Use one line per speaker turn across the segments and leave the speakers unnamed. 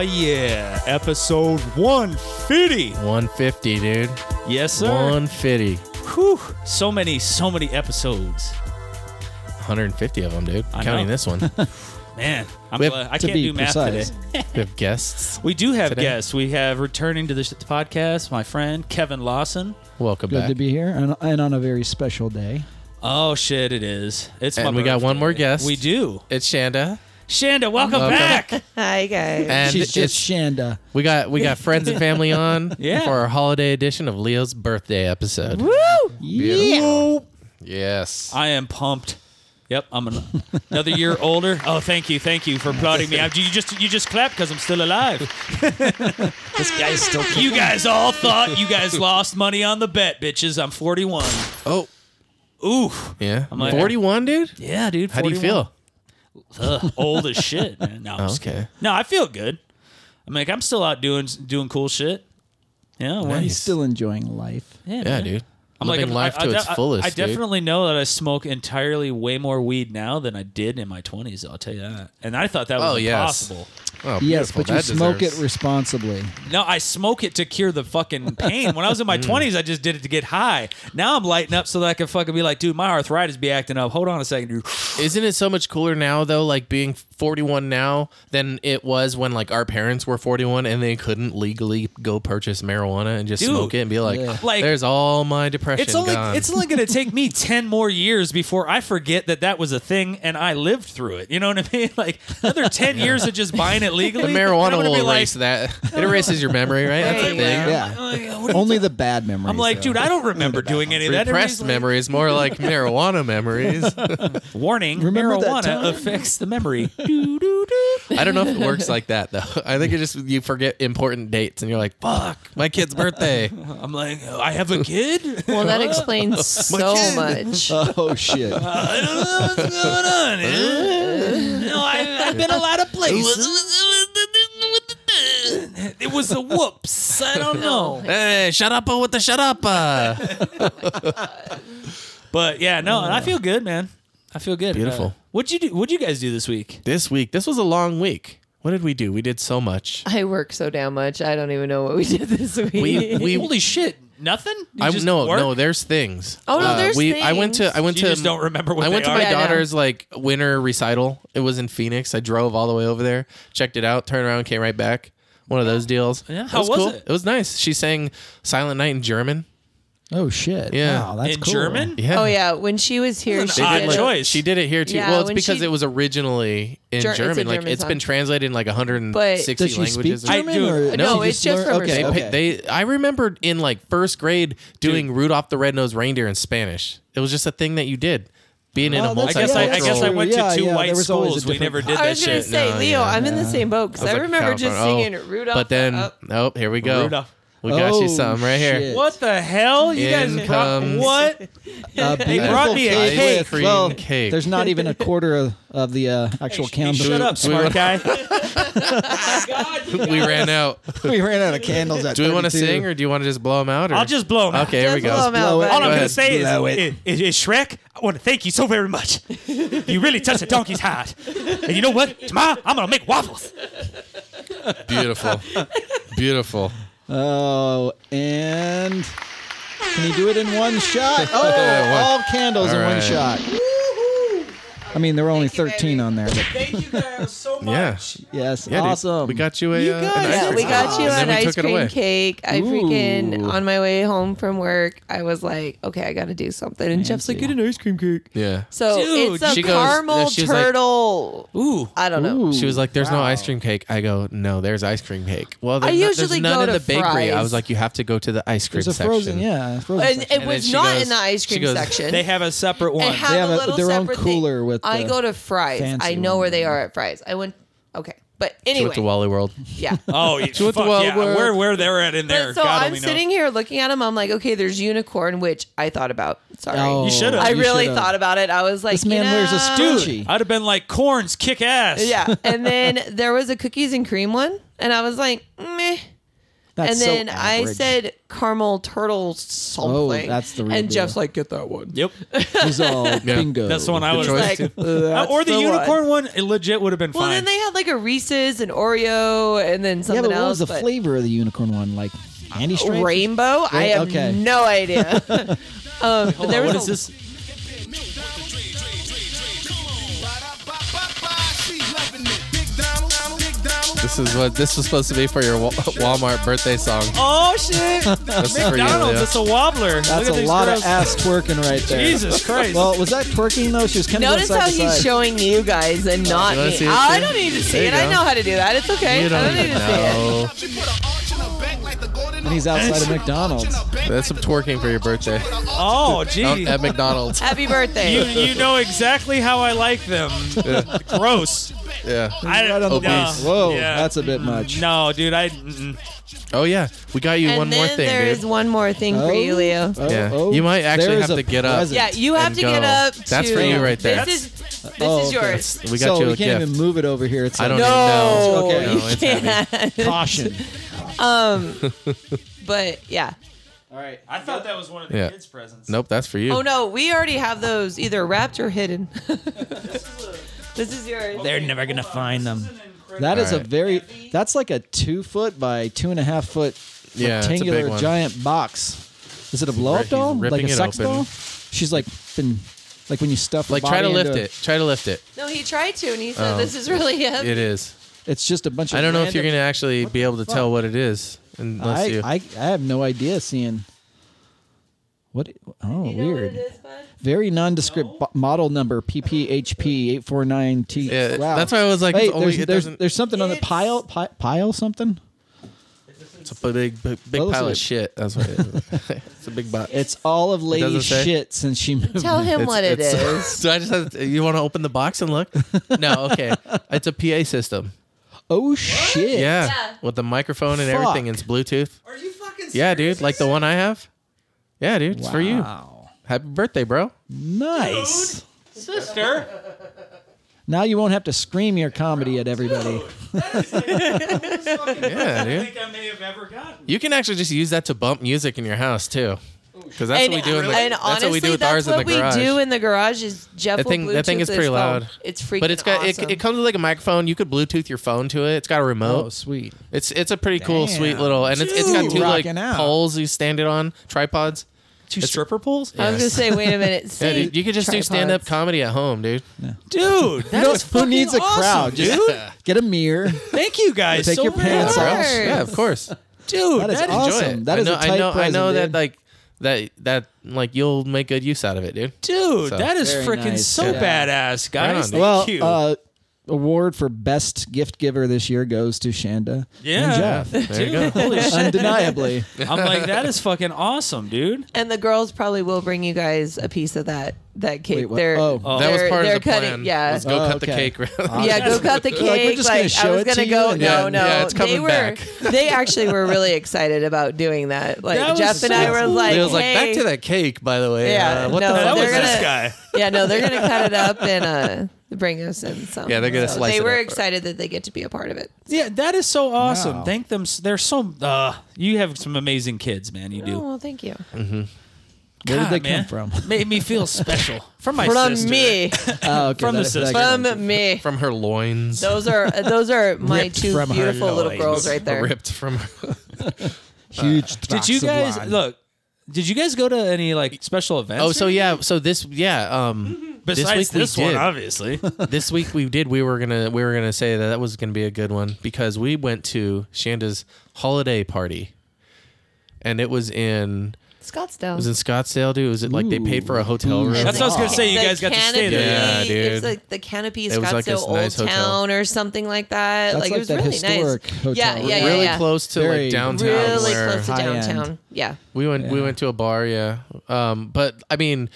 yeah. Episode 150.
150, dude.
Yes, sir.
150.
Whew. So many, so many episodes.
150 of them, dude.
I
Counting
know.
this one.
Man, I'm
We have
glad. I
to
can't
be
do math
precise.
today.
we have guests.
We do have
Today?
guests. We have returning to the podcast, my friend Kevin Lawson.
Welcome
Good
back.
to be here, and, and on a very special day.
Oh shit, it is. It's
And
my
we got one
birthday.
more guest.
We do.
it's Shanda.
Shanda, welcome
Welcome.
back.
Hi guys.
And
She's
it's,
just Shanda.
we got we got friends and family on
Yeah.
for our holiday edition of Leo's birthday episode.
Yeah.
Yes.
I am pumped. Yep, I'm an, another year older. Oh, thank you, thank you for applauding me. I, you just you just clapped because I'm still alive. this guy's still. You guys all thought you guys lost money on the bet, bitches. I'm 41.
oh,
Ooh,
yeah.
like-
41, dude?
yeah, dude. 41.
How do you feel?
Ugh, old as shit, man. No, I'm just
okay.
kidding. No, I feel good. I mean, like, I'm still out doing doing cool shit. Yeah, well,
Nice.
Still enjoying life.
yeah,
Yeah,
man.
dude.
I'm
Living
I'm-
life to its
de-
fullest,
I,
dude.
definitely know that I smoke entirely way more weed now than I did in my 20s. I'll tell you that. And I thought that was
Oh, yes.
impossible.
Oh,
Yes,
beautiful.
but you
That
smoke
deserves-
it responsibly.
No, I smoke it to cure the fucking pain. When I was in
Mm.
my 20s, I just did it to get high. Now I'm lighting up so that I can fucking be like, dude, my arthritis be acting up. Hold on a second, dude.
Isn't it so much cooler now though? Like being 41 now than it was when like our parents were 41 and they couldn't legally go purchase marijuana and just
Dude.
smoke it and be like,
Yeah.
Like-
"There's all my depression
It's only
gone."
it's only gonna take me ten more years before I forget that that was a thing and I lived through it. You know what I mean? Like another ten years of just buying it
the
legally. and
marijuana
I'm gonna
will
be like,
erase that. It erases your memory, right? That's
There
the
you
thing.
go.
Yeah.
"Oh, what
Only the bad memories.
I'm like,
though.
dude, I don't remember doing any of that.
Repressed
Everybody's like,
memories, more like marijuana memories.
Warning:
Remember that time?
marijuana affects the memory. Doo, doo, doo.
I don't know if it works like that though. I think it just you forget important dates and you're like, "Fuck, my kid's birthday."
I'm like, "Oh, I have a kid.
well, that explains so much.
Uh,
Oh shit!
I don't know what's going on. eh? no, I, I've been a lot of places. it was a whoops. I don't know.
hey, shut up uh, with the shut up. uh.
But yeah, no, and I feel good, man. I feel good.
Beautiful.
Uh, what'd you do? What'd you guys do this week?
this week. This was a long week. What did we do? We did so much.
I work so damn much. I don't even know what we did this week.
We- we-
Holy shit! Nothing? You
I
just
no
work?
no. There's things. Uh,
Oh, no, there's
we, I went to
things.
I went
You
to
just don't remember what
I went
they
to
are.
my
Yeah, I know.
daughter's like winter recital. It was in Phoenix. I drove all the way over there, checked it out, turned around, came right back. One of those deals.
Yeah,
It
how was
cool.
it?
It was nice. She sang Silent Night in German.
Oh shit!
Yeah.
Wow, that's
in
cool.
German.
Yeah.
oh yeah, when she was here,
That's
she
an odd
did.
like,
choice.
She did it here too.
Yeah,
well, it's
when
because
she-
it was originally in
Ger- it's a
German. like
German
it's
song.
been translated in like 160
But-
Does she speak
languages. or-
German?
do.
or
No,
she
it's just
learned-
from
okay,
herself.
They,
okay.
pa- they I remembered in like first grade doing Rudolph the Red-Nosed Reindeer in Spanish. It was just a thing that you did. Being in
Oh,
a
I
multicultural.
that's-
guess I, I
That's
guess I
true.
went to
Yeah,
two
yeah,
white
there was always a
schools. We
different-
never did
I
that
was gonna
shit.
say,
No,
Leo,
Oh, yeah.
I'm in the same boat because
was
I,
like,
remember
count
just
on-
singing
oh.
Rudolph.
But then,
the- oh.
oh, here we go.
Rudolph.
We got you
Oh,
some right here.
shit.
What the hell? You
In
guys brought
comes-
what?
A beautiful
brought me a
cake
cake.
with-
Cream
well,
cake.
There's not even a quarter of, of the uh, actual candles.
Shut up, smart guy.
we ran out.
we ran out of candles. At
Do we want to
32.
sing or do you want to just blow them out? Or?
I'll just blow him. out.
Okay, here we
Just blow
go.
'em out,
Blow it.
but-
All I'm
Go
gonna
ahead.
say is,
Blow it.
is, is, is Shrek. I want to thank you so very much. You really touched a donkey's heart. And you know what? Tomorrow I'm gonna make waffles.
Beautiful. Beautiful.
Oh, and can you do it in one shot? Oh,
One-
all candles in one
right.
shot. I mean, there were only
Thank you,
13
baby.
on there. but
Thank you guys so
Yeah.
yes,
Yeah, dude.
awesome.
We got you a.
You
uh,
guys-
an ice
Yeah,
Ice
we
cream.
got you
And
an
then we
ice
took it away.
cream cake. I
Ooh.
freaking on my way home from work, I was like, okay, I got to do something, and Jeff's like, get an ice cream cake.
Yeah.
So
Dude,
it's a
she goes-
caramel
she was like-
turtle.
Ooh.
I don't know.
She was like, "There's no ice cream cake." I go, "No, there's ice cream cake." Well,
I
there's no-
usually
there's none
go
in
to
the bakery. I
fries.
was like, "You have to go to the ice cream
There's a
section."
frozen, yeah. a Frozen
and
section.
it
And then
was
she
not
goes-
in the ice
she
cream
goes-
section.
They have a separate
They
one.
have,
They have
a
a-
little
their own
separate
cooler
thing.
with
I
the
go to fries.
fancy
I know where
one.
they are at fries. I went. Okay, but
She went
anyway,
to Wally World.
yeah.
Oh, you
went to
fuck,
Wild
yeah.
World.
Where where they're at in there?
But so
God
I'm
only
sitting
knows.
here looking at them. I'm like, okay, there's unicorn, which I thought about. Sorry,
Oh,
You should've.
I
you
really
should've.
thought about it. I was like,
This man
you know,
wears a
Dude,
Gucci.
I'd have been like, corns kick ass.
Yeah, and then there was a cookies and cream one, and I was like, meh.
That's
and
so
then I
average. Oh,
said caramel turtle something.
that's the real
And
deal.
Jeff's like, get that one.
Yep,
He's all bingo.
that's the one I was
choice.
Like,
Uh, or the,
the one.
unicorn one. It legit would have been
well,
fine.
then they had like a Reese's and Oreo and then
Yeah,
something
but what
else.
was the
but- Uh,
flavor of the unicorn one? Like candy stripes?
Rainbow? I
Ra-
have
okay.
no idea. um, but there
what
was a-
is this?
This is what this was supposed to be for your Wa- Walmart birthday song.
Oh shit!
That's for you,
McDonald's.
Leo.
It's a wobbler.
That's
Look at
a
these
lot
girls.
of ass twerking right there.
Jesus Christ.
Well, was that twerking though? She was kind of
Notice
going
how
side to
he's
side.
showing you guys and not
You wanna
me.
see it,
Oh, I
too?
don't need to see
There you
it. I
go.
know how to do that. It's okay.
You
I
don't
don't need
even
to see it.
know.
And
he's outside of McDonald's.
That's some twerking for your birthday.
Oh gee.
Out At McDonald's.
Happy birthday.
you you know exactly how I like them. Gross.
Yeah.
I
Right on the
no.
base. Whoa,
Yeah.
that's a bit much.
No, dude. I. mm-mm.
Oh yeah. We got you
and
one
then
more thing,
there
dude.
is one more thing for you, Leo.
oh,
Yeah.
oh,
You might actually
there's
have
a
to get up.
Yeah,
present.
you have
And
to
go.
get up.
That's
to-
for you right there.
This is this
Oh,
is
okay.
yours.
We got
so
you
we
a
can't
gift.
even move it over here. It's
I don't
like-
even
No,
know.
Okay.
No,
Oh, you
it's heavy.
can't.
Caution.
but yeah.
All right.
I thought that was one of the
Yeah.
kids' presents.
Nope, that's for you.
Oh no, we already have those either wrapped or hidden. this is yours.
They're never gonna find them.
That is
All
a
right.
very. That's like a two foot by two and a half foot
Yeah, it's a
rectangular
big one.
giant box. Is it a blow up
he's
doll? Like
ripping
a
it
sex
open.
doll? She's like been like when you stuff. her
Like try to
body
lift
into-
it. Try to lift it.
No, he tried to and he
Oh.
said this is really heavy.
It is.
It's just a bunch of.
I don't know if you're
random-
gonna actually be able to tell what it is unless you.
I, I I have no idea. Seeing what? Oh,
You know what
weird.
it is, bud?
Very nondescript bo- model number PPHP eight four nine T.
Yeah,
wow.
that's why I was like, it's
Wait,
only-
there's,
it
there's,
doesn't-
there's something on the pile pi- pile something.
it's a big, big, big
Well,
pile of
it's a-
shit. That's what it is. it's a big box.
It's all of
doesn't
Lady's
say?
shit since she moved.
Tell him
It's-
what it
it's-
is.
Do I just have to, you want to open the box and look? No, okay. It's a PA system.
Oh shit!
Yeah,
Yeah.
with the microphone and
Fuck.
everything. It's Bluetooth.
Are you fucking?
Yeah, dude, like the one I have. Yeah, dude, it's for you.
Wow.
Happy birthday, bro.
Nice.
sister?
Now you won't have to scream your comedy at everybody.
Yeah, dude.
I may have ever gotten.
You can actually just use that to bump music in your house too, because that's
and,
what we do. In the,
and
that's
honestly,
what we do with
that's
ours
what
in the garage.
we do in the garage. Is Jeff
That
will
thing- that thing
Bluetooth
is
his
pretty
phone.
loud.
It's freaking
but it's got
awesome.
it, it comes with like a microphone. You could Bluetooth your phone to it. It's got a remote.
Oh sweet.
It's it's a pretty cool,
Damn.
sweet little, and it's it's got
Dude,
two like
rocking out.
poles you stand it on tripods.
Two stripper poles?
I was gonna
Yes.
say, wait a minute.
Yeah,
say
dude, you could just do
tripods.
stand up comedy at home, dude.
Dude, that
No,
is
who
fucking
needs a
awesome,
crowd?
dude?
Just get a mirror.
Thank you guys.
Take
so
your
much.
pants
off.
Yeah,
course.
bro. Yeah, of course.
dude.
That is
that is-
awesome.
Enjoy it.
That
I
is
know,
a tight
I know,
present,
I know that
dude.
like that that like you'll make good use out of it, dude.
dude,
So-
that is
Very
freaking
nice,
so
yeah.
badass,
Right on,
guys.
dude.
Thank
well,
you.
uh, award for best gift giver this year goes to Shanda.
yeah,
And Jeff.
There you go.
holy shit.
Undeniably.
I'm like, that is fucking awesome, dude.
And the girls probably will bring you guys a piece of that that cake.
Wait, what?
they're,
Oh.
That was
they're-
part of
they're
the
cutting,
plan.
Yeah,
was go
Oh,
cut the
okay.
cake.
yeah, go cut the
Like,
cake.
we're just gonna show
I was
it to
gonna
you
go.
and
No,
then-
no,
Yeah, it's
they
coming
were.
back.
They actually were really excited about doing that. Like
That was
Jeff and I
so
were
cool.
like,
it was like
hey.
back to that cake, by the way.
Yeah,
uh, what
no,
the
that
fuck
was
they're
this
gonna-
guy.
Yeah, no, they're gonna cut it up and uh, bring us in some.
Yeah, they're gonna
So
slice
They
it
were
up.
excited that they get to be a part of it.
Yeah, that is so awesome.
Wow.
Thank them. s- They're so. Uh, you have some amazing kids, man. You
Oh
do.
well, thank you
Where did
God,
they
man.
come from?
Made me feel special. From my
from
sister.
me,
Oh, okay,
From the
that-
sister.
that-
from me.
From her loins.
Those are uh, those are my
Ripped
two
from her
beautiful little
loins.
girls right there.
Ripped from her.
huge.
Did
tracts
you
of
guys
line.
look? Did you guys go to any like special events?
Oh, so
or-
yeah. So this, yeah. Um,
besides
this week
one,
we did.
obviously.
this week we did. We were gonna we were gonna say that that was gonna be a good one because we went to Shanda's holiday party, and it was in it
Scottsdale.
was in Scottsdale, dude. It was it like they paid for a hotel room?
That's what I was gonna say. You
The
guys got to stay
canopy-
there.
Yeah,
It was
dude.
like the canopy
It was
Scottsdale
like this
Old
nice hotel.
Town or something like that.
That's
like,
like
it was
that
really
historic
nice.
hotel,
yeah, yeah,
right?
yeah,
really
yeah.
close to
Very-
like downtown.
Really
where
close to
High end.
downtown. Yeah.
We went we went to a bar, yeah. Um, but I mean,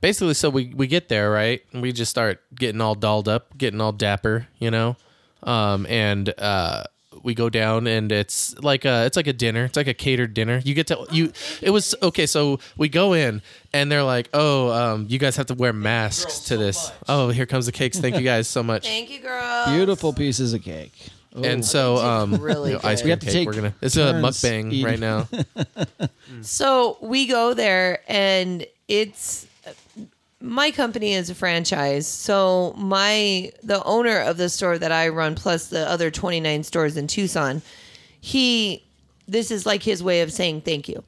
basically, so we we get there, right? And we just start getting all dolled up, getting all dapper, you know. Um, and uh, we go down, and it's like a it's like a dinner. It's like a catered dinner. You get to you. It was okay. So we go in, and they're like, "Oh, um, you guys have to wear masks to this." Oh, here comes the cakes. Thank you guys so much.
Thank you, girl.
Beautiful pieces of cake.
and so um,
really
you know, ice
good.
cream
We
have to
cake.
take
we're gonna. It's a
turns
mukbang
eating.
right now.
So we go there, and it's my company is a franchise. So my the owner of the store that I run, plus the other twenty nine stores in Tucson, he this is like his way of saying thank you.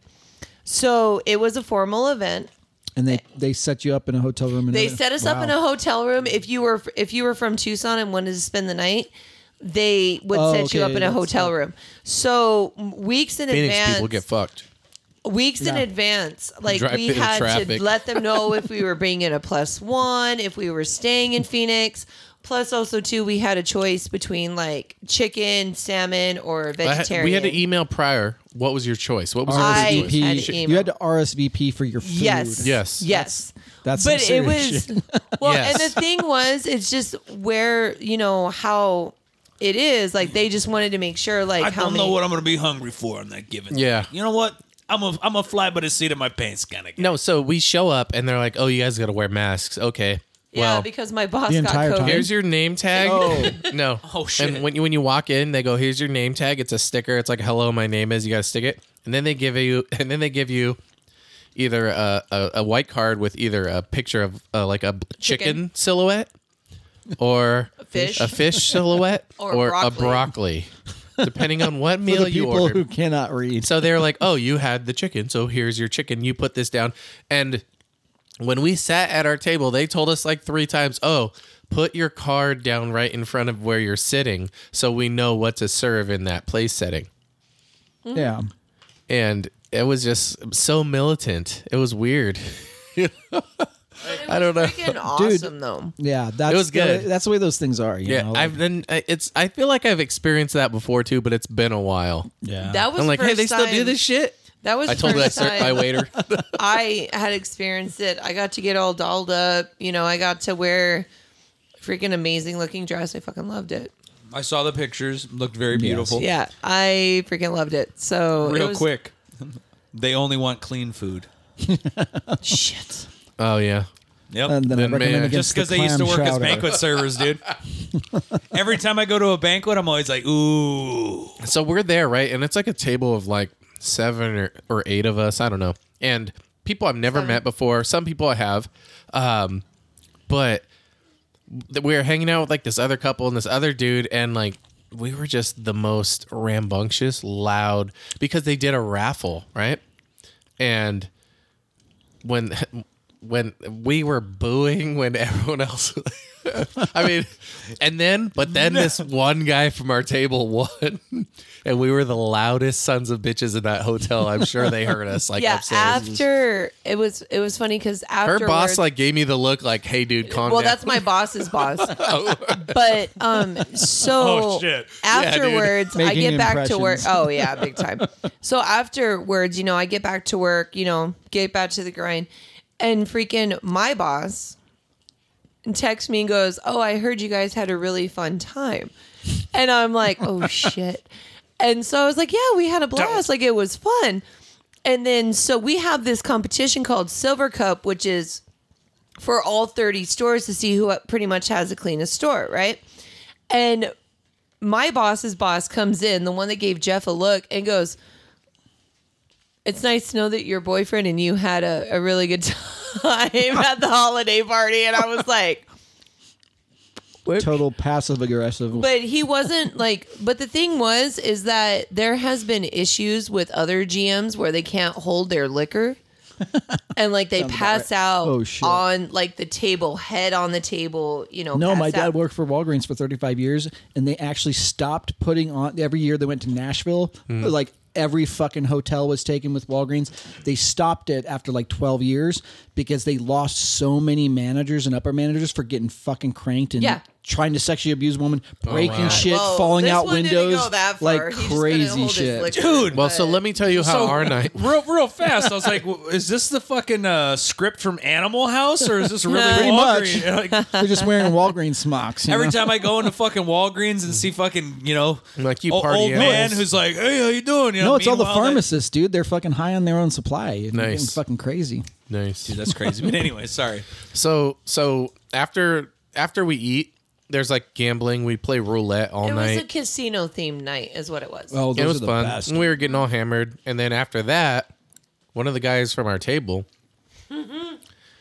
So it was a formal event.
And they they set you up in a hotel room. And
They
everything?
set us up
Mm-hmm. Wow.
in a hotel room. If you were if you were from Tucson and wanted to spend the night, they would
Oh,
set you up
okay,
in a
that's
hotel room. So weeks in
Phoenix
advance,
people get fucked.
weeks in
Yeah.
advance. Like
Drive
we
through
had
traffic.
to let them know if we were bringing a plus one, if we were staying in Phoenix. Plus, also too, we had a choice between like chicken, salmon, or
I had-
vegetarian.
we had to email prior. What was your choice? What was your
I
choice?
had
RSVP.
email.
you had to RSVP for your food.
Yes.
Yes.
That's-
Yes.
that's
but
some
it
serious
was well,
Yes.
and the thing was, it's just where you know how it is. Like they just wanted to make sure, like
I
how
don't
many.
know what I'm going to be hungry for on that given.
Yeah.
You know what? I'm a I'm a fly by the seat of my pants kind of guy.
No, so we show up and they're like, "Oh, you guys got to wear masks." Okay.
yeah,
well,
because my boss
The
got
entire
COVID.
time?
Here's your name tag. no.
Oh, shit.
And when you when you walk in, they go, "Here's your name tag." It's a sticker. It's like, "Hello, my name is." You gotta stick it, and then they give you, and then they give you either a, a, a white card with either a picture of uh, like a b- chicken,
Chicken.
silhouette, or a
fish.
a fish silhouette,
Or
a
broccoli.
broccoli, depending on what meal
For the
you
people
ordered.
who cannot read.
So they're like, "Oh, you had the chicken, so here's your chicken. You put this down." And when we sat at our table, they told us like three times, "Oh, put your card down right in front of where you're sitting, so we know what to serve in that place setting."
Mm-hmm.
yeah.
And it was just so militant. It was weird. I don't know.
Freaking awesome though.
Yeah. That's
was good.
that's the way those things are. You
Yeah,
Know?
I've been. I- It's. I feel like I've experienced that before too, but it's been a while.
yeah.
That was
I'm like, hey,
first
they still do
time-
this shit.
That was
I told that
first
ser-
time
my waiter.
I had experienced it. I got to get all dolled up. You know, I got to wear freaking amazing looking dress. I fucking loved it.
I saw the pictures. Looked very
Oh.
beautiful.
Yeah, I freaking loved it. So it
Real
was-
quick. They only want clean food.
shit.
oh yeah.
Yep.
and
Then
then, I recommend
man-
Just
against
because
the
they used to
clam
work as
chowder.
banquet servers, dude. Every time I go to a banquet, I'm always like, ooh.
so we're there, right? And it's like a table of like seven or, or eight of us. I don't know. And people I've never met before. Some people I have. Um, but th- we were hanging out with like this other couple and this other dude. And like, we were just the most rambunctious, loud, because they did a raffle, right? And when. When we were booing, when everyone else, I mean, and then, but then this one guy from our table won, and we were the loudest sons of bitches in that hotel. I'm sure they heard us like
Yeah,
upstairs.
after it was it was funny because
her
after
boss like gave me the look like, "Hey, dude, calm
well
down." Oh.
that's my boss's boss but um so
Oh, shit.
afterwards i
Making
get back to work
impressions.
oh yeah big time so afterwards you know i get back to work you know get back to the grind and freaking my boss texts me and goes oh i heard you guys had a really fun time and i'm like oh shit and so i was like yeah we had a blast like it was fun and then so we have this competition called silver cup which is for all 30 stores to see who pretty much has the cleanest store, right? And my boss's boss comes in, the one that gave Jeff a look, and goes, It's nice to know that your boyfriend and you had a, a really good time at the holiday party. And I was like,
Total passive aggressive.
but he wasn't like but the thing was is that there has been issues with other gms where they can't hold their liquor and like they pass out
Oh, shit.
on like the table head on the table you know
No,
pass
my dad
out.
worked for Walgreens for 35 years, and they actually stopped putting on every year they went to Nashville. Like every fucking hotel was taken with Walgreens. They stopped it after like 12 years because they lost so many managers and upper managers for getting fucking cranked and
Yeah.
trying to sexually abuse women, breaking
wow.
shit,
Whoa,
falling
this
out
one didn't
windows,
go that far.
like
He just couldn't
crazy
hold his
shit.
liquor.
Dude.
well, so let me tell you how our night.
real, real fast. I was like, "W- "Is this the fucking uh, script from Animal House, or is this really
Pretty
Walgreens?" Like,
They're just wearing Walgreens smocks. you
every
know?
time I go into fucking Walgreens and see fucking you know
I'm like, "You
o-
party
old man
animals."
who's like, "Hey, how you doing?" You know,
No, it's all the
meanwhile, that-
pharmacists, dude. They're fucking high on their own supply. It's
Nice.
getting fucking crazy.
Nice.
That's crazy. But anyway, sorry.
So so after after we eat, there's like gambling. We play roulette all
It
night.
was a casino themed night, is what it was.
Oh, those
it was
are the
fun.
best.
And we were getting all hammered, and then after that, one of the guys from our table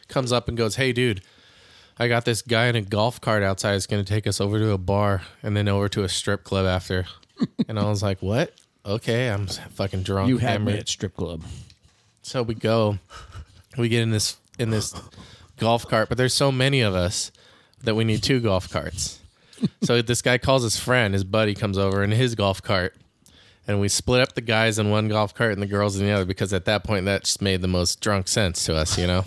comes up and goes, "Hey, dude, I got this guy in a golf cart outside. It's going to take us over to a bar and then over to a strip club after." and I was like, "What? Okay, I'm s- fucking drunk,
You had me
hammered."
at strip club.
So we go, we get in this in this golf cart, but there's so many of us that we need two golf carts. So this guy calls his friend, his buddy comes over in his golf cart, and we split up the guys in one golf cart and the girls in the other because at that point that just made the most drunk sense to us, you know.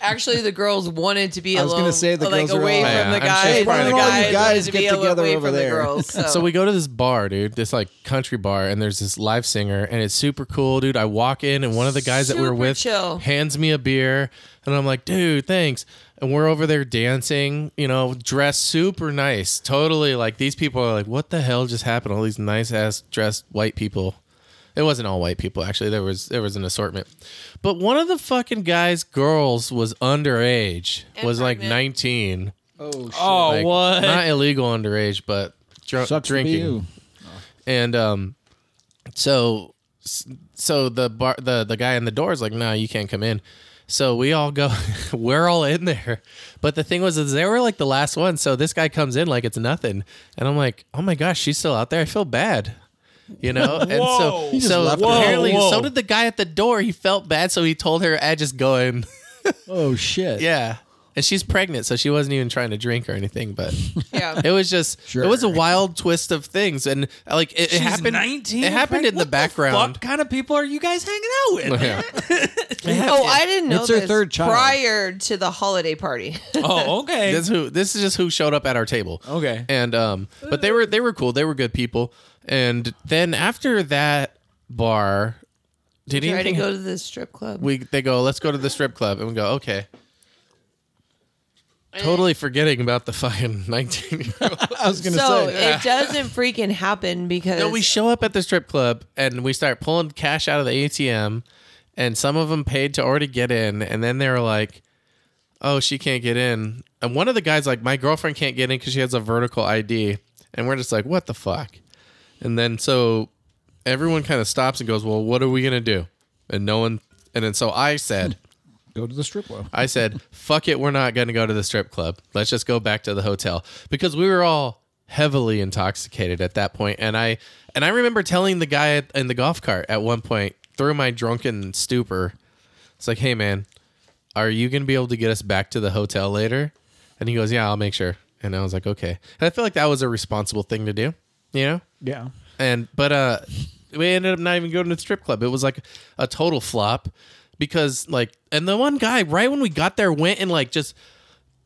Actually, the girls wanted to be
I was
alone.
gonna say the
like
girls are
away
all-
from
Oh, Yeah,
the
I'm
guys.
sure it's
and
probably
the
like, "All you
guys
guys
wanted to be
get together
away
over
from the
there."
girls. So,
So we go to this bar, dude, this like country bar, and there's this live singer, and it's super cool, dude. I walk in, and one of the guys that we were
Super
with
chill.
hands me a beer, and I'm like, dude, thanks. And we're over there dancing, you know, dressed super nice. Totally like these people are like, what the hell just happened? All these nice ass dressed white people. It wasn't all white people actually. There was there was an assortment, but one of the fucking guys' girls was underage,
And
was like
pregnant.
19.
Oh,
Oh,
Like,
what?
Not illegal underage, but drunk
Sucks
drinking
for you.
and um, so so the bar the the guy in the door is like, "No, you can't come in." So we all go, we're all in there. But the thing was, is they were like the last one. So this guy comes in like it's nothing, and I'm like, "Oh my gosh, she's still out there." I feel bad. You know, and
Whoa. He
so
just
so
left her.
apparently,
Whoa, whoa.
so did the guy at the door. He felt bad, so he told her, "I just go in."
Oh shit.
yeah, and she's pregnant, so she wasn't even trying to drink or anything. But
yeah.
it was just it was a
Sure.
wild twist of things, and like it, it
She's
happened.
19.
It happened in
What
the background.
What kind of people are you guys hanging out with?
Yeah.
Oh, I didn't know
It's her
this
third child.
prior to the holiday party.
oh, okay.
This who this is just who showed up at our table.
Okay.
And um but they were they were cool. They were good people. And then after that bar did
Try to
anything
go to the strip club.
we they go, let's go to the strip club and we go, okay. Totally forgetting about the fucking nineteen year old.
I was gonna
so
say.
it doesn't freaking happen because
No, we show up at the strip club and we start pulling cash out of the ATM, and some of them paid to already get in, and then they were like, "Oh, she can't get in." And one of the guys like, "My girlfriend can't get in because she has a vertical ID," and we're just like, "What the fuck?" And then so everyone kind of stops and goes, "Well, what are we gonna do?" And no one, and then so I said.
Go to the strip club.
I said, fuck it, we're not going to go to the strip club. Let's just go back to the hotel because we were all heavily intoxicated at that point and I and I remember telling the guy at- in the golf cart at one point through my drunken stupor. It's like, "Hey man, are you going to be able to get us back to the hotel later?" And he goes, "Yeah, I'll make sure." And I was like, "Okay." And I feel like that was a responsible thing to do, you know?
Yeah.
and but uh we ended up not even going to the strip club it was like a total flop because like and the one guy right when we got there went and like just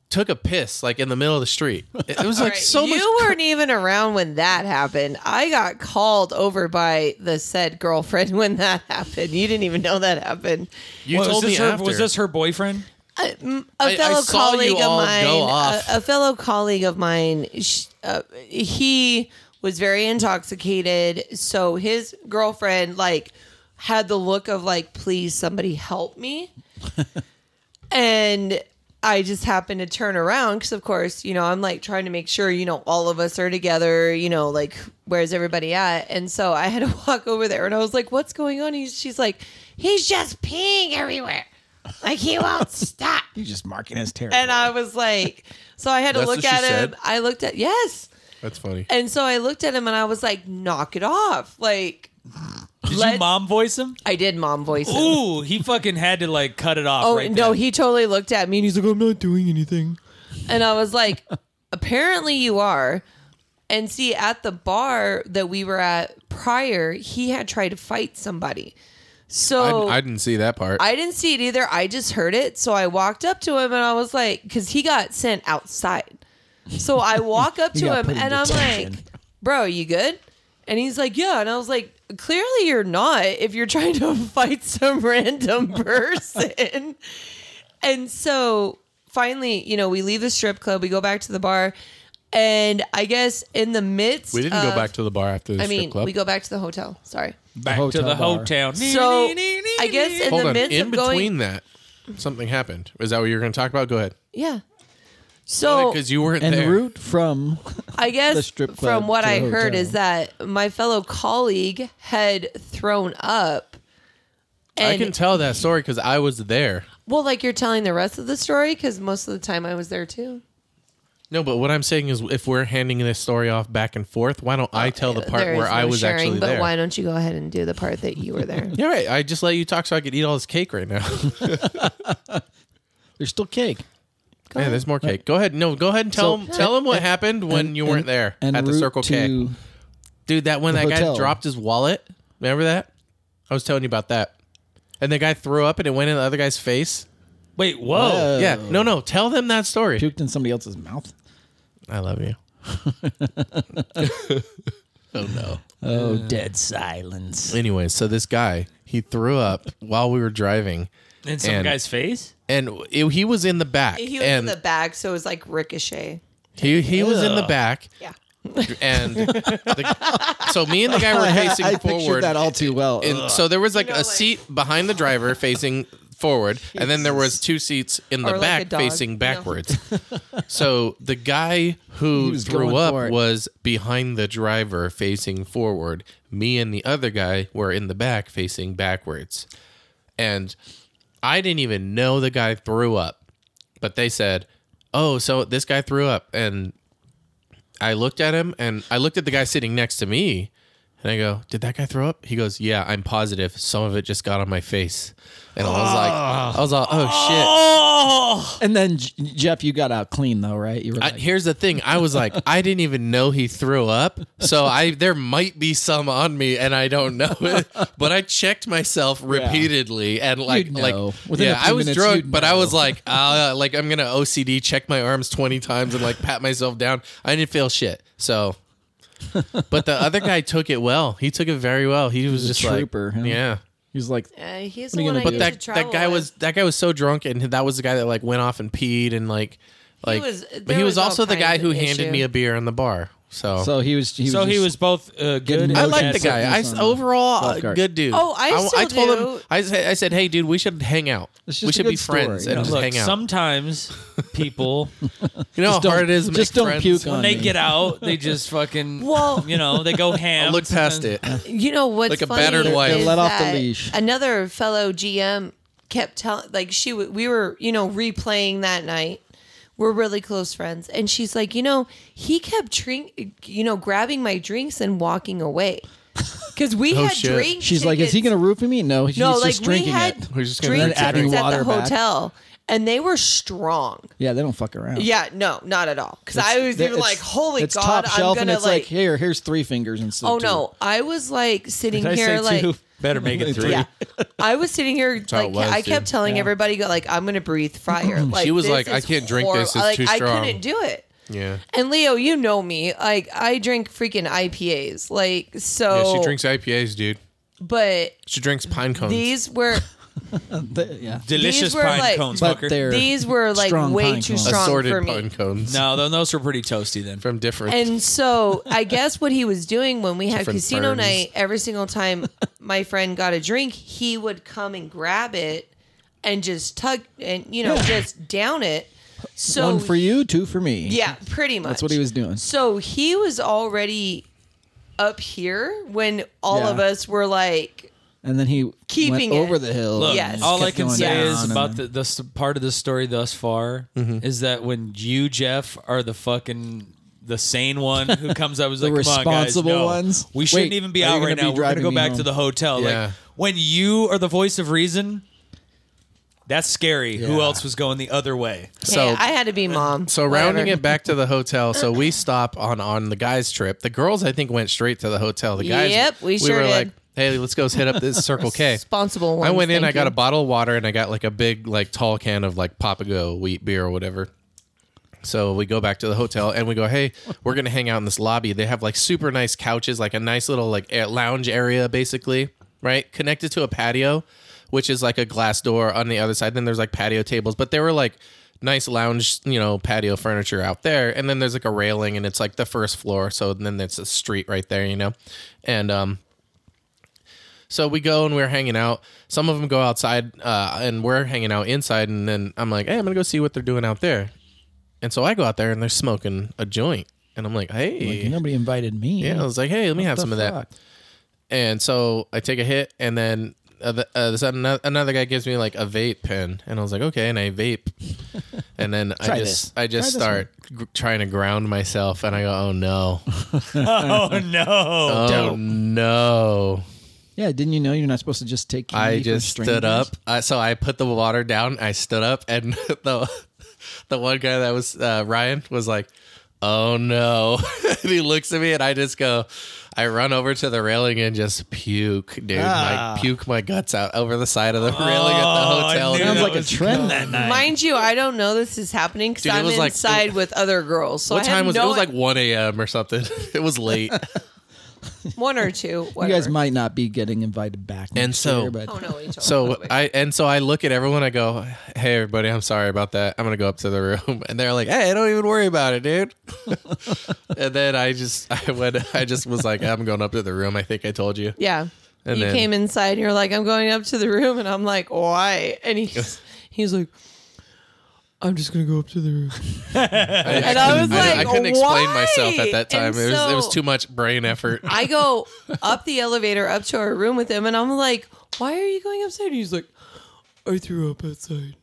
took a piss like in the middle of the street it, it was like
Right.
so
you
much
weren't even around when that happened. I got called over by the said girlfriend when that happened. You didn't even know that happened.
you
What, was
told me
this her,
after
Was this her boyfriend?
A
I- I
fellow
saw you
colleague of
all
mine,
go
a,
off.
a fellow colleague of mine, sh- uh, he was very intoxicated. So his girlfriend like had the look of like, please somebody help me. and I just happened to turn around because, of course, you know, I'm like trying to make sure, you know, all of us are together, you know, like, where's everybody at? And so I had to walk over there and I was like, what's going on? He's, she's like, he's just peeing everywhere. Like, he won't stop.
He's just marking his territory.
And I was like, so I had to
That's what
look
she
at him.
said?
I looked at, yes.
that's funny
And so I looked at him and I was like, knock it off. Like,
Did you
Let's-
mom voice him?
I did mom voice. him.
Ooh, he fucking had to like cut it off.
Oh
right
no,
then.
he totally looked at me and he's like, "I'm not doing anything," and I was like, "Apparently you are." And see, at the bar that we were at prior, he had tried to fight somebody. So
I, I didn't see that part
I didn't see it either. I just heard it. So I walked up to him and I was like, because he got sent outside. So I walk up
He
to
got
him
put in
and I'm
detention.
like, bro, you good? And he's like, yeah. And I was like, clearly you're not if you're trying to fight some random person. and so finally, you know, we leave the strip club, we go back to the bar. And I guess in the midst,
we didn't go
of-
back to the bar after the
I
strip
mean,
club
we go back to the hotel. Sorry.
back
hotel
to the
bar.
hotel.
So, I guess in
hold
the
on
midst
in
of going,
between that something happened is that what you were going to talk about go ahead
Yeah. So
because you weren't
and
there.
the route from
I
the
guess
strip club
from what
to the
I heard
hotel.
is that my fellow colleague had thrown up.
I
And
can tell that story because I was there.
well, like you're telling the rest of the story because most of the time I was there too.
No, but what I'm saying is, if we're handing this story off back and forth, why don't I tell the part
Uh, There
where
is
I
no
was
sharing,
actually
but
there?
why don't you go ahead and do the part that you were there?
yeah, right. I just let you talk so I could eat all this cake right now.
there's still cake.
yeah, there's more cake. Go ahead. No, go ahead and tell
So-
him. Tell him what happened when you weren't
And-
there
and
at the
route
Circle K.
to-
Dude, that when
the
that guy
hotel.
dropped his wallet, remember that? I was telling you about that. And the guy threw up and it went in the other guy's face.
Wait, whoa.
Uh,
yeah. No, no. Tell them that story.
Puked in somebody else's mouth.
I love you. oh no.
Oh, dead silence.
Anyway, so this guy he threw up while we were driving,
in some
and-
guy's face?
and it, he was in the back,
he was in
and
the bag, so it was like ricochet.
he he was in the back,
Yeah.
and the, so me and the guy were facing
I pictured
forward.
that all too well.
and so there was like
You know,
a
like-
seat behind the driver facing forward, and then there was two seats in the
Or like a
back
dog, you
facing
know?
backwards. so the guy
He
who
was
threw
going
up
for it.
was behind the driver facing forward. Me and the other guy were in the back facing backwards, and I didn't even know the guy threw up, but they said, "Oh, so this guy threw up," and I looked at him and I looked at the guy sitting next to me and I go, Did that guy throw up? He goes, Yeah, I'm positive. Some of it just got on my face. And I was like,
Ah.
I was like, Oh
Oh,
and then J- Jeff, you got out clean though, right? You were
shit. I,
like,
here's the thing. I was like, I didn't even know he threw up. So I there might be some on me and I don't know it. But I checked myself repeatedly and like
You'd know.
like
Within a
yeah,
few
I was
minutes,
drunk,
you'd
but I
know.
was like, uh, like I'm gonna OCD check my arms 20 times and like pat myself down. I didn't feel shit. So but the other guy took it well. He took it very well. He was,
a
just
trooper, huh?
like, yeah.
he's like,
Uh, he's
are
the
you
one
gonna
But
do? He
I used
was
to
that
travel
that guy
with.
was that guy was so drunk, and that was the guy that like went off and peed and like like.
was-
but
there
he was,
was all
also the
kinds
guy
of
who handed
issue.
me a beer in the bar. So,
so he was. He was
so he
just-
was both uh, good.
Getting
I
and
like the
bad.
guy. I
Something's
s-
on the
overall a
golf cart.
good dude.
Oh, I still
told him.
do.
I said, I said, hey, dude, we should hang out. We
It's just a
should
good
be friends
story,
and
yeah.
just
Look,
hang out.
sometimes people
you know how
don't-
hard it is. to make
just don't
friends?
puke on
when they
me.
get out, they just fucking
Well-
you know, they go ham.
I'll look past
sometimes.
it.
You know what's
Like a
funny
battered wife.
is
Let off the
that
leash.
Another fellow GM kept telling, like she, w- we were, you know, replaying that night. We're really close friends, and she's like, you know, he kept drink, you know, grabbing my drinks and walking away because we
Oh,
had
shit.
drinks.
She's like, is he going to roofie me? No, he's
No,
just
like we
drinking
had
it.
We're Oh, just gonna
drink
drink it. Adding
tickets at the
water back.
hotel, and they were strong.
Yeah, they don't fuck around.
Yeah, no, not at all. Because I was
They're-
even
it's-
like, holy
it's
god,
top
I'm
shelf,
gonna
and it's like, here, here's three fingers instead.
oh
of two.
no, I was like sitting
Did I
here
say
like.
two? Better make it three.
Yeah. I was sitting here
how
like
it was,
I kept
dude.
telling everybody go, like I'm gonna breathe fire. Like,
was
this
like, I
is
can't drink
horrible.
this, it's
like,
too
I
strong.
couldn't do it.
Yeah.
And Leo, you know me. Like I drink freaking IPAs. Like so.
yeah, she drinks IPAs, dude.
But
She drinks pine cones.
these were
They- yeah.
Delicious
These were
pine
like-
cones,
But
fucker.
they're
these were like
Strong
way
pine
too
cones.
strong
assorted
for me.
pine cones.
No, then those were pretty toasty then.
from different.
And so I guess what he was doing when we had
Different
casino
burns.
night, every single time my friend got a drink, he would come and grab it and just tug and you know just down it. So
one for you, two for me.
Yeah, pretty much.
That's what he was doing.
So he was already up here when all
Yeah.
of us were like,
and then he
Keeping
went
it.
over the hill.
Look,
and
Yes.
all
kept
I can
going
say
down
is
and
about
then-
the, the s- part of the story thus far is that when you, Jeff, are the fucking the sane one who comes up is like, "Come on, guys,
responsible
no.
ones?
We shouldn't
Wait,
even be
are you
out
gonna
right
be
now. We're gonna
driving
go
me
back to
home?"
the hotel."
Yeah.
Like when you are the voice of reason, that's scary. Who
Yeah.
else was going the other way?
so
"Hey, I had to be mom.
So rounding
Whatever.
it back to the hotel, so we stop on on the guys' trip. The girls, I think, went straight to the hotel. The guys,
Yep, we sure
were
did.
like, "Hey, let's go hit up this Circle K."
responsible one.
I went in, I got
you.
a bottle of water, and I got like a big, like tall can of like Papago wheat beer or whatever. So we go back to the hotel and we go, hey, we're gonna hang out in this lobby. They have like super nice couches, like a nice little like air- lounge area, basically, right? Connected to a patio, which is like a glass door on the other side. Then there's like patio tables, but there were like nice lounge, you know, patio furniture out there. And then there's like a railing, and it's like the first floor. So then there's a street right there, you know, and um. So we go and we're hanging out. Some of them go outside, uh, and we're hanging out inside. And then I'm like, "Hey, I'm gonna go see what they're doing out there." And so I go out there and they're smoking a joint. And I'm like, hey.
Nobody invited me.
yeah, I was like, hey, let me have
The
some of that.
fuck?
And so I take a hit, and then uh, the, uh, this, ano- another guy gives me like a vape pen, and I was like, okay, and I vape, and then I
Try
just
this.
I just
Try this
start gr trying to ground myself, and I go, oh no,
Oh no.
oh no,
Yeah, didn't you know you're not supposed to just take
I
candy from
just stood
strangers?
up. I, so I put the water down. I stood up, and the the one guy that was uh, Ryan was like, "Oh no!" and he looks at me, and I just go, I run over to the railing and just puke, dude.
Ah.
I puke my guts out over the side of the railing at
Oh,
the
I
hotel.
knew
Sounds
that
dude.
like a
was
trend
coming.
that
Mind you, I don't know this is happening because
Dude, it
I'm
was like-
inside with other girls. So
what
I have
time was it?
no-
It was like 1 a.m. or something. It was late.
one or two.
You
Whatever.
guys might not be getting invited back. next
so-
year, but
Oh no, we don't.
So
Oh, wait.
I and so I look at everyone. I go, "Hey, everybody, I'm sorry about that. I'm gonna go up to the room." And they're like, "Hey, don't even worry about it, dude." and then I just, I went, I just was like, "I'm going up to the room." I think I told you.
yeah.
And
you
then-
came inside. You're like, I'm going up to the room, and I'm like, why? And he's he's like, I'm just gonna go up to the room.
I,
And I
couldn't-
was
I- I
like,
couldn't explain
"Why?"
myself at that time.
And
it was, it was
so-
too much brain effort.
I go up the elevator up to our room with him, and I'm like, "Why are you going upstairs?" He's like, "I threw up outside,"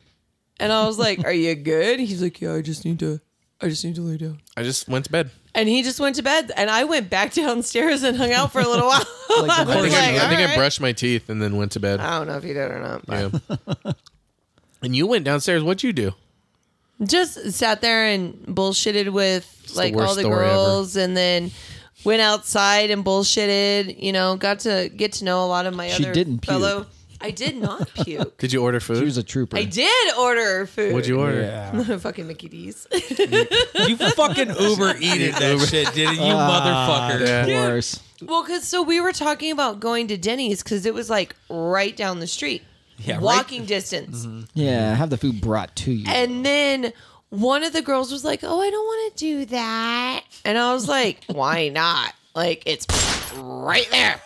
and I was like, "Are you good?" He's like, "Yeah, I just need to, I just need to lay down."
I just went to bed.
And he just went to bed, and I went back downstairs and hung out for a little while. I
I
was
think,
like,
I, I,
"All
think I
right." Ah.
brushed my teeth and then went to bed.
I don't know if he did or not. But
Yeah. and you went downstairs. What'd you do?
Just sat there and bullshitted with like
worst
all the
story ever.
girls, and then went outside and bullshitted. You know, got to get to know a lot of my
She
other
didn't puke.
fellow. I did not puke.
Did you order food?
she was a trooper.
I did order food.
What'd you order?
yeah.
Fucking Mickey D's.
You fucking Uber eated that shit, didn't you,
Ah,
motherfucker?
Yeah.
Of course.
well, because so we were talking about going to Denny's because it was like right down the street,
right-
walking distance.
Yeah, have the food brought to you.
And then one of the girls was like, "Oh, I don't want to do that," and I was like, "Why not? Like it's right there."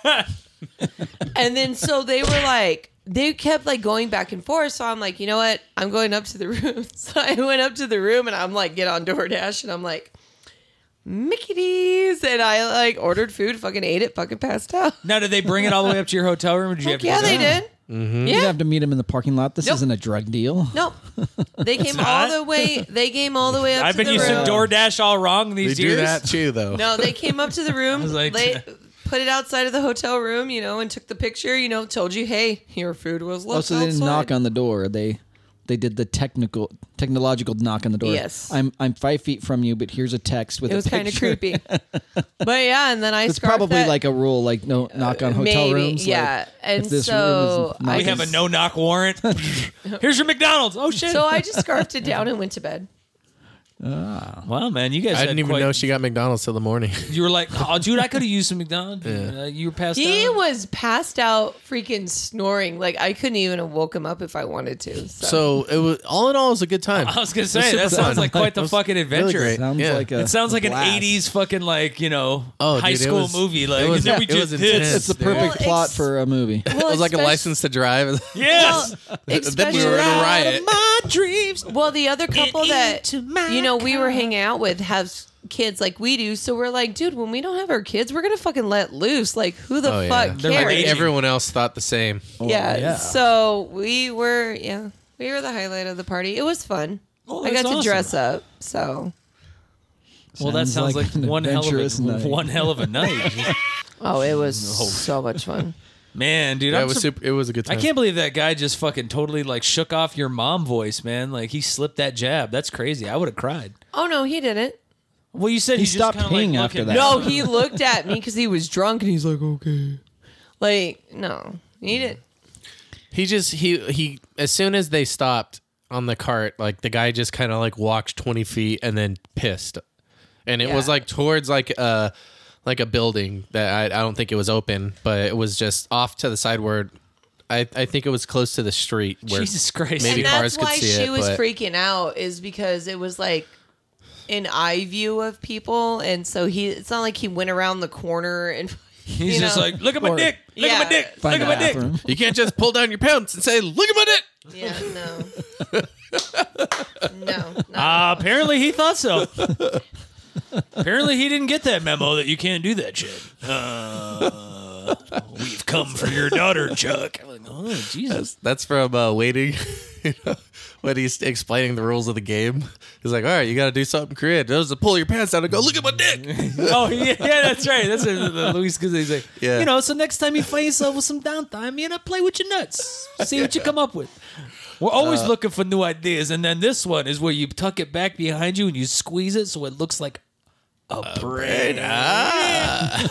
and then so they were like. They kept like going back and forth, so I'm like, you know what? I'm going up to the room. So I went up to the room and I'm like, get on DoorDash, and I'm like, Mickey D's, and I like ordered food, fucking ate it, fucking passed out.
Now, did they bring it all the way up to your hotel room? Or did you have
Heck yeah,
to
they did.
you didn't have to meet him in the parking lot. This
Nope.
isn't a drug deal.
No, they came
not.
all the way. They came all the way up.
I've
to
been
the
using
room.
DoorDash all wrong
They
these
do
years.
that too, though.
No, they came up to the room,
was like-
lay- put it outside of the hotel room, you know, and took the picture, you know, told you, hey, your food was left
Oh, so they didn't
outside.
knock on the door. They they did the technical technological knock on the door.
Yes.
I'm I'm five feet from you, but here's a text with
It
a
was
picture.
kind of creepy. but yeah, and then I
It's
scarfed
probably
that- Uh,
like a rule, like no knock on hotel
maybe,
rooms. like,
yeah. And
if this
so
room is
I
We have a no knock warrant. Here's your McDonald's. Oh shit!
so I just scarfed it down and went to bed.
wow, man, you guys.
I didn't
had
even
quite-
know she got McDonald's till the morning.
You were like, oh, dude, I could have used some McDonald's. Uh, you were passed
He
out.
was passed out, freaking snoring. Like I couldn't even have woke him up if I wanted to. So,
So it was all in all, it was a good time.
I was gonna
It
say
super
that sounds
fun.
like quite the
It was
fucking adventure.
great.
Sounds
Yeah.
like a
It sounds like
blast.
an '80s fucking like you know
Oh,
high
dude, it
school
was-
movie.
it
Like
was-
and then we
it was
just
intense.
did.
It's the
dude.
perfect
Well,
plot
ex-
for a movie.
well,
It was like a
especially-
license to drive.
Yes.
then we were in
especially-
a riot.
My dreams.
Well, the other couple that
into my
you know we were hanging out with have kids like we do, so we're like, dude, when we don't have our kids, we're gonna fucking let loose. Like, who the
Oh, yeah.
fuck
They're
like
cares?
Crazy.
Everyone else thought the same.
yeah.
yeah.
So we were, yeah, we were the highlight of the party. It was fun.
Oh,
I got
that's
to
awesome.
dress up. So,
Well, that
Sounds
sounds
like
like,
an
one hell
adventurous
of a
night.
one hell of a night.
oh, it was so much fun.
Man, dude,
Yeah,
I'm
it was
sur-
super. It was a good
I
time.
can't believe that guy just fucking totally like shook off your mom voice, man. Like he slipped that jab. That's crazy. I would have cried.
Oh no, he didn't.
Well, you said he,
He stopped
just kinda,
peeing
like,
after
looking-
that.
No, he looked at me because he was drunk, and he's like, okay, like no, he didn't.
He just he he. As soon as they stopped on the cart, like the guy just kind of like walked twenty feet and then pissed, and it was
Yeah.
like towards like a like a building that I, I don't think it was open, but it was just off to the side where I I think it was close to the street. Where
Jesus Christ.
Maybe
and that's
cars could
why
see
she
it,
was
but-
freaking out is because it was like an eye view of people and so he it's not like he went around the corner and
He's
you
just
know?
like, look at my
Or-
dick. Look at my
Yeah.
dick.
Find
Look
the
at my dick.
bathroom.
you can't just pull down your pants and say, "Look at my dick."
yeah no no not
Ah,
Uh, apparently he thought so. apparently he didn't get that memo that you can't do that shit. Uh, we've come for your daughter, Chuck. I'm like, oh Jesus!
That's from uh, waiting. you know, when he's explaining the rules of the game, he's like, "All right, you got to do something creative. Those to pull your pants down and go look at my dick."
Oh yeah, yeah, that's right. That's what uh, Luis because he's like,
Yeah.
you know. So next time you find yourself with some downtime, you know, play with your nuts. See what you come up with. We're
Uh,
always looking for new ideas, and then this one is where you tuck it back behind you and you squeeze it so it looks like a, brain.
uh, Ah.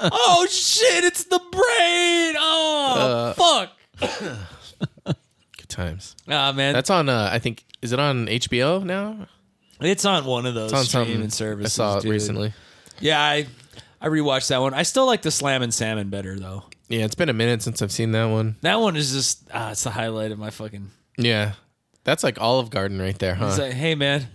oh shit! It's the brain.
Uh,
Oh fuck.
Good times.
Ah man,
That's on. Uh, I think is it on HBO now?
it's on one of those
It's on
streaming
some
services.
I saw it
dude.
recently.
Yeah, I I rewatched that one. I still like the Slam and Salmon better though.
Yeah, it's been a minute since I've seen that one.
That one is just ah, it's the highlight of my fucking.
Yeah, that's like Olive Garden right there, huh?
It's like, hey man,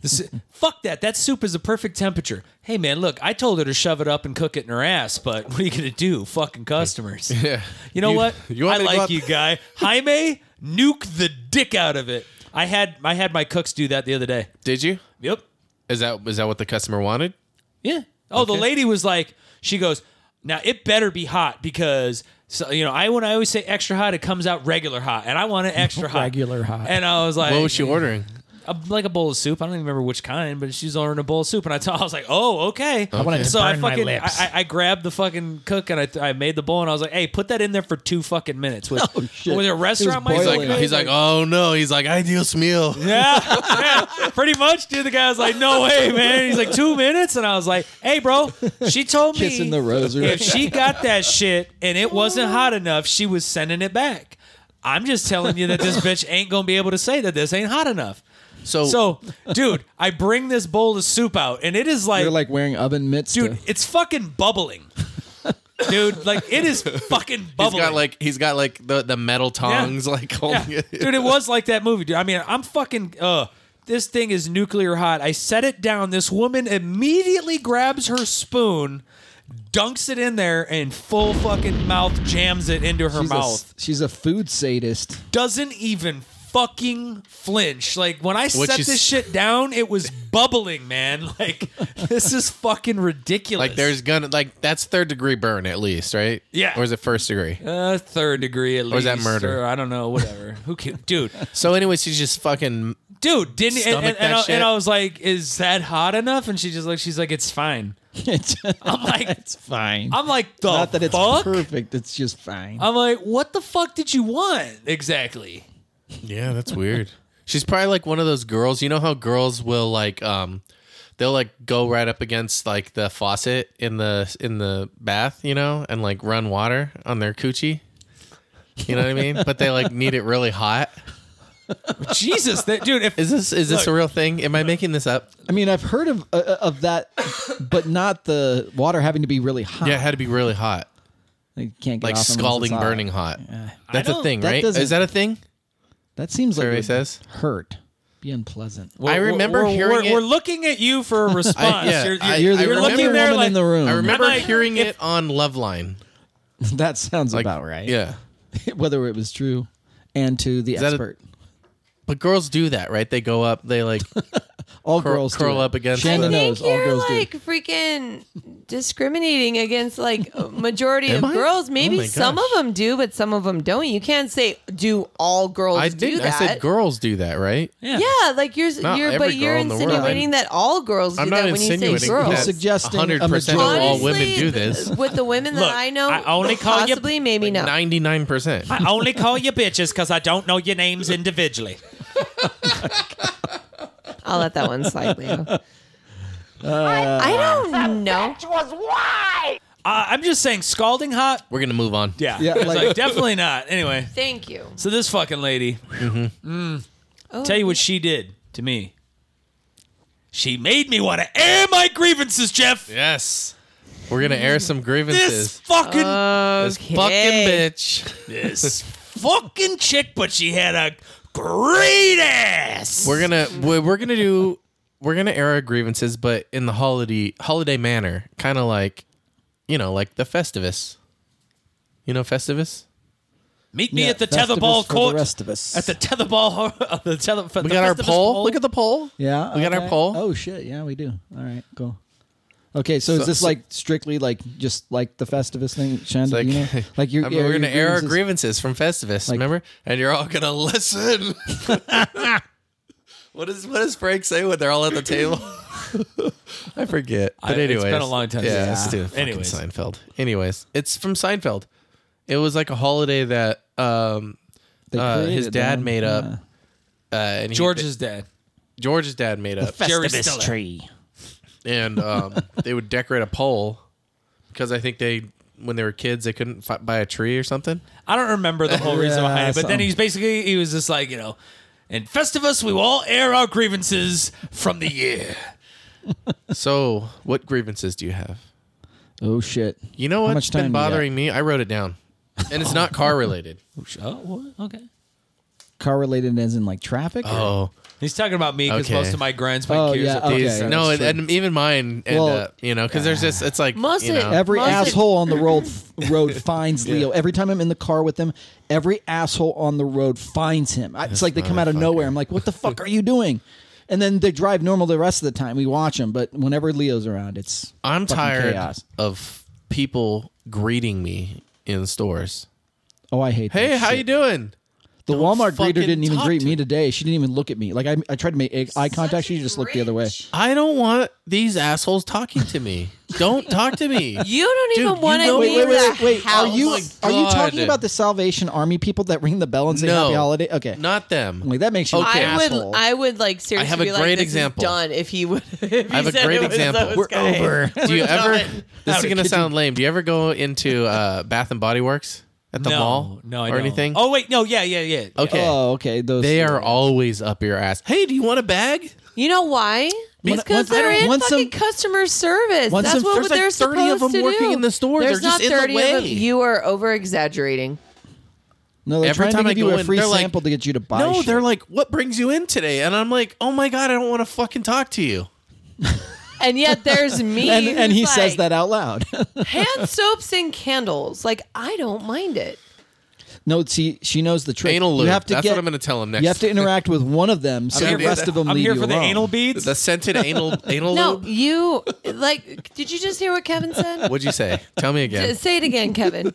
this, fuck that. That soup is the perfect temperature. Hey man, look, I told her to shove it up and cook it in her ass, but what are you gonna do, fucking customers?
yeah.
You know what?
You want
I
me to go
like
out-
you, guy. Jaime, nuke the dick out of it. I had I had my cooks do that the other day.
Did you?
Yep.
Is that is that what the customer wanted?
Yeah. Oh, the lady was like, she goes, now it better be hot because so you know I when I always say extra hot, it comes out regular hot, and I want it extra hot,
Regular hot.
And I was like,
What was she ordering?
a, like a bowl of soup. I don't even remember which kind, but she's ordering a bowl of soup, and I told I was like, "Oh, okay." I
wanted to
so I
burn my
fucking
lips.
I, I- I grabbed the fucking cook and I, I made the bowl, and I was like, "Hey, put that in there for two fucking minutes." With,
Oh, shit.
with
It
a
was
restaurant, might
He's
as
like,
boiling.
well
Boiling.
he's like, oh no. He's like, ideal meal.
yeah, yeah, pretty much, dude. The guy was like, "No way, man." He's like, two minutes," and I was like, "Hey, bro, she told me
Kissing the rose or-
if she got that shit and it wasn't hot enough, she was sending it back." I'm just telling you that this bitch ain't gonna be able to say that this ain't hot enough.
So,
So, dude, I bring this bowl of soup out, and it is like,
You're like wearing oven mitts.
dude,
to-
it's fucking bubbling, dude. Like it is fucking
he's
bubbling.
got like he's got like the, the metal tongs like
Yeah.
holding it.
dude, it was like that movie, dude. I mean, I'm fucking. Uh, this thing is nuclear hot. I set it down. This woman immediately grabs her spoon, dunks it in there, and full fucking mouth jams it into her
she's,
mouth.
A, she's a food sadist.
doesn't even fucking flinch. Like when I set
you s-
this shit down, it was bubbling, man. Like this is fucking ridiculous.
Like there's gonna like that's third degree burn at least, right?
Yeah.
Or is it first degree?
uh, third degree at least,
is that murder?
or I don't know, whatever. Who can, dude,
So anyway, she's just fucking
dude didn't and,
Stomach
and,
that
and, I,
shit?
and I was like, is that hot enough? And she just like, she's like, it's fine.
it's
I'm like,
fine.
I'm like, the
Not that it's
fuck.
perfect. It's just fine.
I'm like, what the fuck did you want exactly?
Yeah, that's weird. She's probably like one of those girls. You know how girls will like um they'll like go right up against like the faucet in the in the bath, you know, and like run water on their coochie. You know what I mean? But they like need it really hot.
Jesus, that dude. If
Is this is this a real thing? Am I making this up?
I mean, I've heard of uh, of that, but not the water having to be really hot.
Yeah, it had to be really hot.
You can't get
Like
off unless it's
scalding,
hot.
burning hot. That's
don't-
a thing,
that
right?
doesn't-
Is that a thing?
That seems like
Survey
it would
says.
hurt. Be unpleasant.
I
we're-
remember
we're,
hearing
we're,
it-
we're looking at you for a response.
yeah,
you're, you're-
I-
You're the
you're
remember-
looking there
woman
like
in the room.
I remember
like,
hearing
if-
it on Love Line.
that sounds about right.
Yeah.
Whether it was true, and to the
that a-
expert,
But girls do that, right? They go up, they like
all
curl,
girls do
curl
it.
up against
I
Shannon
the-
knows
think
all
you're
girls do.
like freaking discriminating against like a majority of
Am I? Oh
girls. Maybe
my
some of
gosh.
them do, but some of them don't. You can't say do all girls
I
do
did. I
that.
said girls do that, right?
Yeah.
Yeah, like you're,
Not
you're
every
but you're
girl in the world.
insinuating that all girls do
I'm
that
not
when you say
insinuating
girls.
that
He's suggesting a
100% of all
majority.
women do
Honestly,
this.
With the women that
Look,
I know,
I only call you-
possibly, maybe no.
99%.
I only call you bitches because I don't know your names individually.
I'll let that one slide, Leo. I, I don't know.
Uh, I'm just saying, scalding hot.
We're going to move on.
Yeah,
Yeah,
It's
like-
like, definitely not. Anyway,
Thank you.
so this fucking lady,
Mm-hmm.
Oh,
tell you what she did to me. She made me want to air my grievances, Jeff.
Yes. We're going to air some
This
grievances.
fucking
This, fucking
okay.
bitch.
this fucking chick, but she had a great ass.
We're going to we're we're going to do we're going to air our grievances but in the holiday holiday manner, kind of like you know, like the Festivus. You know Festivus?
Meet me
Yeah,
at the
festivus
tetherball
for the
court.
rest of us.
At the tetherball. the tether,
We got our poll. Look at the poll.
Yeah,
we got our
okay.
poll.
Oh shit, yeah, we do. All right, cool. Okay, so,
So-
is this
so-
like strictly like just like the Festivus thing, Shanda?
Like,
you know, like you're,
I mean, we're gonna air our
grievances-
grievances from Festivus, remember? And you're all gonna listen. what is what does Frank say when they're all at the table? I forget. But
I- it's
anyways,
been a long time
Yeah,
since-
let's do
Yeah.
a fucking
Anyways.
Seinfeld. Anyways, it's from Seinfeld. It was like a holiday that um
They
uh, his
created
dad
them,
made up.
yeah.
Uh, and he-
George's dad.
George's dad made up,
Jerry Stiller.
tree.
and um, they would decorate a pole because I think they when they were kids they couldn't fi- buy a tree or something.
I don't remember the whole reason
Yeah,
behind it, but then
something.
he's basically he was just like you know, in Festivus we will all air our grievances from the year.
So, what grievances do you have?
Oh shit.
You know what's
How much time
been
you got?
bothering me? I wrote it down, and it's not car related.
uh,
Oh, what? okay.
Car related as in like traffic? or-
Oh,
He's talking about me because
Okay.
most of my grinds, my
Oh,
gears
yeah,
are
okay.
these-
Yeah,
no,
that's
and, and even mine end
Well,
up, you know, because there's just it's like
Must
you
it-
know,
Every
Must it-
asshole on the road road finds Leo. Every time I'm in the car with them, every asshole on the road finds him. I, it's like they come out of nowhere. I'm like, "What the fuck are you doing?" And then they drive normal the rest of the time. We watch them, but whenever Leo's around, it's
I'm
fucking
tired
chaos.
of people greeting me in stores.
Oh, I hate.
Hey,
that
how
shit.
you doing?
The
Don't
Walmart
fucking
greeter didn't even
talk
greet
to
me today. She didn't even look at me. Like I, I tried to make eye- eye contact. She just looked the other way.
I don't want these assholes talking to me. don't talk to me.
You don't
Dude,
even
you
want to
know-
leave
Wait,
Wait, wait,
the
wait, wait. Are
house.
you
Oh my
are you talking
God.
about the Salvation Army people that ring the bell and say
No.
Happy Holiday? Okay,
Not them.
like that makes you.
Okay.
an
I would,
asshole.
I would like seriously.
have a
be like,
great
this is
example.
Done if he would. If
I have a great example.
We're over.
Do you ever? This is
Howdy,
gonna
kitchen.
sound lame. Do you ever go into uh, Bath and Body Works at the
no,
mall?
no, I
or
don't.
anything?
Oh wait, no, yeah, yeah, yeah.
okay.
Oh, okay. Those
They are always up your ass. Hey, do you want a bag?
You know why?
Because
Because
I
they're
don't-
in
once
fucking
some-
customer service.
once
That's
some-
what
there's like
they're
30 of
supposed
them
to
working
do.
in the store.
There's
They're just
not
in the
30 of them.
way.
You are over exaggerating.
No, they're
Every
trying
time
to
I
give you
go
a
in,
free
they're like,
sample to get you to buy.
no,
shit.
they're like, what brings you in today? And I'm like, oh my god, I don't want to fucking talk to you.
And yet there's me.
and and
who's
he says
like,
that out loud.
Hand soaps and candles. Like I don't mind it.
no, see, she knows the trick.
Anal
you
lube.
have to
That's
get,
what I'm gonna tell him next.
You have to interact with one of them, so
here
the
for
rest
the-
of them
I'm
leave
here
you
for the
alone.
anal beads.
The scented anal anal
No,
lube.
you like. Did you just hear what Kevin said?
What'd you say? Tell me again.
Say it again, Kevin.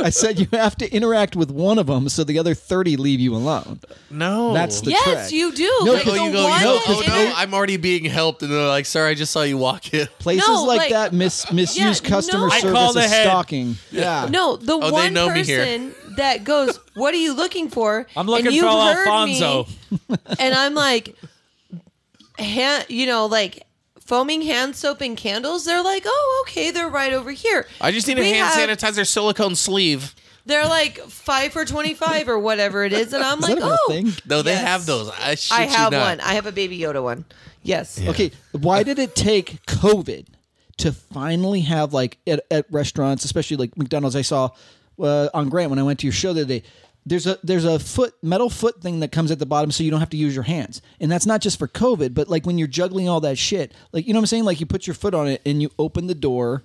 I said you have to interact with one of them, so the other thirty leave you alone.
no,
That's the
yes,
trick.
you do.
No,
like,
Oh,
go,
the
you go.
one
You go
that
oh
is-
no, I'm already being helped, and they're like, sorry, I just saw you walk in.
Places
No,
like,
like-
that mis- misuse
Yeah,
customer
no. I
service
called
as
ahead.
stalking. Yeah.
No, the
Oh, they
one
know me here.
person that goes, "What are you looking for?"
I'm
and
looking
you've
for
heard
Alfonso.
me, and I'm like, hand, you know, like foaming hand soap and candles. They're like, "Oh, okay, they're right over here."
I just need a
We
hand
have-
sanitizer silicone sleeve.
They're like five for twenty-five or whatever it is, and I'm
Is
like,
that a real
"Oh,
thing?
No, they
Yes.
have those. I, shit
I
you
have
not.
one. I have a Baby Yoda one." Yes.
Okay, why did it take COVID to finally have like at, at restaurants, especially like McDonald's? I saw uh, on Grant when I went to your show the other day. There's a there's a foot metal foot thing that comes at the bottom, so you don't have to use your hands, and that's not just for COVID, but like when you're juggling all that shit, like you know what I'm saying? Like you put your foot on it and you open the door.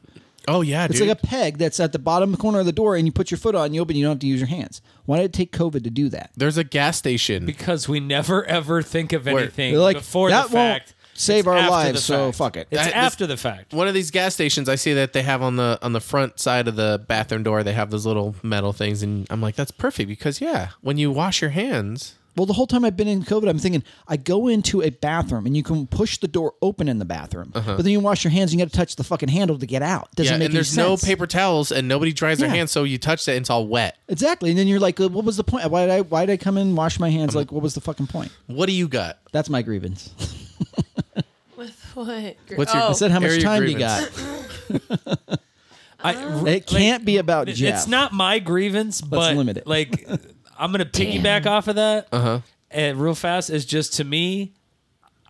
Oh yeah,
It's like a peg that's at the bottom corner of the door, and you put your foot on, you open, you don't have to use your hands. Why did it take COVID to do that?
There's a gas station.
because we never ever think of anything
They're like
before
that
the fact.
won't save
It's
our
after
lives,
the
so
fact.
fuck it.
It's
That- this-
after the fact.
one of these gas stations, I see that they have on the on the front side of the bathroom door. They have those little metal things, and I'm like, that's perfect because yeah, when you wash your hands,
Well, the whole time I've been in COVID, I'm thinking I go into a bathroom and you can push the door open in the bathroom, but then you wash your hands and you got to touch the fucking handle to get out. Doesn't
Uh-huh. yeah,
make
and
any
there's
sense.
no paper towels, and nobody dries
Yeah.
their hands, so you touch that, and it's all wet.
Exactly, and then you're like, uh, "What was the point? Why did I? Why did I come in and wash my hands? Like, what was the fucking point?"
What do you got?
That's my grievance.
With what?
What's your-
Oh.
I said, "How
Air
much
your
time do you got?"
grievance.
I- r-
It can't be about Jeff.
It's not my grievance, but
limit it.
like I'm gonna piggyback off of that uh-huh. and real fast. Is just to me,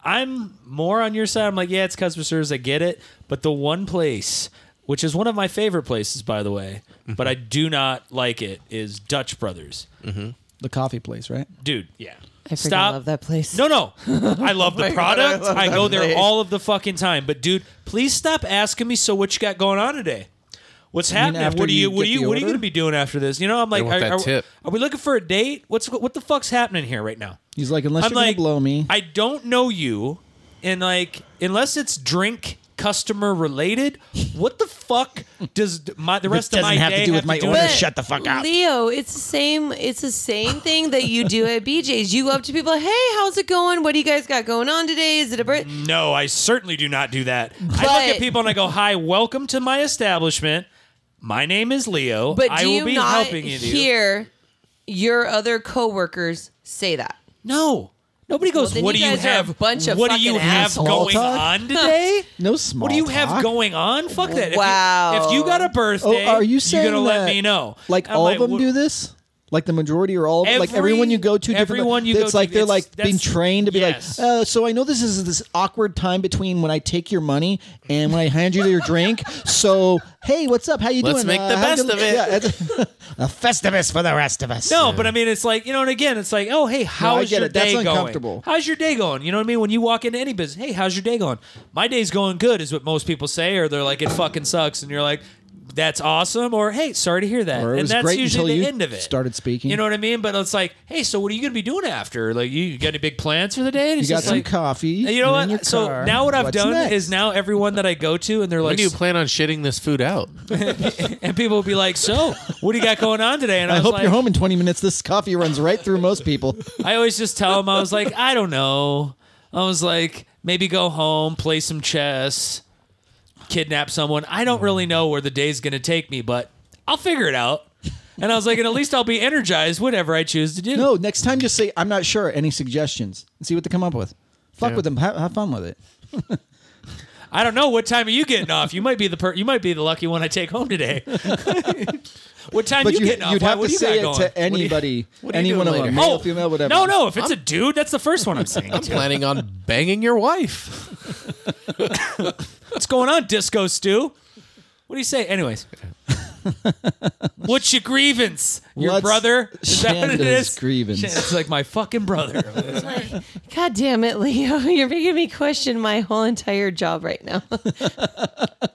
I'm more on your side. I'm like, yeah, it's customer service. I get it, but the one place, which is one of my favorite places, by the way, but I do not like it, is Dutch Brothers,
the coffee place, right?
dude. Yeah,
I freaking
stop.
love that place. Oh
No, no. I love the product.
love
I,
that
go there
place.
all of the fucking time. But dude, please stop asking me. So what you got going on today? What's
mean
happening?
after
What are you?
you
What are
get
you?
the
What are you
order?
going to be doing after this? You know, I'm like,
want
are,
that
are-
tip.
are we looking for a date? What's what the fuck's happening here right now?
He's like, unless
I'm
you're
like,
gonna blow me,
I don't know you, and like, unless it's drink customer related, what the fuck does my the rest of my
doesn't have to
day
do with
have
my
to do
order.
with-
shut the fuck up. Leo, it's the same it's the same thing that you do at BJ's. You go up to people, "Hey, how's it going? What do you guys got going on today? Is it a birth?"
No, I certainly do not do that. I look at
But-
people and I go, "Hi, welcome to my establishment. My name is Leo.
But
I
do
will
you
be
not
helping you."
hear your other coworkers say that?
No. Nobody goes,
Well, then
"What
you
do you
guys are a
have?
bunch of
what do you
fucking
have
assholes."
going
Small talk?
on today?
no small.
What do you have
talk.
going on? Fuck that. If you-
Wow.
If you, got a birthday,
Oh, are you saying
are gonna
that,
let me know?
Like
I'm
all of them
"Wha-
do this? Like the majority or all, like
Every-
everyone you go to, different-
everyone you
it's
go
like
to,
they're
it's-
like being
that's-
trained to be
yes.
like. Uh, so I know this is this awkward time between when I take your money and when I hand you your drink. So hey, what's up? How you
Let's
doing?
make the
how
best
you-
of it.
Yeah, it's- a Festivus for the rest of us.
No, but I mean, it's like you know, and again, it's like, oh, hey,
I
how's
get
your
it.
day
That's
going?
uncomfortable.
How's your day going? You know what I mean? When you walk into any business, hey, how's your day going? My day's going good, is what most people say, or they're like, it fucking sucks, and you're like, that's awesome, or hey, sorry to hear that,
Or, "It
and
was
that's
great
usually
until
the
you
end of it.
started speaking.
you know what I mean? But it's like, hey, so what are you gonna be doing after? Like, you got any big plans for the day? And
You
it's
got
just
some
like,
coffee.
You know
you're in your
what? So
car.
now what I've
What's
done
next?
is now everyone that I go to and they're
When
like,
do you plan on shitting this food out?
and people will be like, so what do you got going on today? And I,
I
was
hope
like,
you're home in 20 minutes. This coffee runs right through most people.
I always just tell them I was like, I don't know. I was like, maybe go home, play some chess, kidnap someone. I don't really know where the day's gonna take me, but I'll figure it out. And I was like, and at least I'll be energized, whatever I choose to do.
No, next time just say I'm not sure. Any suggestions? And see what they come up with. Fuck with them. Have, have fun with it.
I don't know what time are you getting off. You might be the per- you might be the lucky one I take home today. what time
But
you
you,
getting off?
would
Why-
have
what
to
do you got
say it
going? Oh,
to
you-
anybody,
what are you
any
doing
one of
later?
them, male,
Oh,
female, whatever.
No, no. If it's a dude, that's the first one I'm saying.
Planning on banging your wife.
What's going on, Disco Stew? What do you say? Anyways. What's your grievance? Your
What's
brother? Is that what it
Shanda's
is?
grievance?
It's like my fucking brother.
God damn it, Leo. You're making me question my whole entire job right now.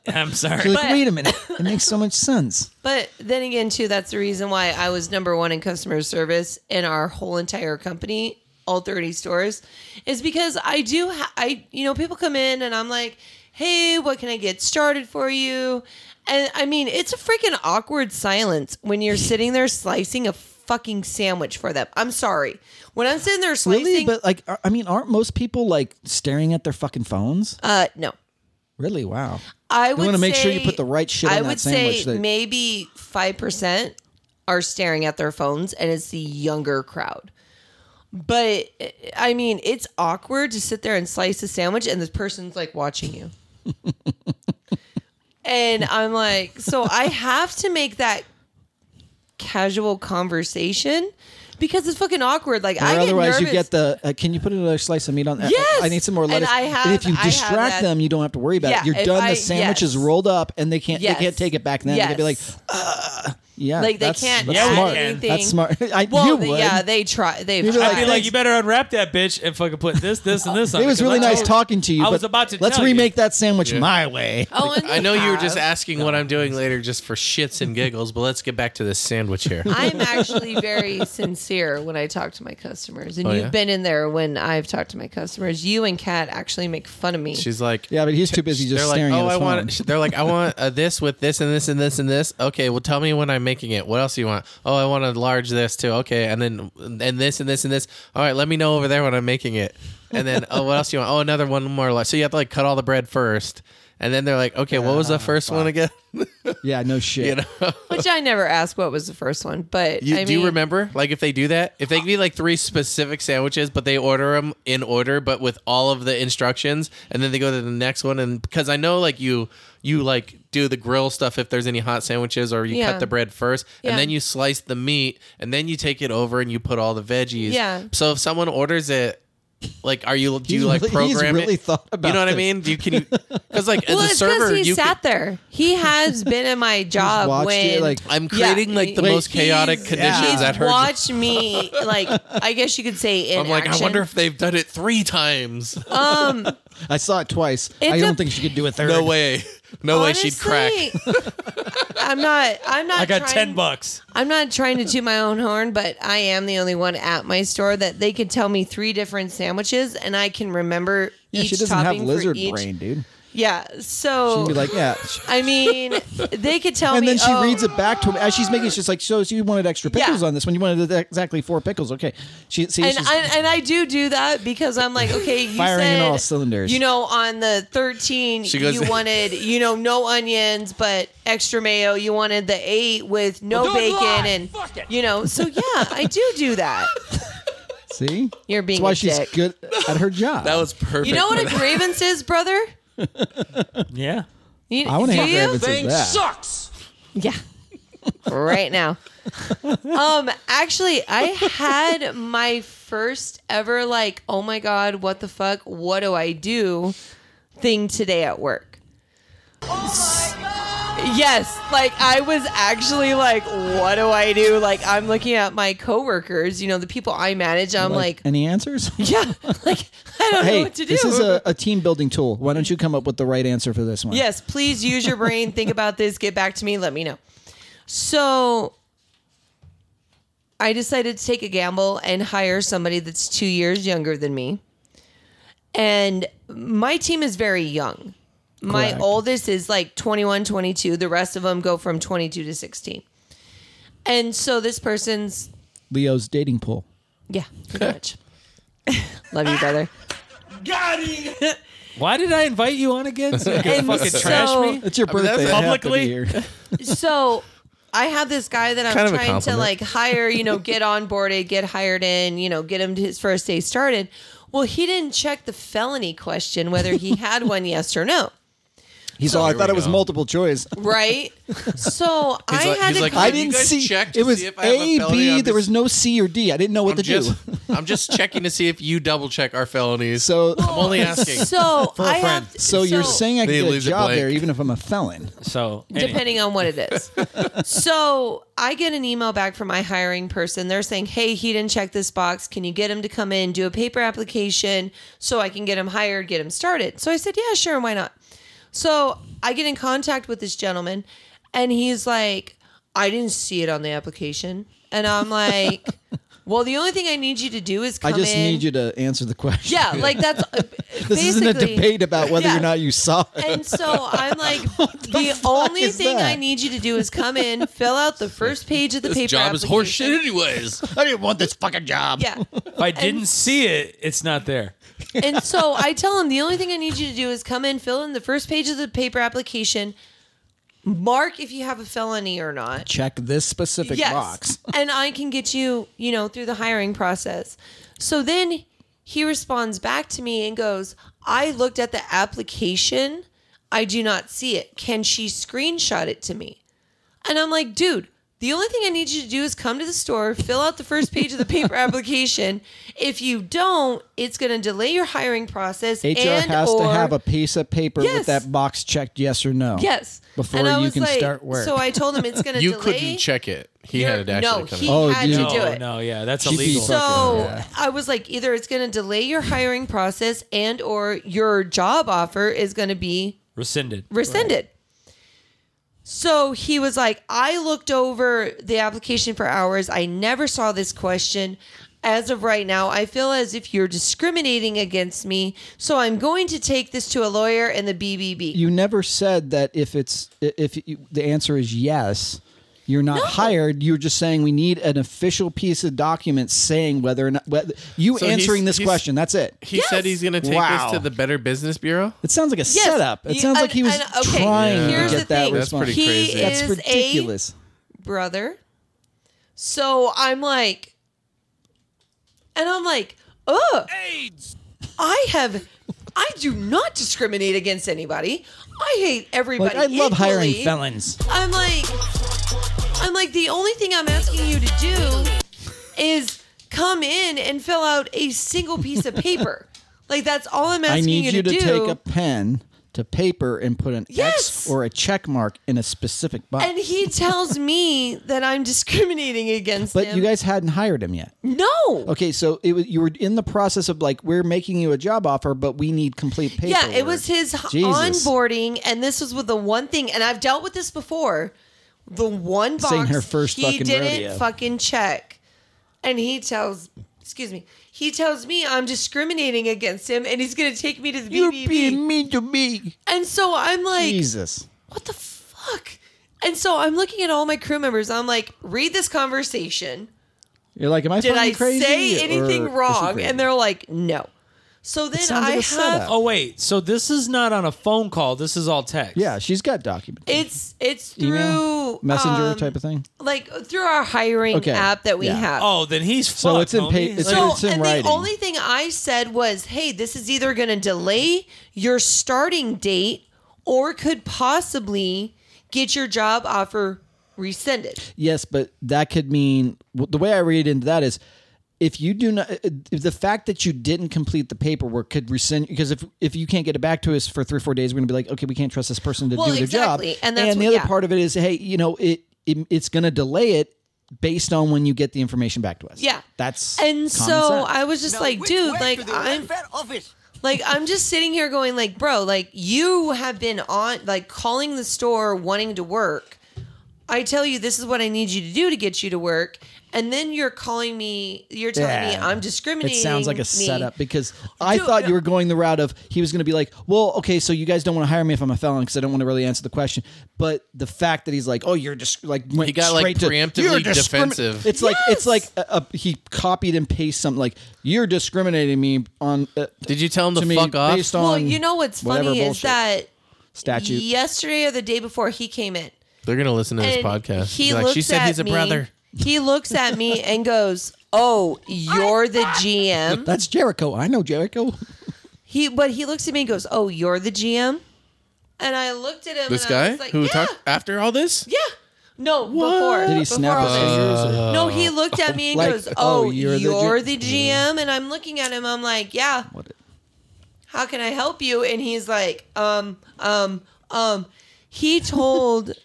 I'm
You're
sorry.
like,
But-
wait a minute. It makes so much sense.
But then again, too, that's the reason why I was number one in customer service in our whole entire company, all 30 stores, is because I do, ha- I, you know, people come in and I'm like, hey, what can I get started for you? And I mean, it's a freaking awkward silence when you're sitting there slicing a fucking sandwich for them. I'm sorry. When I'm sitting there slicing,
Really? But like, I mean, aren't most people like staring at their fucking phones?
uh, no.
Really? Wow.
I would
wanna make sure
say-
you put the right shit
I
on that
would
sandwich
say
that-
maybe five percent are staring at their phones, and it's the younger crowd. But I mean, it's awkward to sit there and slice a sandwich, and this person's like watching you. and I'm like, so I have to make that casual conversation because it's fucking awkward. Like I
Or
get
otherwise, you
nervous.
get the. Uh, can you put another slice of meat on? uh, I- I-
Yes!
I, need some more
And
lettuce.
I have-
if you
I have
distract
that.
them, you don't have to worry about
Yeah,
it. You're
if
done.
I-
the sandwich is
yes.
rolled up, and they can't.
Yes.
They can't take it back. Then they
Yes.
can be like, uh, yeah,
Like, they
that's-
can't
That's
add
smart.
anything.
That's smart. I,
well,
you would.
yeah, they try. They've
You'd be
I'd be
tried.
like, you better unwrap that bitch and fucking put this, this, and this on
It was
because
really
I
nice
told-
talking to you.
I was
but
about to
Let's
tell you.
remake that sandwich my way.
oh, and
I
they
know you were just
have.
asking what I'm doing later just for shits and giggles, but let's get back to this sandwich here.
I'm actually very sincere when I talk to my customers, and
Oh,
you've
yeah?
been in there when I've talked to my customers. You and Kat actually make fun of me.
She's like,
Yeah, but he's too busy just
they're like,
staring
oh,
at his
I
phone.
want. They're like, I want uh, this with this and this and this and this. Okay, well, tell me when I'm making it. What else do you want? Oh, I want a large this too. Okay, and then and this and this and this. All right, let me know over there when I'm making it. And then oh, what else do you want? Oh, another one more. Large. So you have to like cut all the bread first, and then they're like, okay, what was the first one again?
yeah, no shit.
You know,
which I never asked what was the first one, but
you,
I mean,
do you remember? Like if they do that, if they give you like three specific sandwiches, but they order them in order, but with all of the instructions, and then they go to the next one, and because I know like you, you like do the grill stuff if there's any hot sandwiches, or you
Yeah.
cut the bread first,
Yeah.
and then you slice the meat, and then you take it over and you put all the veggies.
Yeah.
So if someone orders it. Like, are you? Do you
He's
like
really-
program
he's
it?
really thought
You
about
know what I
this.
mean? Do you can? you Because like as
Well,
a
it's because
server,
he
you
sat there. He has been in my job
watched
when
it, like-
I'm
Yeah.
creating like the most chaotic
He's-
conditions
He's
at her.
watched me like I guess you could say in
I'm like,
action.
I wonder if they've done it three times.
I saw it twice. I
It's
don't
a-
think she could do a third.
no way. No way she'd crack.
Honestly, I'm not. I'm not.
I got
trying-
ten bucks.
I'm not trying to toot my own horn, but I am the only one at my store that they could tell me three different sandwiches, and I can remember
Yeah,
each
she doesn't have
topping for
lizard
each.
brain, dude.
Yeah. So
She'd be like, yeah.
I mean, they could tell
And
me.
then she
oh,
reads it back to him as she's making. it, She's like, "So, so you wanted extra pickles
Yeah.
on this one? You wanted exactly four pickles? Okay." She see,
and
she's,
I, and I do do that because I'm like, okay, you
Firing on
said,
all cylinders.
You know, on the 13,
She goes-
you wanted, you know, no onions but extra mayo. You wanted the eight with no
Don't
bacon
lie.
and
Fuck it.
you know. So yeah, I do do that.
see,
You're being
that's why
a
she's
dick.
good at her job.
That was perfect.
You know what
for
a
that.
grievance is, brother?
Yeah.
You,
I want to
do
have
you?
grievances with that.
Yeah. right now. Um actually I had my first ever like, oh my god, what the fuck? What do I do thing today at work. Yes, like I was actually like, what do I do? Like I'm looking at my coworkers, you know, the people I manage. I'm like,
any answers?
yeah, like I don't know
hey,
what to do.
this is a, a team building tool. Why don't you come up with the right answer for this one?
Yes, please use your brain. Think about this. Get back to me. Let me know. So I decided to take a gamble and hire somebody that's two years younger than me. And my team is very young. My
Correct.
oldest is like 21, 22. The rest of them go from 22 to 16. And so this person's,
Leo's dating pool.
yeah, pretty much. Love you, brother.
Why did I invite you on again? So you could
And
fucking trash
so-
me.
It's your
mean, that's
birthday.
a-
I have to be
Publicly?
here.
so I have this guy that I'm
Kind of a
trying to
compliment.
like hire, you know, get onboarded, get hired in, you know, get him his first day started. Well, he didn't check the felony question whether he had one, yes or no.
He's all. I
here
thought
we
it was
go.
multiple choice.
Right? So I
He's like-
had
he's
to
like,
call-
I
Have you
didn't
guys
see.
checked to
It was
see if I have a
A,
felony
B.
on
There
this?
was no C or D. I didn't know what
I'm
to
just,
do.
I'm just checking to see if you double check our felonies.
So,
I'm only
Oh,
asking.
so I have
so you're saying I
They
can get a
leaves it
job
blank.
there, even if I'm a felon?
So anyway.
depending on what it is. so I get an email back from my hiring person. They're saying, "Hey, he didn't check this box. Can you get him to come in, do a paper application, so I can get him hired, get him started?" So I said, "Yeah, sure, why not?" So I get in contact with this gentleman, and he's like, "I didn't see it on the application," and I'm like. Well, the only thing I need you to do is
I
come
just
in.
need you to answer the question.
Yeah, like that's uh,
This isn't a
basically-
debate about whether
Yeah.
or not you saw it.
And so I'm like, the,
fuck
only
is
thing I
that?
need you to do is come in, fill out the first page of the
this
paper.
job is
application.
horseshit, anyways.
I didn't want this fucking job.
Yeah.
if I didn't see it, it's not there.
And so I tell him the only thing I need you to do is come in, fill in the first page of the paper application, mark if you have a felony or not.
Check this specific box.
and I can get you, you know, through the hiring process. So then he responds back to me and goes, I looked at the application. I do not see it. Can she screenshot it to me? And I'm like, dude, the only thing I need you to do is come to the store, fill out the first page of the paper application. If you don't, it's going to delay your hiring process.
HR
and
has
or,
to have a piece of paper
Yes.
with that box checked yes or no.
yes
Before
And I
you
was
can
like-
start work.
So I told him it's going to
You
delay.
couldn't check it. He had to actually
no,
come
he
in.
Oh,
had
yeah.
to
No,
do it.
no, yeah, that's
She'd be
illegal.
fucking-
So
Yeah.
I was like, either it's going to delay your hiring process, and or your job offer is going to be
Rescinded.
rescinded. So he was like, I looked over the application for hours. I never saw this question. As of right now, I feel as if you're discriminating against me. So I'm going to take this to a lawyer and the BBB.
you never said that if it's if you, the answer is yes you're not hired you're just saying we need an official piece of document saying whether or not whether, you
So he's-
answering this
he's-
question that's it
He said he's going to take
Wow.
this to the Better Business Bureau.
it sounds like a
Yes.
setup it
You-
sounds
and-
like he was
and- okay,
trying to
here's
get
the
that
thing.
That's
response
pretty
he
crazy.
Is
that's
a-
ridiculous
brother. So I'm like, and I'm like, oh, I have, I do not discriminate against anybody. I hate everybody.
like i love hiring
equally.
felons
I'm like, I'm like, the only thing I'm asking you to do is come in and fill out a single piece of paper. like that's all I'm asking
i need
you
you to
do.
take a pen to paper and put an
Yes.
x or a check mark in a specific box
and he tells me that I'm discriminating against
but
him.
you guys hadn't hired him yet
no.
Okay, so it was you were in the process of like we're making you a job offer, but we need complete paperwork.
Yeah, it was his h-
Jesus.
onboarding, and this was with the one thing. And I've dealt with this before, the one box
Sing her first
he
fucking
didn't
rodeo.
fucking check, and he tells. Excuse me. He tells me I'm discriminating against him, and he's gonna take me to the BBB.
mean to me.
and so I'm like,
Jesus.
what the fuck? And so I'm looking at all my crew members. I'm like, read this conversation.
You're like, am I
Did
fucking
I
crazy?
say
or
anything
is she
wrong?
crazy?
And they're like, no. So then
sounds
I
like a
have
setup.
Oh wait, so this is not on a phone call. This is all text.
yeah, she's got documents.
it's it's through
Email, messenger
um,
type of thing.
like through our hiring
Okay.
app that we
Yeah.
have.
Oh, then he's fucked.
So it's in
homie.
pa- it's
Like,
in-
So, and
writing.
the only thing I said was, "Hey, this is either going to delay your starting date or could possibly get your job offer rescinded."
Yes, but that could mean w- the way I read into that is if you do not, uh, if the fact that you didn't complete the paperwork could rescind because if if you can't get it back to us for three or four days, we're gonna be like, okay, we can't trust this person to
Well,
do their
exactly,
job.
and that's
the
what-
other
yeah.
part of it is, hey, you know, it, it it's gonna delay it based on when you get the information back to us.
Yeah.
that's common
And so
sense.
I was just like, dude, like I'm like I'm just sitting here going like, bro, like you have been on like calling the store wanting to work. I tell you this is what I need you to do to get you to work, and then you're calling me, you're telling me
Yeah.
I'm discriminating.
It sounds like a
me.
setup because I
Dude,
thought
no.
you were going the route of he was going to be like, well, okay, so you guys don't want to hire me if I'm a felon because I don't want to really answer the question. But the fact that he's like, oh, you're just like went
He got, like,
straight to-
preemptively
"You're discrimi-"
defensive.
It's like it's like a, a, he copied and pasted something like you're discriminating me on. Uh,
Did you tell him to,
to me
fuck off?
based on
Well, you know what's
Um, whatever
funny is
bullshit
that
statute.
yesterday or the day before he came in.
They're gonna listen to this
and
podcast.
He
Be like,
looks
she said
at
he's a
me,
brother.
He looks at me and goes, "Oh, you're the GM."
That's Jericho. I know Jericho.
He but he looks at me and goes, "Oh, you're the GM." And I looked at him.
This
and I
guy
was like,
who
yeah,
talked after all this?
Yeah. No, before.
Did he
before
snap
all
his
this.
fingers?
Uh,
or-
no, he looked at me and
Like,
goes,
"Oh,
"Oh,
you're
you're,
the G-
the, GM." And I'm looking at him. I'm like, "Yeah." How can I help you? And he's like, "Um, um, um." He told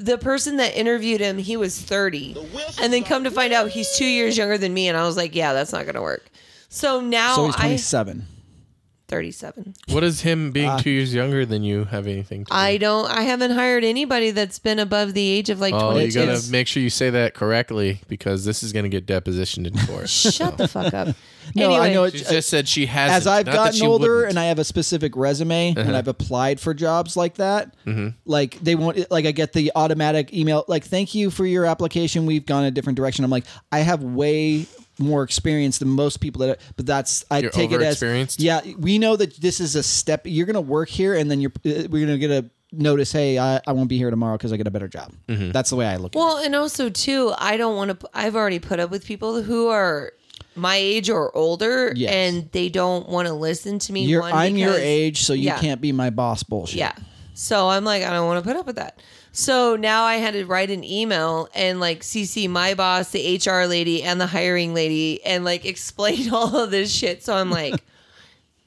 the person that interviewed him he was 30, and then come to find out he's two years younger than me. And I was like, "Yeah, that's not gonna work." So now
so he's
I
27.
37.
What does him being two years younger than you have anything to do?
I don't. I haven't hired anybody that's been above the age of like
Oh, you
22.
gotta make sure you say that correctly because this is gonna get depositioned in court.
Shut the fuck up.
No,
anyway,
I know
she
it's
just said she has.
as I've gotten older and I have a specific resume
Uh-huh.
and I've applied for jobs like that,
Mm-hmm.
like they won't like I get the automatic email like thank you for your application. We've gone a different direction. I'm like I have way more experience than most people that but that's I
You're
take it as
over-experienced?
yeah we know that this is a step you're gonna work here and then you're uh, we're gonna get a notice hey I, I won't be here tomorrow because I get a better job
Mm-hmm.
that's the way I look at it.
Well, and also too, I don't want to. I've already put up with people who are my age or older,
Yes.
and they don't want to listen to me.
You're,
one,
I'm your
because-
age so you
yeah.
can't be my boss bullshit
Yeah. So I'm like, I don't want to put up with that. So now I had to write an email and like CC my boss, the HR lady, and the hiring lady, and like explain all of this shit. So I'm like,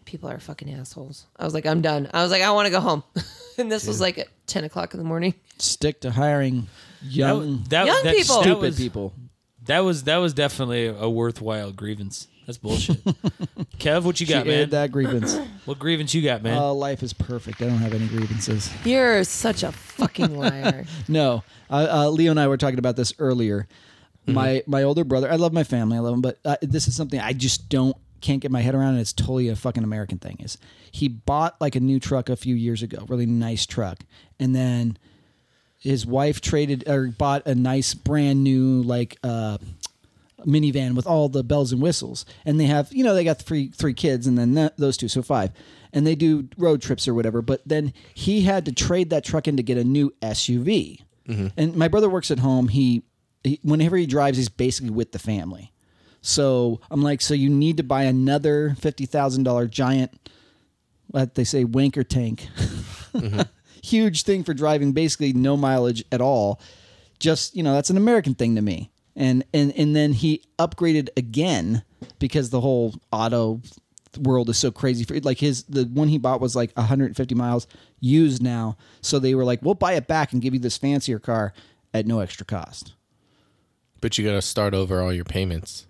people are fucking assholes. I was like, I'm done. I was like, I want to go home. and this was like at 10 o'clock in the morning.
stick to hiring young
that,
Young
that's-
people.
that
stupid
was-
people.
That was that was definitely a worthwhile grievance. That's bullshit. Kev, what you got,
She
man?
aired that grievance.
What grievance you got, man?
Uh, life is perfect. I don't have any grievances.
You're such a fucking liar.
No, uh, uh, Leo and I were talking about this earlier. My my older brother. I love my family. I love him, but uh, this is something I just don't can't get my head around, and it's totally a fucking American thing. Is he bought like a new truck a few years ago, really nice truck, and then his wife traded or bought a nice brand new like uh minivan with all the bells and whistles and they have you know they got three three kids and then th- those two so five and they do road trips or whatever but then he had to trade that truck in to get a new suv and my brother works at home he, he whenever he drives he's basically with the family so i'm like so you need to buy another $50000 giant what they say wanker tank huge thing for driving basically no mileage at all just you know that's an american thing to me and and and then he upgraded again because the whole auto world is so crazy for like his the one he bought was like 150 miles used now so they were like we'll buy it back and give you this fancier car at no extra cost
but you gotta start over all your payments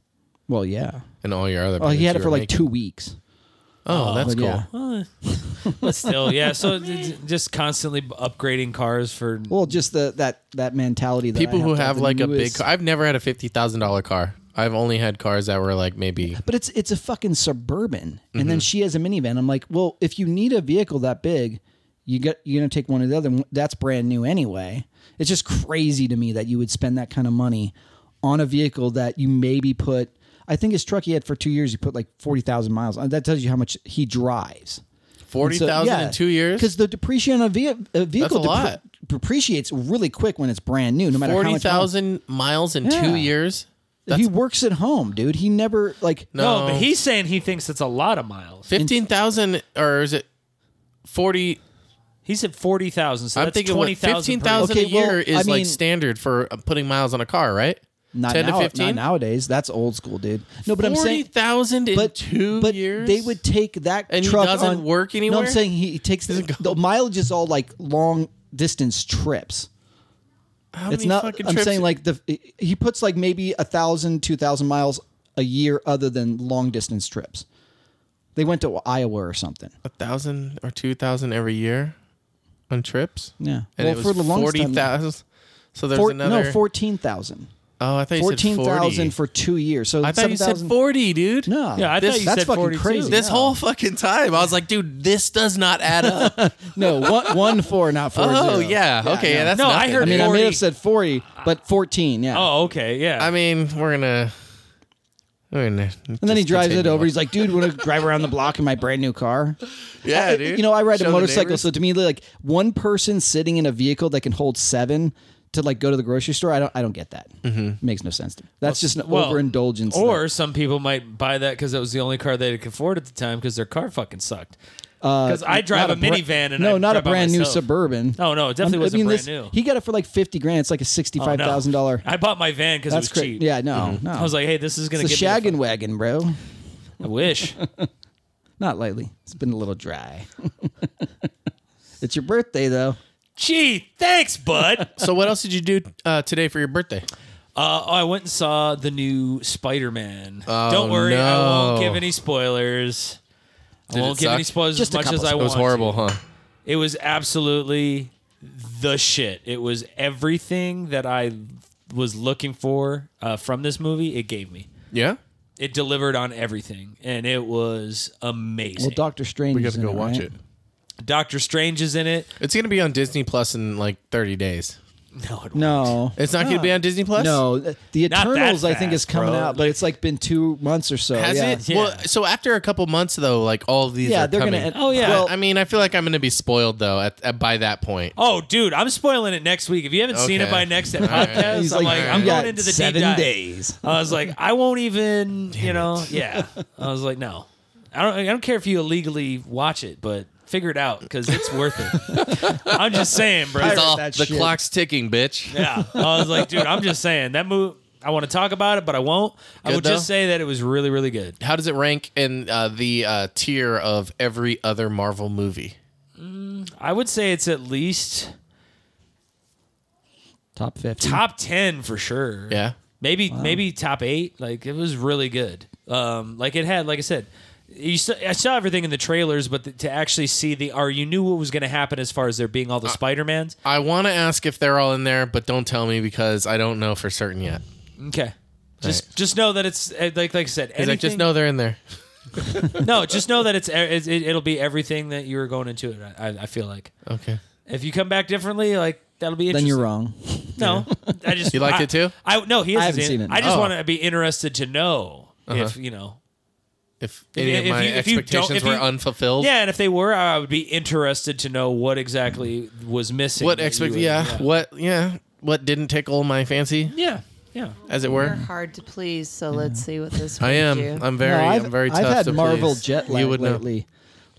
well yeah
and all your other.
well
payments
Oh, he had it
you
for
were
like
making.
two weeks
Oh, that's
But
cool.
yeah.
Well, But still, yeah. So d- d- just constantly upgrading cars for.
Well, just the that that mentality. That I
People who
to
have
Oh, the
like a big
newest-
car. I've never had a fifty thousand dollar car. I've only had cars that were like maybe
but it's it's a fucking suburban, and
Mm-hmm.
then she has a minivan. I'm like, well, if you need a vehicle that big, you get you're gonna take one of the other. one- That's brand new anyway. It's just crazy to me that you would spend that kind of money on a vehicle that you maybe put. I think his truck he had for two years, he put like forty thousand miles. on. That tells you how much he drives.
forty thousand in two years.
Because the depreciation of a, a vehicle
That's a lot.
depreciates really quick when it's brand new. No matter how
Forty
much miles-
thousand miles in
Yeah.
two years.
he works at home, dude. He never like
No, but he's saying he thinks it's a lot of miles.
fifteen thousand or is it forty?
He said forty thousand. So
I'm
that's
thinking
twenty
what
thousand.
fifteen thousand a
Okay, well,
year is
I mean-
like standard for uh, putting miles on a car, right?
not
ten
now,
to fifteen.
Not nowadays. That's old school, dude. No, but I'm
Forty
saying.
thousand in
But
two
but
years.
they would take that
And he
truck
doesn't
on-
work
No,
anywhere?
I'm saying he takes the, the mileage is all like long distance trips.
How
It's
many
not.
fucking
I'm
trips-
saying like the he puts like maybe a thousand, two thousand miles a year, other than long distance trips. They went to Iowa or something.
a thousand or two thousand every year on trips.
Yeah.
and
Well,
it was
for the longest
forty
time-
thousand. So there's
Four,
another.
No, fourteen thousand.
oh, I thought you
Fourteen
said forty.
thousand for two years. So
I thought you said
7,000
forty, dude.
No,
Yeah, I
this,
thought you
that's
said
fucking
42.
crazy.
This
no.
whole fucking time, I was like, dude, this does not add up.
no one one four, not four.
oh
zero.
yeah, okay,
no.
yeah, that's
No, I
nothing.
heard
I mean, I
40.
may have said forty, but fourteen. Yeah.
Oh, okay, yeah.
I mean, we're gonna. We're gonna
And then he drives it over. He's like, "Dude, want to drive around the block in my brand new car?"
yeah,
I-
dude.
You know, I ride
Show
a
the
motorcycle,
neighbors.
so to me, like one person sitting in a vehicle that can hold seven to like go to the grocery store, I don't, I don't get that. Makes no sense. To me. That's just an
Mm-hmm. Well,
overindulgence.
Or some people might buy that because it was the only car they could afford at the time because their car fucking sucked. Because I drive a,
Uh, Not bra-
minivan and
no,
I
not a
drive by
brand new
myself. Oh,
suburban.
No, no, it definitely
I'm-
wasn't brand
this-
new. Oh,
He got it for like fifty grand. It's like a sixty-five
No.
thousand thousand dollar.
I bought my van because it was
That's
cheap.
crazy.
Mm-hmm.
Yeah, no, no.
I was like, hey, this is gonna
it's a
get me
shaggin' wagon, bro.
the fu- I wish.
Not lately. It's been a little dry. it's your birthday though.
Gee, thanks, bud.
So what else did you do uh, today for your birthday?
Uh, oh, I went and saw the new Spider-Man. Don't worry, I
Oh, no.
won't give any spoilers. I
Did
won't
it
give any
suck?
spoilers
Just a
as much as
couple
I
It
want.
was horrible,
to.
huh?
It was absolutely the shit. It was everything that I was looking for uh, from this movie. It gave me.
Yeah.
It delivered on everything, and it was amazing.
Well, Doctor Strange.
We got
is
to
in
go watch
right?
it.
Doctor Strange is in it.
It's gonna be on Disney Plus in like 30 days.
No, it wasn't.
No,
It's not gonna be on Disney Plus.
no. The
Not that
Eternals, I think,
fast,
is coming
bro.
out, but it's like been two months or so.
Has
yeah.
it?
Yeah.
Well, so after a couple months though, like all of these.
Yeah,
are
they're gonna.
coming.
end-
Oh, yeah.
Well,
I mean, I feel like I'm gonna be spoiled though at, at by that point.
Oh, dude, I'm spoiling it next week. If you haven't seen it
Okay.
by next
right.
podcast,
he's
I'm
like,
like,
"You
I'm
got
going into the deep
seven
dive."
days.
I was like, I won't even, you know, yeah. I was like, no, I don't. I don't care if you illegally watch it, but figure it out because it's worth it. I'm just saying, bro.
I
It's
read
all,
that
the
shit.
clock's ticking, bitch.
Yeah, I was like, dude, I'm just saying that move. I want to talk about it, but I won't. I
Good,
will just
though?
say that it was really, really good.
How does it rank in uh, the uh, tier of every other Marvel movie?
I would say it's at least
top fifty.
top ten for sure.
Yeah.
maybe maybe top eight. Like it was really good. Um, like it had, like I said, you saw, I saw everything in the trailers, but th- to actually see the or you knew what was going to happen as far as there being all
Uh.
the Spider Mans.
I want to ask if they're all in there, but don't tell me because I don't know for certain yet.
Okay. Just, just know that it's uh, like like I said.
Because I just
anything-
know they're in there.
no, just know that it's eh, it, it, it'll be everything that you were going into it. I, I feel like
Okay.
if you come back differently, like that'll be
Then
interesting.
you're wrong.
No, I just
You liked
I-
it too?
I no, he hasn't,
haven't
seen
seen
it.
it.
I just
Oh.
want to be interested to know
Uh-huh.
if you know
If any
if
of my
you- if you don't-
expectations
if you-
were unfulfilled,
Yeah, and if they were, I would be interested to know what exactly was missing.
what
that
expect?
you would-
Yeah, what? Yeah, what didn't tickle my fancy,
yeah, yeah.
as it
You're
were?
hard to please, so let's see what this.
I
brings
am.
You.
I'm very.
no, I've,
I'm very tough.
I've had
to
Marvel
please.
jet
You
lag
would know.
lately.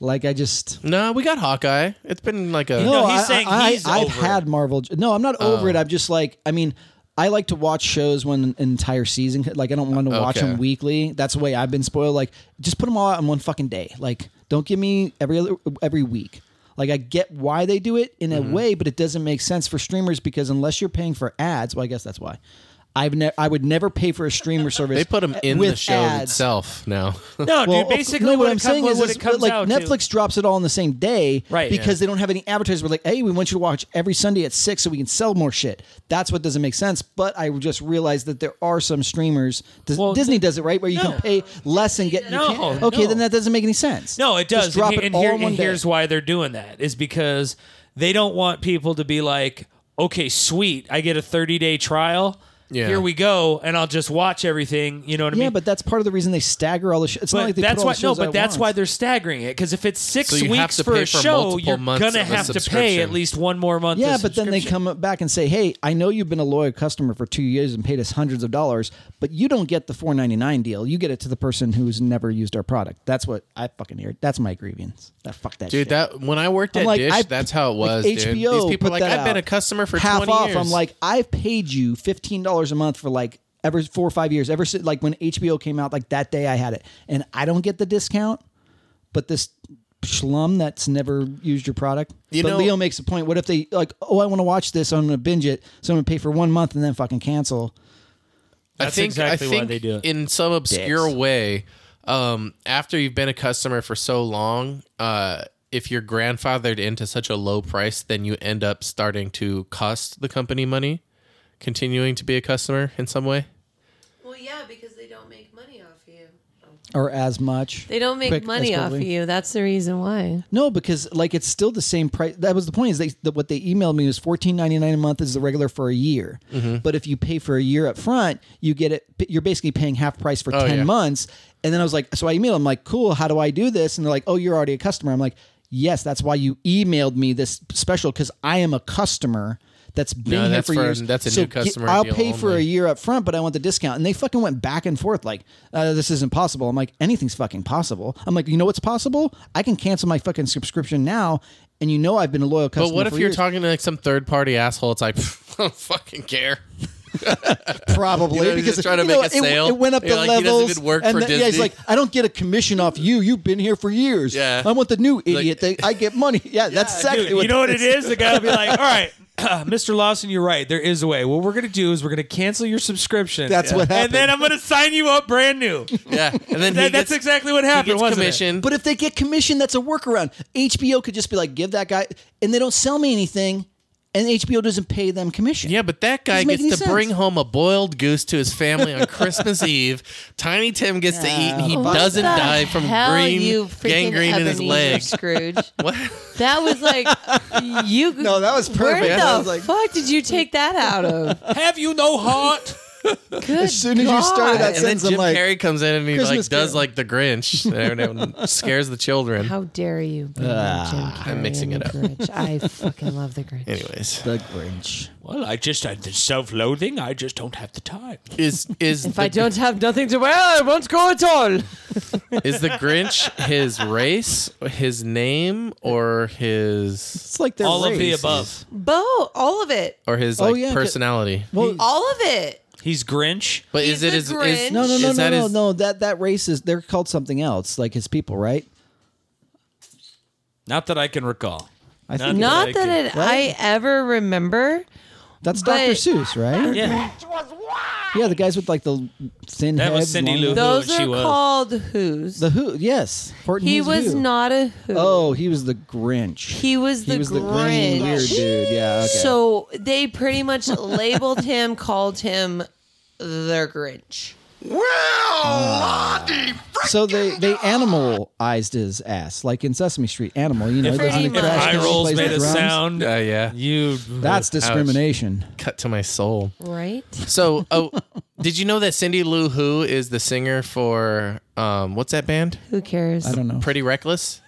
Like I just.
No, we got Hawkeye. It's been like a. Oh.
No,
I-
he's saying
I,
he's
I've
over
had Marvel. j- No, I'm not over it. I'm just like, I mean, I like to watch shows when an entire season. Like, I don't want to watch
Okay.
them weekly. That's the way I've been spoiled. Like, just put them all out in one fucking day. Like, don't give me every other, every week. Like, I get why
Mm-hmm.
they do it in a way, but it doesn't make sense for streamers because unless you're paying for ads, well, I guess that's why. I've ne- I would never pay for a streamer service.
They put them in
with
the show
ads.
itself now.
No,
Well,
dude.
okay,
Basically,
no,
what,
what
it
I'm
com-
saying
what
is,
what
is
it comes
like
out to-
Netflix drops it all on the same day,
Right,
Because they don't have any advertisers. We're like, hey, we want you to watch every Sunday at six, so we can sell more shit. That's what doesn't make sense. But I just realized that there are some streamers. Does,
Well,
Disney does it right, where you
no.
can pay less and get. you
No,
can't- okay,
no.
then that doesn't make any sense.
No, it does.
Just drop
and
it
he- and,
all
here-
in one
and
day.
here's why they're doing that is because they don't want people to be like, okay, sweet, I get a 30 day trial.
Yeah.
Here we go, and I'll just watch everything. You know what I
Yeah,
mean?
but that's part of the reason they stagger all the shit. It's not
But
like they put
that's
all
why
the
no,
shows
but
at
that's why
once.
they're staggering it because if it's six
So you have
weeks
to
for a
pay for
show,
multiple
you're
months
gonna
of a
have to pay at
subscription.
least one more month.
Yeah,
of
but then they
subscription.
come back and say, "Hey, I know you've been a loyal customer for two years and paid us hundreds of dollars, but you don't get the four ninety nine deal. You get it to the person who's never used our product." That's what I fucking hear. That's my grievance. That fuck that
Dude,
shit.
that when I worked at
I'm like,
Dish,
I-
that's how it was.
like,
dude.
HBO
These people are
put
like,
that
I've been
out
a customer for
half
20
off.
years.
I'm like, I've paid you fifteen dollars a month for like ever four or five years. Ever since like when HBO came out, like that day I had it, and I don't get the discount, but this schlum that's never used your product.
You
but
know-
Leo makes a point. What if they like? Oh, I want to watch this. So I'm going to binge it. So I'm going to pay for one month and then fucking cancel.
That's
I think,
exactly
I
why
think
they do it.
in some obscure
Dicks.
way. Um, after you've been a customer for so long, uh, if you're grandfathered into such a low price, then you end up starting to cost the company money, continuing to be a customer in some way.
Well, yeah, because they don't make money off you.
Or as much.
They don't make
Quick,
money
that's
off
probably-
you. That's the reason why.
No, because like it's still the same price. That was the point. Is they that what they emailed me was fourteen ninety nine a month is the regular for a year.
Mm-hmm.
But if you pay for a year up front, you get it. You're basically paying half price for ten
Oh, yeah.
months. And then I was like, so I emailed. I'm like, cool. How do I do this? And they're like, oh, you're already a customer. I'm like, yes, that's why you emailed me this special because I am a customer. That's been here
that's
for,
for-
years.
that's a
So
new customer
I'll
deal
pay for a
only.
year up front, but I want the discount. And they fucking went back and forth like, uh, this isn't possible. I'm like, anything's fucking possible. I'm like, you know what's possible? I can cancel my fucking subscription now. And you know I've been a loyal customer.
But what if
for
you're
years.
talking to like some third party asshole? It's like "Pff, I don't fucking care.
Probably
You know, he's
because
just trying to
you know,
make a
it-
sale.
It, went up
You're
the
like, he doesn't
levels.
even work
and
for
the- Yeah, he's
Disney.
like, I don't get a commission off you. You've been here for years.
Yeah.
I want the new idiot. thing. I get money. Yeah, that's exactly
Dude,
what
you know what
it
it is? The guy will be like, all right, Mr. Lawson, you're right. There is a way. What we're going to do is we're going to cancel your subscription.
That's what
And then
happened.
I'm going to sign you up brand new.
Yeah, and then he
That- that's
gets,
exactly what
he
happened,
gets
wasn't
commission.
But if they get commission, that's a workaround. HBO could just be like, give that guy, and they don't sell me anything, and HBO doesn't pay them commission.
Yeah, but that guy
Doesn't make
gets
any
to
sense.
bring home a boiled goose to his family on Christmas Eve. Tiny Tim gets to eat, and he
Oh, What
doesn't
the
die from
hell, you
green
freaking
gangrene in his
Ebenezer
legs.
Scrooge.
What?
That was like you.
No, that was perfect.
Where
That
the
was like-
fuck did you take that out of?
it? Have you no heart?
Good
As soon as you
God.
started
And
that
then
sentence, I'm
Jim
like,
Carrey comes in and he
Christmas
like does
Carol.
like the Grinch, and everyone scares the children.
How dare you? bring up Jim Carrey
Ah, mixing
and
it
the Grinch. I fucking love the Grinch.
Anyways,
the Grinch.
Well, I just had the self loathing. I just don't have the time.
is is
If
the,
I don't have nothing to wear, I won't go at all.
is the Grinch his race, his name, or his
It's like they're
All of the
raised.
above.
Bo, all of it,
or his
Oh,
like
yeah, 'cause-
personality?
Well,
all of it.
He's Grinch.
But
he's
is it
the
his, is-
Grinch.
no, no, no,
is
no,
that
no,
his-
no. That that race is they're called something else, like his people, right?
Not that I can recall.
I
Not
think
that
Not
I
that
can-
it,
Right?
I ever remember.
that's
but-
Dr. Seuss, right?
Yeah.
Yeah, the guys with like the thin
That was
heads,
Cindy
long-
Lou Who
Those
and she
are
was.
called who's.
The Who, yes. Horton
he
Who's
was
Who.
not a who.
Oh, he was the Grinch.
He was the
he was the
Grinch.
green weird dude. Yeah. Okay.
So they pretty much labeled him, called him the Grinch.
So they they animalized his ass, like in Sesame Street. Animal, you know, he goes
Pretty
in the
much.
trash
Eye
can,
rolls
plays
made
the
a
drums.
sound.
Uh, yeah,
You.
That's discrimination.
cut to my soul.
Right?
So, oh, did you know that Cindy Lou Who is the singer for um, what's that band?
Who cares?
I don't know.
Pretty Reckless.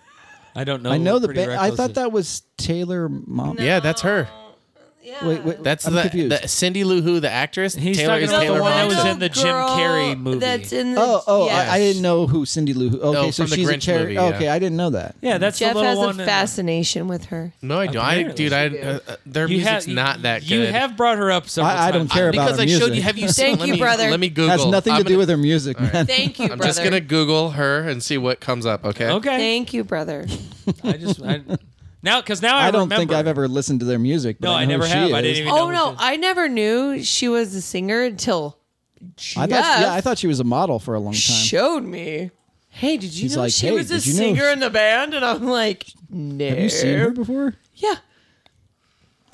I don't know.
I know
what
the
Pretty
ba- I
Reckless
thought
is.
that was Taylor Mom.
Yeah, that's her.
Yeah.
Wait, wait,
That's
I'm
the,
confused.
the Cindy Lou Who, the actress.
He's talking about the
Taylor
one that
Momsen.
was in the Jim
Girl
Carrey movie.
That's in the
oh, oh,
yeah.
I, I didn't know who Cindy Lou. Who, okay,
Oh,
so
from the
she's a
Grinch
character.
movie, yeah.
Okay, I didn't know that.
Yeah, that's
Jeff
the little
has
one.
a
in-
fascination with her.
No, I don't. I,
Apparently
dude, I uh, uh, their
you
music's
have, you-
not that good.
You have brought her up several
I- I don't
times.
care about
because
her
I showed you.
music.
Have you seen?
Thank
let
you,
me-
brother.
Let me Google.
Has nothing to do with her music, man.
Thank you,
I'm
brother.
just gonna Google her and see what comes up. Okay.
Okay.
Thank you, brother.
I just. I, Now, because now I,
I, don't
remember.
think I've ever listened to their music. But
No,
I,
I,
know who
never
she
have. I
is.
didn't even. know
Oh
who
no,
she-
I never knew she was a singer until
I
Jeff
thought, yeah, I thought she was a model for a long time.
showed me. Hey, did you
He's
know
like,
she
"Hey,
was a
did you know
singer
she-
in the band? And I'm like, no.
Have you seen her before?
Yeah.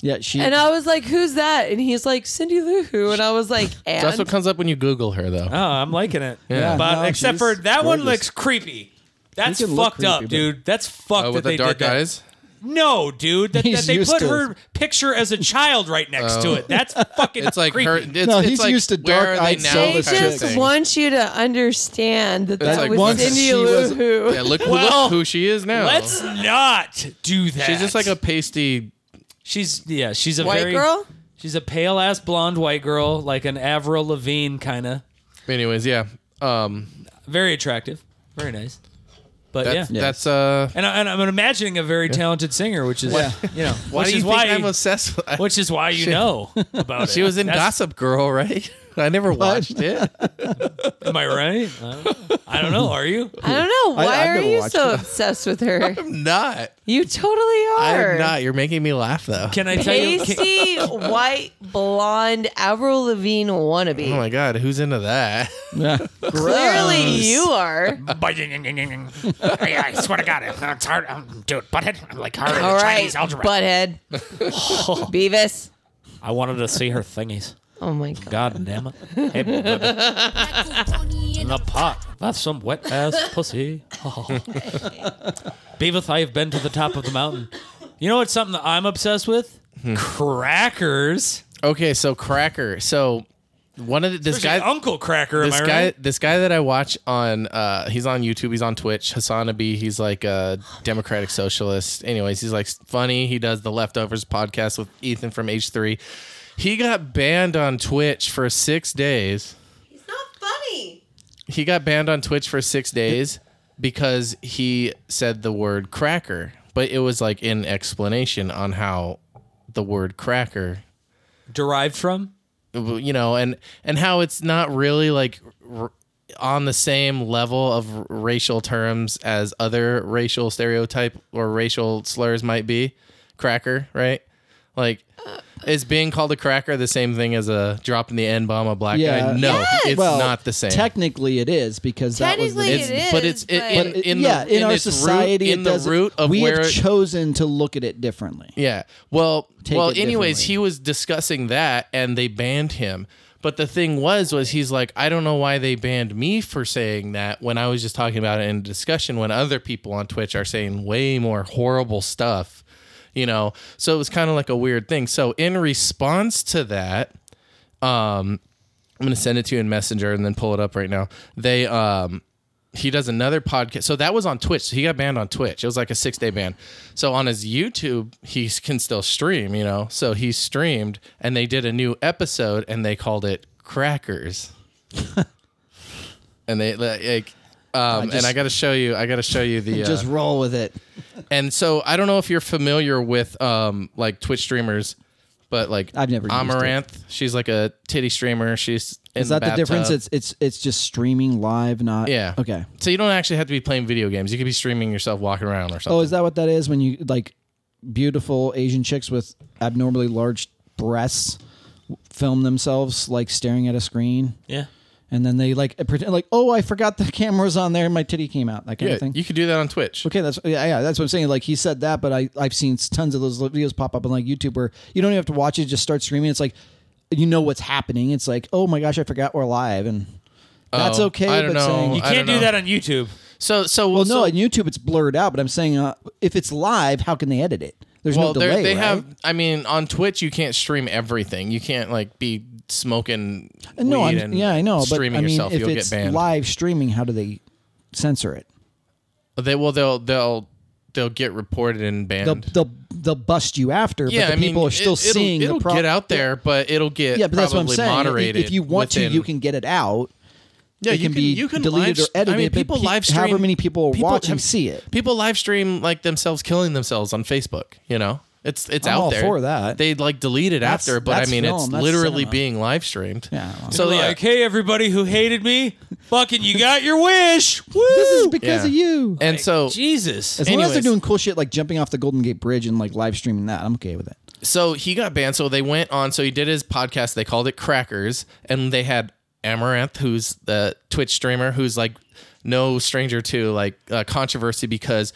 Yeah, she.
And I was like, who's that? And he's like, Cindy Lou Who. And I was like, and
That's what comes up when you Google her, though.
Oh, I'm liking it.
Yeah.
but
No,
except for
she's
that one
gorgeous.
looks creepy. That's
can look
fucked up,
creepy,
dude. That's fucked
Uh,
that
with
they
the dark
did that.
eyes.
No, dude. That, that
He's
they
used
put
to
her picture as a child right next to it. That's fucking.
Oh. It's like
creepy.
her. It's,
No,
it's
he's
like,
used to
where are
dark-eyed
they now
they
soulless
kind of
just
thing.
want you to understand that that
like
was
once
Cindy
she
Lou
was-
Who.
Yeah, look,
Well,
look who she is now.
Let's not do that.
She's just like a pasty.
She's yeah. She's a
White
very,
girl?
She's a pale ass blonde white girl, like an Avril Lavigne kind of.
Anyways, yeah. Um,
Very attractive. Very nice. But
that's,
yeah.
that's uh.
And, I, and I'm imagining a very talented singer, which is you know,
Why
which
do you
is
think
why
I'm obsessed? With,
which is why you know about it.
she was in
That's-
Gossip Girl, right? I never watched it.
Am I right? I don't know. I don't know. Are you?
I don't know.
I-
Why
I've
are
never
you
watched
so obsessed with her?
I'm not.
You totally are.
I'm not. You're making me laugh though.
Can I tell you? Can,
Pasty, white, blonde, Avril Lavigne wannabe.
oh my god, who's into that?
yeah.
Clearly, you are.
I swear to God, it's hard. I'm, dude, butthead, I'm like hard.
All right,
Chinese algebra.
butthead. Beavis.
I wanted to see her thingies.
Oh my god.
God damn it! Hey, baby, in the pot. That's some wet ass pussy. Oh. Beavis, I have been to the top of the mountain. You know what's something that I'm obsessed with?
Hmm.
Crackers.
Okay, so Cracker. So one of the, this
Especially
guy,
Uncle Cracker. Am
this
I
guy,
right?
this guy that I watch on, uh, he's on YouTube, he's on Twitch. Hassan Abi, he's like a democratic socialist. Anyways, he's like funny. He does the leftovers podcast with Ethan from H three. He got banned on Twitch for six days.
It's not funny.
He got banned on Twitch for six days because he said the word cracker, but it was like in explanation on how the word cracker
Derived from.
you know and and how it's not really like r- on the same level of r- racial terms as other racial stereotype or racial slurs might be cracker right like is being called a cracker the same thing as a dropping the n-bomb a black
Yeah.
guy no
Yes!
it's
well,
not the same
Technically, it is because that was the
Technically,
it's,
It is,
but it's
but-
in,
But
in
yeah,
the,
in, our
its root-
society,
in
it
the
doesn't-
root of
we
where
have
it-
chosen to look at it differently.
Yeah. Well,
Take
well.
it
Anyways,
differently.
he was discussing that, and they banned him. But the thing was, was he's like, I don't know why they banned me for saying that when I was just talking about it in discussion when other people on Twitch are saying way more horrible stuff, you know. So it was kind of like a weird thing. So in response to that, um, I'm gonna send it to you in Messenger and then pull it up right now. They um he does another podcast. So that was on Twitch. So he got banned on Twitch. It was like a six day ban. So on his YouTube, he can still stream, you know. So he streamed and they did a new episode and they called it Crackers. and they like um, and
just-
I got to show you. I got to show you the. Uh,
Just roll with it.
and so I don't know if you're familiar with um like Twitch streamers, but like
I've never used it.
Amaranth. She's like a titty streamer. She's in
Is that the
bathtub.
difference? It's it's it's just streaming live, not
yeah.
Okay.
So you don't actually have to be playing video games. You could be streaming yourself walking around or something.
Oh, is that what that is? When you like beautiful Asian chicks with abnormally large breasts film themselves like staring at a screen,
Yeah.
and then they like pretend like, oh, I forgot the camera's on there, and my titty came out, that kind
yeah,
of thing.
you could do that on Twitch.
Okay, that's yeah, yeah, that's what I'm saying. Like he said that, but I I've seen tons of those videos pop up on like YouTube where you don't even have to watch it; just start streaming. It's like you know what's happening. It's like oh my gosh, I forgot we're live, and that's
Oh,
okay.
I don't
but
know.
saying
You
I
can't
don't
do
know.
that on YouTube.
So so
well,
so,
no, on YouTube it's blurred out. But I'm saying uh, if it's live, how can they edit it? There's
well
no delay.
they're- they
right?
have. I mean, on Twitch you can't stream everything. You can't like be smoking.
Uh, no,
weed
I'm,
and
yeah, I know, but I
Streaming
mean,
yourself,
if
you'll
it's
get banned.
live streaming, how do they censor it?
They well they'll they'll they'll get reported and banned.
They'll they'll, they'll bust you after,
yeah,
but
I
the people
mean,
are still
it, it'll-
seeing
it'll,
the problem.
get out there, but it'll get
Yeah, but that's what I'm
probably
saying. If-
Moderated
If you want to,
within-
you can get it out.
Yeah,
it
you
can be
you can
deleted
live,
or edited,
I mean,
but
people
pe-
live stream.
however many people are watching
have-
see it.
People live stream like themselves killing themselves on Facebook. You know, It's it's
I'm
out
all
there
for that.
They like delete it
That's-
after, but I
that's
mean it's
film, that's
literally
cinema.
being live streamed.
Yeah, well.
So yeah,
like, hey, everybody who hated me, fucking, you got your wish. Woo!
This is because
Yeah.
of you.
and so
Jesus.
As long as they're
anyways.
doing cool shit like jumping off the Golden Gate Bridge and like live streaming that, I'm okay with it.
so he got banned. So they went on. So he did his podcast. They called it Crackers, and they had Amaranth, who's the Twitch streamer, who's like no stranger to like uh, controversy because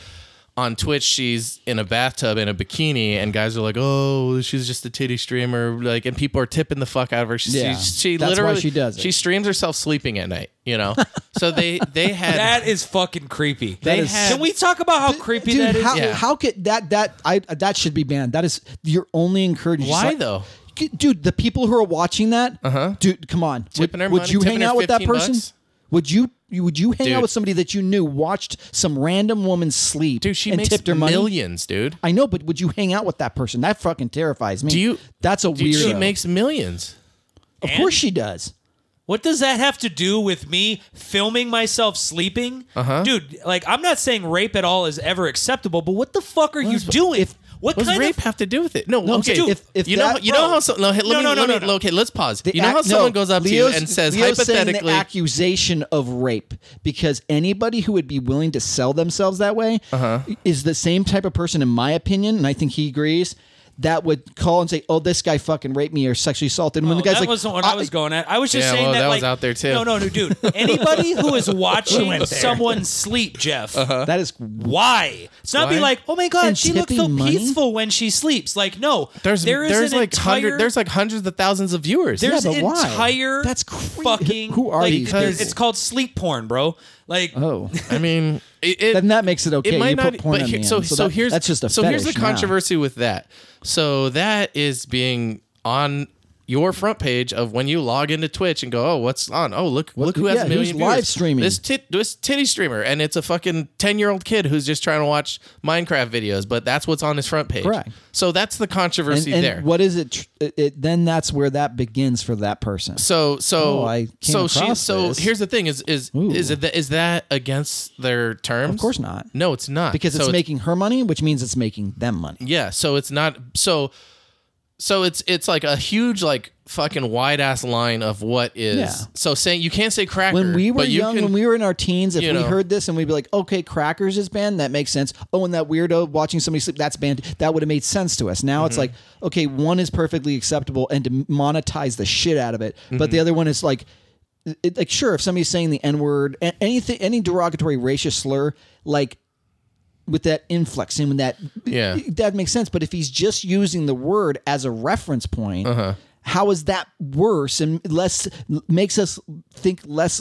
on Twitch she's in a bathtub in a bikini, and guys are like, "Oh, she's just a titty streamer," like, and people are tipping the fuck out of her. She,
Yeah.
she
That's why
literally
she does it.
She streams herself sleeping at night. You know. so they they had
That is fucking creepy.
they
is-
had,
Can we talk about how creepy
Dude,
that is?
how,
Yeah.
how could that that I that should be banned? That is you're only encouraging.
Why,
just
though?
G- dude? The people who are watching that, uh-huh. dude, come on.
Tipping
would
her
would
money,
you
tipping
hang
her
out with that
15
person?
bucks?
Would you you- would you hang
Dude.
out with somebody that you knew watched some random woman sleep
Dude, she
and
makes
tipped her money?
millions, dude.
I know, but would you hang out with that person? That fucking terrifies me.
Do you-
That's a
Dude,
weirdo.
she makes millions.
of course she does.
What does that have to do with me filming myself sleeping? Uh-huh. Dude, like I'm not saying rape at all is ever acceptable, but what the fuck are you doing?
if-
what
What does
kind
rape
of
have to do with it? No,
No,
okay.
dude, if- if
you know,
that-
you know how so, no, hey, let
No,
me,
no, no,
let me,
no, no.
okay, let's pause.
The
you know how
ac- no,
someone goes up to
Leo's-
you and says
Leo's saying
hypothetically,
the accusation of rape because anybody who would be willing to sell themselves that way
Uh-huh.
is the same type of person, in my opinion, and I think he agrees. That would call and say, "Oh, this guy fucking raped me or sexually assaulted." And when
No,
the
Oh,
guy's
that
like,
wasn't what I, was going at. I was just
Yeah,
saying
well,
that,
that was
like,
out there, too.
No, no, no, dude. Anybody who is watching someone sleep, Jeff,
that is
why? It's not be
Why?
like, oh my god,
Uh-huh. And
she looks so
tipping money?
peaceful when she sleeps. Like, no,
there's
there is
there's
an
like
entire,
hundred there's like hundreds of thousands of viewers.
there's
Yeah, but why?
entire
That's cre-
fucking
who are
like,
these
Because
people?
it's called sleep porn, bro. Like,
oh,
I mean, it, it,
then that makes it okay.
it might
you
not. e-,
put porn
but
on
here-
the
so
end.
so,
that-
here's
that's just a
so here's the
fetish now.
controversy with that. So that is being on your front page of when you log into Twitch and go, oh, what's on? Oh, look, look who has
yeah,
a
who's
million viewers.
live streaming?
This tit, this titty streamer, and it's a fucking ten year old kid who's just trying to watch Minecraft videos, but that's what's on his front page.
Correct.
So that's the
And,
controversy
and
there.
what is it, tr- it, it? Then that's where that begins for that person.
So so
Oh, I came
so she
across
so
this.
here's the thing is is is it is that against their terms? Of
course not.
No, it's not
because
So
it's making her money, which means it's making them money.
yeah. So it's not so so it's it's like a huge like fucking wide ass line of what is
Yeah.
so saying you can't say cracker
When we were
but you
young,
can,
when we were in our teens, if
you
we
know.
heard this and we'd be like, "Okay, crackers is banned. That makes sense." Oh, and that weirdo watching somebody sleep—that's banned. That would have made sense to us. Now
Mm-hmm.
it's like, okay, one is perfectly acceptable and to monetize the shit out of it,
Mm-hmm.
but the other one is like, it, like sure, if somebody's saying the n word, anything, any derogatory racial slur, like with that inflex and with that
Yeah.
that makes sense but if he's just using the word as a reference point
Uh-huh.
how is that worse and less makes us think less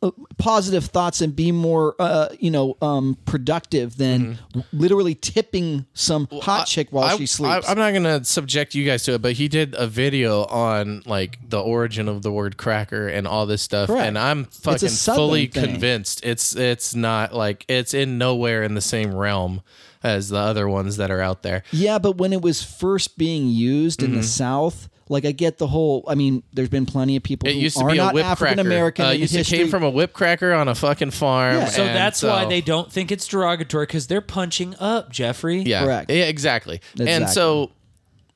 th- positive thoughts and be more uh, you know um, productive than literally tipping some hot chick while
Mm-hmm. I-
she sleeps
I, am not gonna subject you guys to it, but he did a video on like the origin of the word cracker and all this stuff,
Correct.
and I'm
a
fucking
Southern
fully
thing.
convinced it's it's not like it's in nowhere in the same realm as the other ones that are out there.
Yeah, but when it was first being used in the
Mm-hmm.
South, like I get the whole. I mean, there's been plenty of people
It
who
used to
are
be a
not
whip
African
cracker.
American
Uh,
in
used to
history.
came from a whip cracker on a fucking farm.
Yeah.
So
and
that's why
so-
they don't think it's derogatory because they're punching up, Jeffrey.
Yeah,
Correct.
Yeah, exactly. And
Exactly.
so,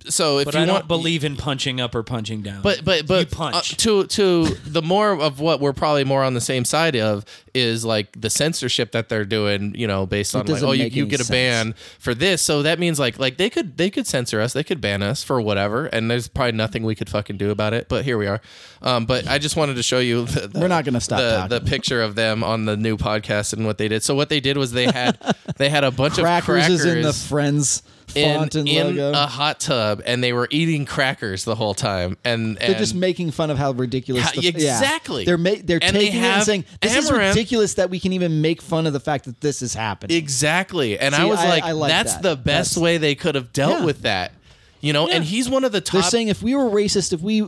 so if
But
you
I
want,
don't believe in punching up or punching down.
But but but
you punch.
uh, to to the more of what we're probably more on the same side of is like the censorship that they're doing, you know, based on like
doesn't
oh you,
make
you
any
get a
sense.
ban for this, so that means like like they could they could censor us, they could ban us for whatever, and there's probably nothing we could fucking do about it. But here we are. Um, but I just wanted to show you. The, the-
We're not gonna stop
the,
talking.
the picture of them on the new podcast and what they did. So what they did was they had they had a bunch
crackers,
of crackers
is in the Friends
in,
font and
in
logo.
a hot tub and they were eating crackers the whole time and, and
they're just making fun of how ridiculous.
How-
the, yeah.
exactly.
They're ma- they're
And they
taking it and
have
saying this
amaranth-
is ridiculous that we can even make fun of the fact that this is happening.
exactly and i
See,
was
I-
like,
I like
that's
that.
the best
That's-
way they could have dealt
Yeah.
with that you know and he's one of the
they're
top
saying if we were racist, if we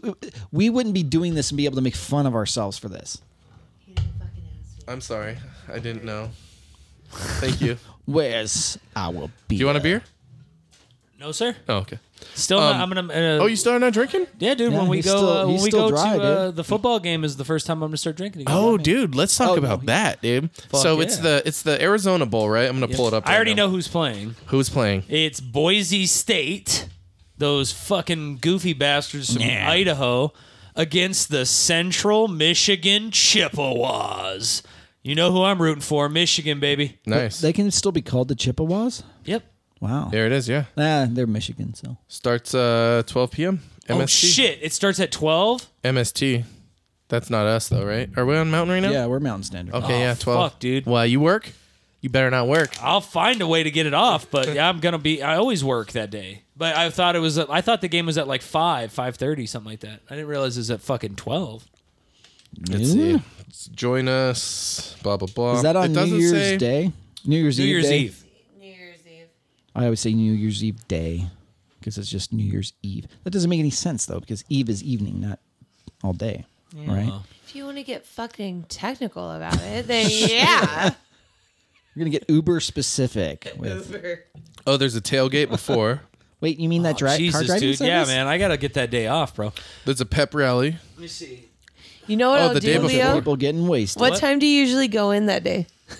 we wouldn't be doing this and be able to make fun of ourselves for this.
i'm sorry i didn't know thank you do
Where's our beer?
you want a beer
no, sir.
oh okay
Still, not, I'm gonna. Uh,
Oh, you started not drinking?
yeah, dude.
Yeah,
when we
he's
go,
still-
uh, when
he's
we
still
go
dry,
to uh,
dude.
the football game is the first time I'm gonna start drinking. Again.
Oh, dude, let's talk
Oh,
about
no.
that, dude. so
Fuck
it's
yeah.
the it's the Arizona Bowl, right? I'm gonna pull it up.
I
right
already
now.
know who's playing.
who's playing.
It's Boise State, those fucking goofy bastards from Idaho, against the Central Michigan Chippewas. You know who I'm rooting for, Michigan, baby.
Nice.
They can still be called the Chippewas.
Yep.
Wow.
there it is. Yeah,
Ah, they're Michigan, so
starts uh 12 p.m. MST.
Oh shit! It starts at twelve.
MST. That's not us though, right? Are we on Mountain right now?
yeah, we're Mountain Standard.
Okay.
Oh,
yeah. Twelve.
fuck, dude.
Well, you work. You better not work.
I'll find a way to get it off, but yeah, I'm gonna be. I always work that day, but I thought it was. At, I thought the game was at like five, five thirty, something like that. I didn't realize it was at fucking twelve.
Let's see. It's Join us. Blah blah blah.
Is that
It
on New
doesn't
Year's
say-
Day? New Year's
New
Eve.
Year's
day?
Eve.
New Year's Eve.
I always say New Year's Eve day because it's just New Year's Eve. That doesn't make any sense though because Eve is evening, not all day, right?
If you want to get fucking technical about it, then yeah.
You're gonna get uber specific. With
Oh, there's a tailgate before.
wait, you mean that dri- car
Oh, Jesus,
driving
dude. Yeah,
service?
man. I gotta get that day off, bro.
There's a pep rally.
Let me see.
You know what
Oh,
I'll
the day
do, Leo?
before.
People getting wasted.
What, time do you usually go in that day?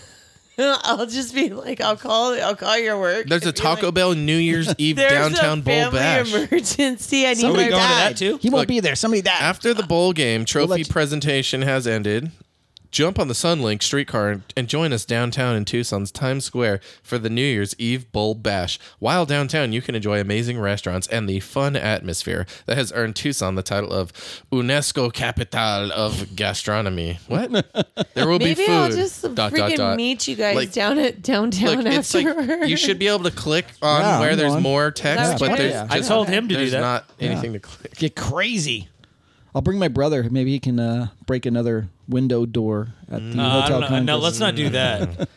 I'll just be like, I'll call, I'll call your work.
There's a
and be
Taco
like,
Bell New Year's Eve
"There's
downtown
a
bowl
family
bash.
emergency. I need
Are
my
we going to that
dad.
too?
He won't
Look,
be there. Somebody died.
After the bowl game, trophy
let's-
presentation has ended. Jump on the Sunlink streetcar and join us downtown in Tucson's Times Square for the New Year's Eve Bowl Bash. While downtown, you can enjoy amazing restaurants and the fun atmosphere that has earned Tucson the title of UNESCO Capital of Gastronomy. What? There will be
Maybe
food.
I'll just
Dot, dot,
freaking
dot.
meet you guys
Like-
down at downtown
Look, it's like
afterwards.
you should be able to click on
Yeah,
where
I'm
there's
on.
more
Is
text,
that
but
what
there's
you
did?
just,
I told him to do
there's
that.
not anything to click.
Get crazy. I'll bring my brother. Maybe he can uh, break another window door at the
Uh, I don't
hotel.
know. No,
concourse.
let's not do that,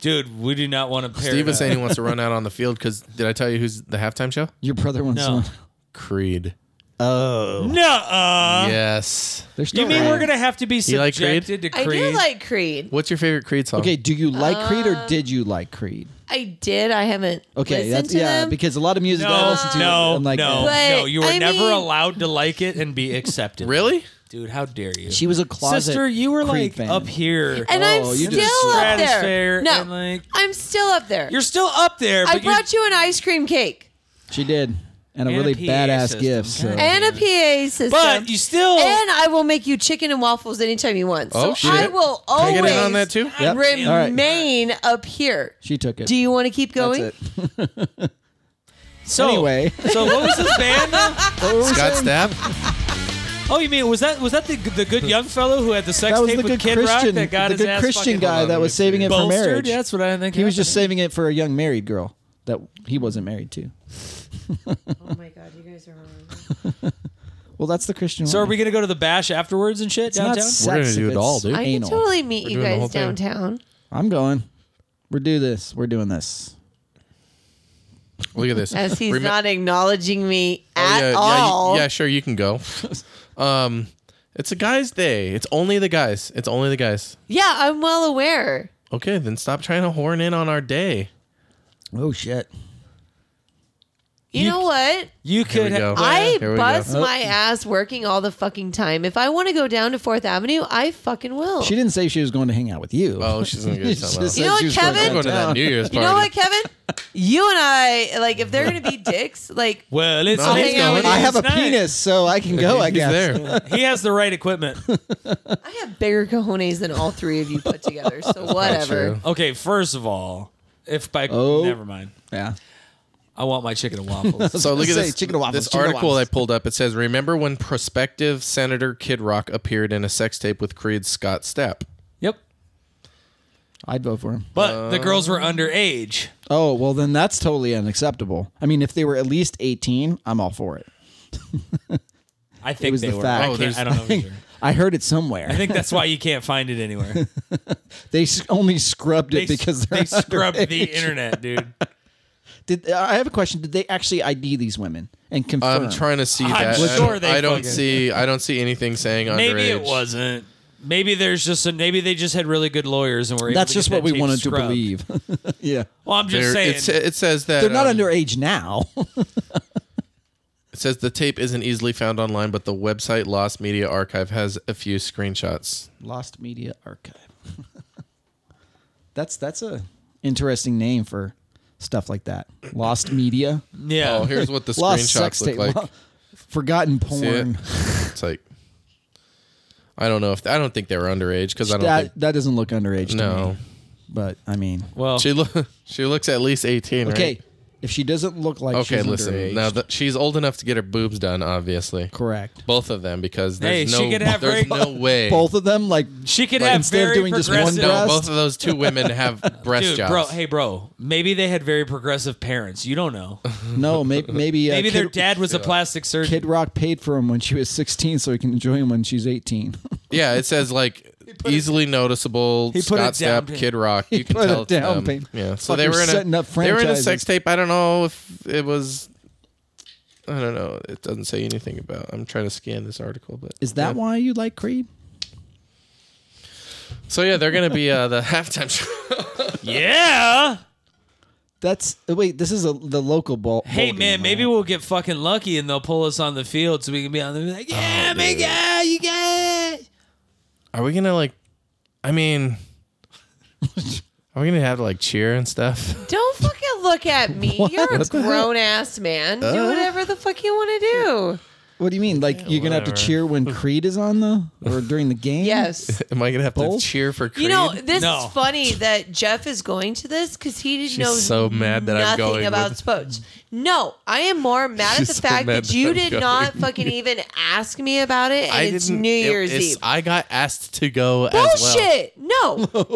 dude. We do not want to pair.
Steve
it
is
up.
saying he wants to run out on the field because did I tell you who's the halftime show?
Your brother wants
No.
one.
Creed.
no. Uh,
yes.
They're still
You mean
around.
we're gonna have to be
You like
subjected
Creed?
to
I
Creed?
do like Creed.
What's your favorite Creed song?
Okay, do you like Creed or
Um,
did you like Creed?
I did. I haven't
Okay,
listened
that's
to
yeah,
them.
because a lot of music that I
No,
listen to,
no,
I'm like,
no,
eh.
But,
no. You were
I
never
mean-
allowed to like it and be accepted.
Really?
dude? How dare you?
she was a closet.
Sister, you were
Creed
like
fan.
up here.
and I'm
Oh, you
still
just
up there.
stratosphere
No,
and, like-
I'm still up there.
You're still up there.
I
But you're-
brought you an ice cream cake
She did, and
And
a
a
really
PA
badass
system.
gift.
God
Oh,
So.
damn.
and a PA system.
But you still.
and I will make you chicken and waffles anytime you want. So
Oh, shit.
I will
Can I
always
get in on that too?
Yep. All right.
remain up here.
She took it.
Do you want to keep
That's
going?
it.
so
Anyway.
So what was this band? though?
Scott Stapp?
Oh, you mean was that was that the the good young fellow who had the sex
That was
tape
the
with
good
Kid Rock
Christian,
that got
the
his
good
ass
Christian
fucking
guy that was saving it for
bolstered?
marriage.
Yeah, that's what I think.
He was
happened.
just saving it for a young married girl that he wasn't married to.
Oh my god, you guys are wrong.
Well, that's the Christian.
So are
one.
we gonna go to the bash afterwards and shit
It's not
downtown?
sex
We're gonna
if
do it
it's
all, dude.
I can
anal.
totally meet you
doing the whole
guys
thing.
downtown.
I'm going. We're do this. We're doing this.
Look at this.
As he's
Remem-
not acknowledging me
Oh,
at
yeah, yeah,
all.
Yeah, sure, you can go. um, it's a guy's day. It's only the guys. It's only the guys.
Yeah, I'm well aware.
Okay, then stop trying to horn in on our day.
Oh shit!
You, know what?
You could.
we go.
but-
I
Here we go.
bust my ass working all the fucking time. If I want to go down to Fourth Avenue, I fucking will.
She didn't say she was going to hang out with you.
Oh, she's gonna get
She
something else.
said
You know
she
what,
was going
I'm
Kevin?
going to that
downtown.
New Year's
you
party.
know what, Kevin? You and I, like, if they're gonna be dicks, like,
Well, it's
I'll
late
hang out
now,
with
it
I
is
have a
night.
penis, so I can go. I
He's
guess.
there.
He has the right equipment.
I have bigger cojones than all three of you put together. So whatever.
true.
Okay, first of all, if by
Oh.
never mind.
Yeah.
I want my chicken and waffles.
So
gonna
look at
say,
this,
chicken and waffles,
this
chicken and
article I
waffles.
pulled up. It says, "Remember when prospective Senator Kid Rock appeared in a sex tape with Creed's Scott Stapp?"
yep.
I'd vote for him.
But
Uh,
the girls were underage.
Oh well, then that's totally unacceptable. I mean, if they were at least 18, I'm all for it.
I think
was
they
the
were.
fact.
I,
Oh,
can't-
there's-
I don't know. for sure.
I heard it somewhere.
I think that's why you can't find it anywhere.
they s- only scrubbed
They,
it because they're
they scrubbed the
underage.
internet, dude.
Did I have a question? Did they actually ID these women and confirm?
I'm trying to see
I'm
that.
sure
I,
they
I don't
fucking-
see. I don't see anything saying
Maybe
underage.
it wasn't. Maybe there's just a, maybe they just had really good lawyers and were. able
That's
to
just
get
what
that
we
tape
wanted to
scrubbed.
believe. yeah,
Well, I'm just
There-
saying.
um, it's- It, says that
they're not
um,
underage now.
It says the tape isn't easily found online, but the website Lost Media Archive has a few screenshots.
Lost Media Archive. that's that's a interesting name for stuff like that. Lost Media.
Yeah.
Oh, here's what the
Lost
screenshots look
tape.
like.
Lo- Forgotten
See it?
porn.
It's like I don't know if I don't think they were underage because I don't
That
think
that doesn't look underage. To
no.
me, but I mean,
well,
She lo- she looks at least eighteen.
okay.
right?
If she doesn't look like
Okay,
she's
listen.
underage,
Now that she's old enough to get her boobs done, obviously.
correct.
Both of them, because there's
Hey, she
no
could have
there's
very-
no way.
Both of them, like
she could
like,
have
instead
very
of doing just one
progressive.
no,
breast.
both of those two women have breast
Dude,
jobs.
bro, hey, bro. Maybe they had very progressive parents. You don't know.
No, may- maybe uh,
Maybe their
Kid-
dad was a plastic surgeon.
Kid Rock paid for him when she was 16, so he can enjoy him when she's 18.
Yeah, it says like easily noticeable
He put
Scott
it down
Stapp,
payment.
Kid Rock. You can
put
tell
it
it's
down
them.
payment.
Yeah, so
Fucking
they were in a
setting up
they were in a sex
franchises.
tape. I don't know if it was. I don't know. It doesn't say anything about. I'm trying to scan this article, but
Is that
yeah.
why you like Creed?
So yeah, they're gonna be uh, the halftime show.
uh,
yeah.
That's uh, wait. This is a the local ball.
Hey,
ball
man.
game,
Maybe
right?
we'll get fucking lucky and they'll pull us on the field so we can be on the like, yeah, my God, you got it.
Are we gonna like? I mean, are we gonna have to like cheer and stuff?
Don't fucking look at me. You're a grown ass man.
Uh?
do whatever the fuck you want to do.
What do you mean? Like you're gonna have to
whatever.
cheer when Creed is on the or during the game?
Yes.
Am I gonna have
Both?
to cheer for Creed?
You know, this
No.
is funny that Jeff is going to this because he didn't
She's
know
so mad that I'm
nothing
going
about
with-
sports. No, I am more mad at
She's
the
so
fact
mad
that,
that
you
I'm
did
going.
not fucking even ask me about it, and it's New
it-
Year's
it's-
Eve.
I got asked to go as well. Oh,
Bullshit!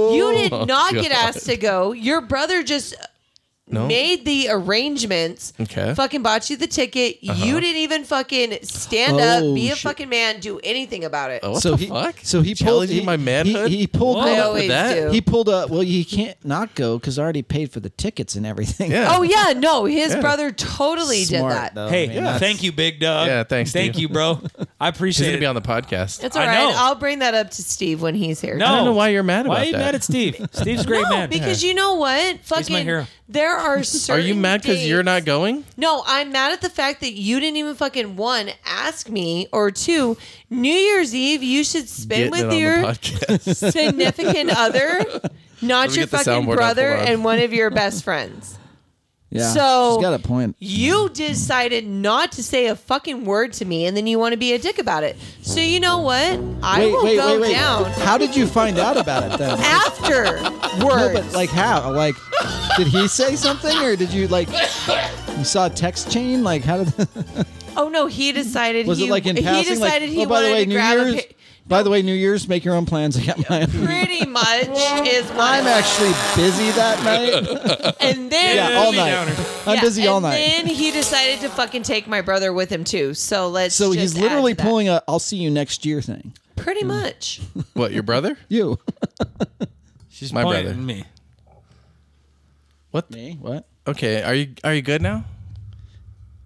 No, you did not get
God.
asked to go. Your brother just
No.
made the arrangements.
Okay. Uh-huh.
Fucking bought you the ticket. You didn't even fucking stand
Oh,
up, be a
shit.
fucking man, do anything about it.
Oh, what
so
the
he
fuck?
so he pulled
Challenging
he,
my manhood.
He, he pulled
I
a,
Whoa.
always
that?
do.
he pulled a well. You can't not go because I already paid for the tickets and everything.
Yeah.
Oh yeah, no, his
Yeah.
brother totally
Smart,
did that.
though,
Hey,
Oh, man. That's-
thank you, big dog.
Yeah, thanks,
Thank
dude.
you, bro. I
He's
appreciate
gonna
it.
be on the podcast.
It's all
I
right.
know.
I'll bring that up to Steve when he's here.
no,
I don't know why you're mad
Why
about
are you
that.
mad at Steve? Steve's a great
No,
man.
because you know what? Fucking,
hero.
there are
Are
certain.
you mad because you're not
dates-
going?
No, I'm mad at the fact that you didn't even fucking one ask me or two. New Year's Eve, you should spend
Getting it on
with
the
your
podcast.
significant other, not
me
your
get the
fucking
soundboard out,
brother
hold on.
and one of your best friends.
Yeah.
So-
she's got a point.
You decided not to say a fucking word to me, and then you want to be a dick about it. So you know what? I
wait,
will
wait,
go
wait, wait.
down
How did you find out about it then? No,
afterwards.
but like how? Like, did he say something, or did you like you saw a text chain? Like, how did?
Oh no, he decided.
Was
he,
it like in
he
passing?
decided
like,
he
oh, by the
wanted
way,
to
New
grab
Year's.
a. Pi-
By the way, New Year's, make your own plans. I got my.
pretty much is my
I'm actually busy that night.
and then
yeah, all
Debbie
night.
Downer.
I'm
Yeah,
busy all night.
And then he decided to fucking take my brother with him too. So let's.
so he's
just add
literally
to that.
pulling Mm. a "I'll see you next year" thing.
Pretty much.
what, your brother?
You.
She's
My
pointing
brother.
at me.
What?
Me? What?
Okay, are you are you good now?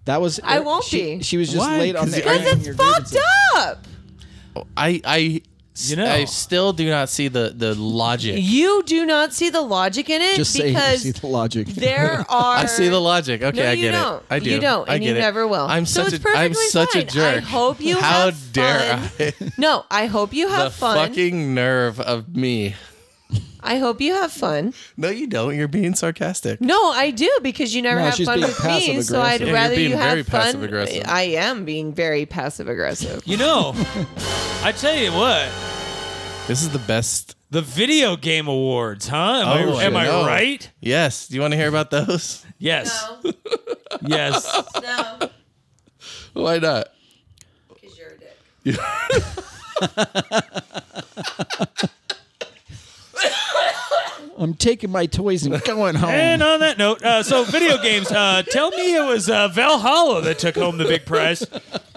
That was.
I won't
she,
be.
She was just
Why?
late on
'Cause
the.
you- Because
airing
It's
your
fucked
grievances.
up.
I I
You know.
I still do not see the the logic.
You do not see the logic in it
Just say you
because
see the logic.
there are.
I see the logic. Okay,
No,
I
you
get
don't.
it. I do.
You don't,
I
and
get
you
it.
never will.
I'm
So
such
it's
a I'm
perfectly
such a
fine.
jerk.
I hope you
How
have
dare
fun.
I?
No, I hope you
the
have fun.
fucking nerve of me.
I hope you have fun.
No, you don't. You're being sarcastic.
No, I do because you never
No,
have
she's
fun
being
with me. So
passive-aggressive.
I'd
Yeah,
you're
rather
being
you
very
have fun.
passive-aggressive.
I am being very passive aggressive.
You know, I tell you what,
This is the best.
the video game awards, huh? Am,
Oh,
I, am I
no.
right?
Yes. Do you want to hear about those?
Yes.
No,
Yes.
no,
Why not?
because you're a dick.
I'm taking my toys and going home.
And on that note, uh, so video games. Uh, tell me it was uh, Valhalla that took home the big prize.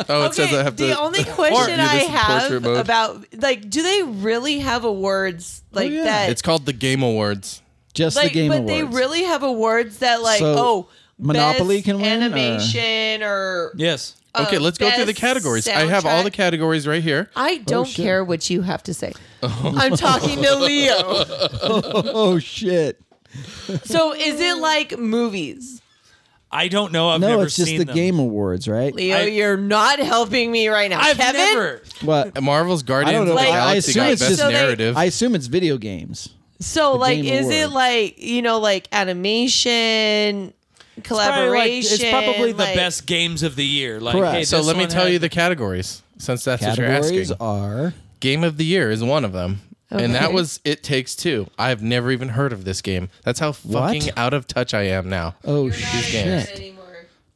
Oh, it says I have
the
to.
only question
view
I
this in portrait
have
mode.
about like, do they really have awards like
yeah.
that?
it's called the Game Awards.
just
like,
the game
but
awards.
they really have awards that like,
So,
oh,
Monopoly
best
can win, or-
animation or.
Yes.
Okay,
Uh,
let's go through the
best
categories. I have all the
soundtrack.
categories right here.
I don't
shit.
care what you have to say. I'm talking to Leo.
oh shit.
So is it like movies?
I don't know. I've
no,
never
it's just
seen
the
them.
Game Awards, right?
Leo,
I-
you're not helping me right now.
I've
Kevin,
never.
What?
Marvel's Guardians
know.
of the
Like, I
Galaxy
assume
got
it's
best
just- so they-
narrative.
I assume it's video games.
So like,
Game
is it
Award.
like you know like animation
Probably, like,
collaboration?
it's probably the
like-
best games of the year. Like,
Correct.
hey,
so
this
let me
one
tell
had-
you the categories, since that's what you're
Categories
asking.
are
Game of the year is one of them. And that
Okay.
was It Takes Two. I've never even heard of this game. That's how fucking out of touch I am now.
oh shit,
Um,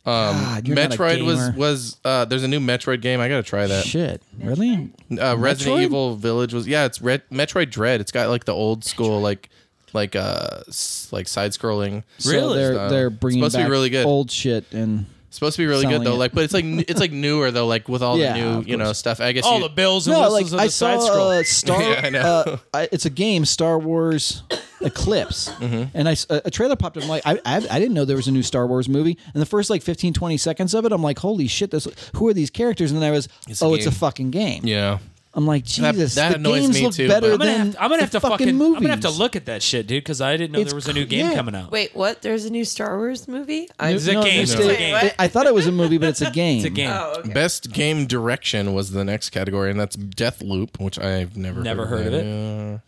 God, you're not a
Metroid was
gamer.
was uh, there's a new Metroid game. I gotta try that.
shit, really?
Uh, Resident
Metroid?
Evil Village was yeah. It's Red, Metroid Dread. It's got like the old school like like uh s- like side scrolling.
So
Really?
they're they're bringing
Supposed to be
back
really good.
old shit and
Supposed to be really good
Selling
though.
it.
Like, but it's like n- it's like newer though. Like with all
Yeah,
the new
of
you know
course.
stuff. I guess
all
you-
the bells and
no,
whistles
like
of the
I
side
saw
scroll.
uh, Star.
Yeah, I know.
uh, I- it's a game, Star Wars Eclipse,
Mm-hmm.
and I s- a a trailer popped up. I'm like, I, I I didn't know there was a new Star Wars movie. And the first like 15, 20 seconds of it, I'm like, holy shit, this who are these characters? And then I was,
a
oh, it's a
game.
fucking game.
yeah.
I'm like,
that-
Jesus,
that
the
annoys
games
me
look
too,
better
I'm
but-
gonna
than
have to, I'm gonna have
the
to fucking,
movies.
I'm gonna have to look at that shit, dude, because I didn't know
It's
there was a new game
yeah.
coming out.
Wait, what? There's a new Star Wars movie. I'm
It's a game.
it's
It's
a-
a game.
I- I thought it was a movie, but it's a game.
It's a game.
Oh, okay.
Best game direction was the next category, and that's Death Loop, which I've never
Never heard of
that.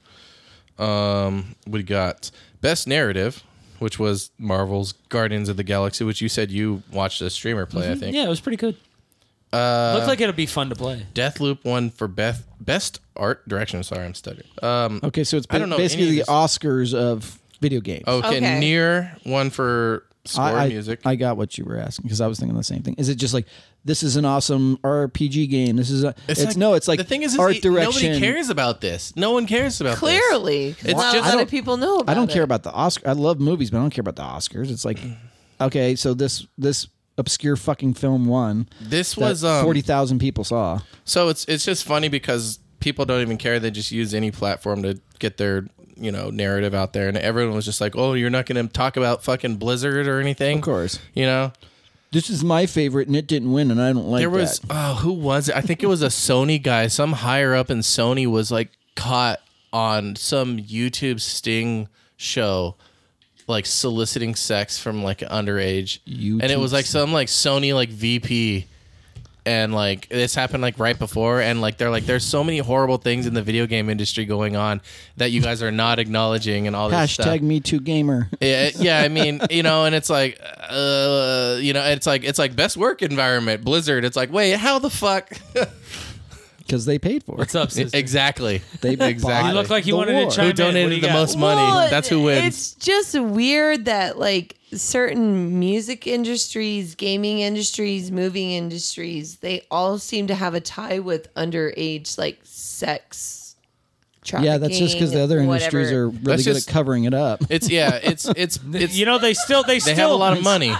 Yeah. Um, we got best narrative, which was Marvel's Guardians of the Galaxy, which you said you watched a streamer play. I think
Yeah, it was pretty good. Uh, Looked like it'd be fun to play.
Death Loop won for best best art direction. Sorry, I'm stuttering. Uh,
Okay, so it's
I don't know
basically
any
the
of Oh,
Oscars of video games.
okay,
Okay.
Near one for score
I, I-
music.
I got what you were asking because I was thinking the same thing. Is it just like this is an awesome RPG game? This is a. It's,
like-
no. It's like
the thing is, is
art
it-
direction.
Nobody cares about this. No one cares about this.
Clearly, it's not
just-
a
I
lot
don't-
of people know. About
I don't
it.
care about the Oscar. I love movies, but I don't care about the Oscars. It's like, okay, so this this obscure fucking film won.
This
that
was um,
forty thousand people saw.
So it's it's just funny because people don't even care. They just use any platform to get their you know narrative out there, and everyone was just like, "Oh, you're not going to talk about fucking Blizzard or anything."
Of course,
you know
this is my favorite, and it didn't win, and I don't like
there was
that.
oh who was it? I think it was a Sony guy. Some higher up in Sony was like caught on some YouTube sting show. Like soliciting sex from like underage, and it
YouTube
was like some like Sony like VP and like this happened like right before and like they're like there's so many horrible things in the video game industry going on that you guys are not acknowledging and all this stuff.
Hashtag Me Too Gamer.
yeah, yeah, I mean, you know, and it's like, uh, you know, it's like it's like best work environment, Blizzard. It's like, wait, how the fuck?
because they paid for it.
What's up, sister?
exactly.
They
Exactly.
bought
You
Look like you
the
wanted
war.
to chime in.
Who
What do
donated
you
the
got?
most money? That's who wins.
It's just weird that like certain music industries, gaming industries, movie industries, they all seem to have a tie with underage like sex.
Yeah, that's just because the other
trafficking,
industries
whatever.
are really
That's
good
just-
at covering it up.
It's yeah, it's it's it's.
You know they still they,
they
still
have a lot of money.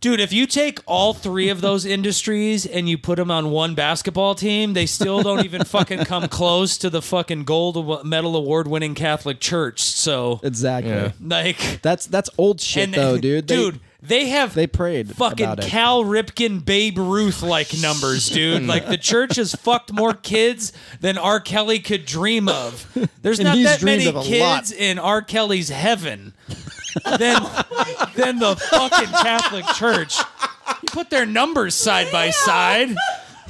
Dude, if you take all three of those industries and you put them on one basketball team, they still don't even fucking come close to the fucking gold awa- medal award winning Catholic Church. So,
Exactly.
Yeah.
like,
That's that's old shit though, dude. They-
dude, they have
they prayed
fucking
about it.
Cal Ripken, Babe Ruth like numbers, dude. like the church has fucked more kids than R. Kelly could dream of. There's
And
not
he's
that
dreamed
many
of a
kids
lot.
in R. Kelly's heaven than than the fucking Catholic Church. You put their numbers side by side.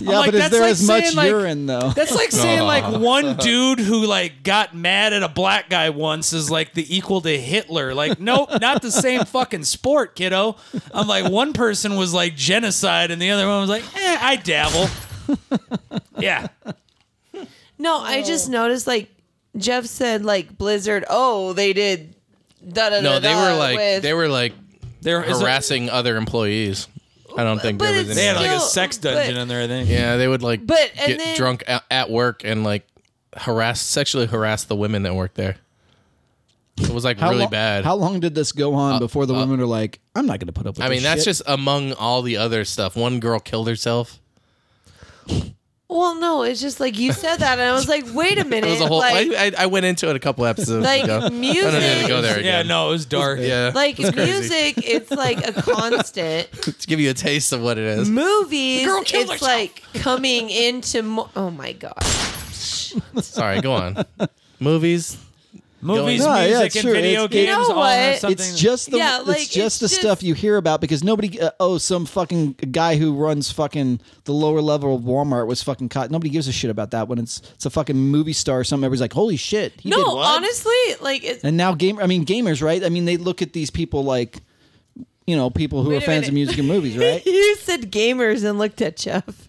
yeah,
like,
but is
that's
there
like
as much
saying, like-
urine though?
That's like saying like one dude who like got mad at a black guy once is like the equal to Hitler. Like, nope, not the same fucking sport, kiddo. I'm like one person was like genocide and the other one was like, eh, I dabble. yeah.
No,
Oh.
I just noticed like Jeff said like Blizzard, oh, they did da da da.
No, they were
da
like
with-
they were like
They're is there-
harassing other employees. I don't think
But
there was
it's
they
any.
had like a
Still,
sex
but-
dungeon in there, I think.
Yeah, they would like
But- and
get
then-
drunk at, at work and like harass, sexually harass the women that work there. It was like
How
really
lo-
bad. Uh,
How long did this go on before the women are like, "I'm not going to put up with"?
I
this
mean, that's
shit.
just among all the other stuff. One girl killed herself.
Well, no, it's just like you said that and I was like, wait a minute.
It was a whole.
like,
I, I, I went into it a couple episodes
Like,
ago. I don't need to
music-
Oh,
go there
Yeah,
again.
no, it was dark.
Yeah,
like
it's crazy.
music, it's like a constant.
to give you a taste of what it is.
movies,
girl
it's
killed herself.
like coming into. Mo- oh my god!
Sorry, go on. Movies,
Movies,
No, yeah,
music,
it's
and
true.
video
It's-
games
You know
all have
what?
something.
It's just the
Yeah, like,
it's
it's
just the
just-
stuff you hear about because nobody uh, oh some fucking guy who runs fucking the lower level of Walmart was fucking caught. Nobody gives a shit about that when it's it's a fucking movie star or something. Everybody's like, holy shit, he did
no,
what?
honestly, like it's
And now game, I mean gamers, right? I mean they look at these people like, you know, people who
Wait
are
a
fans of
minute.
music and movies, right?
you said gamers and looked at Jeff.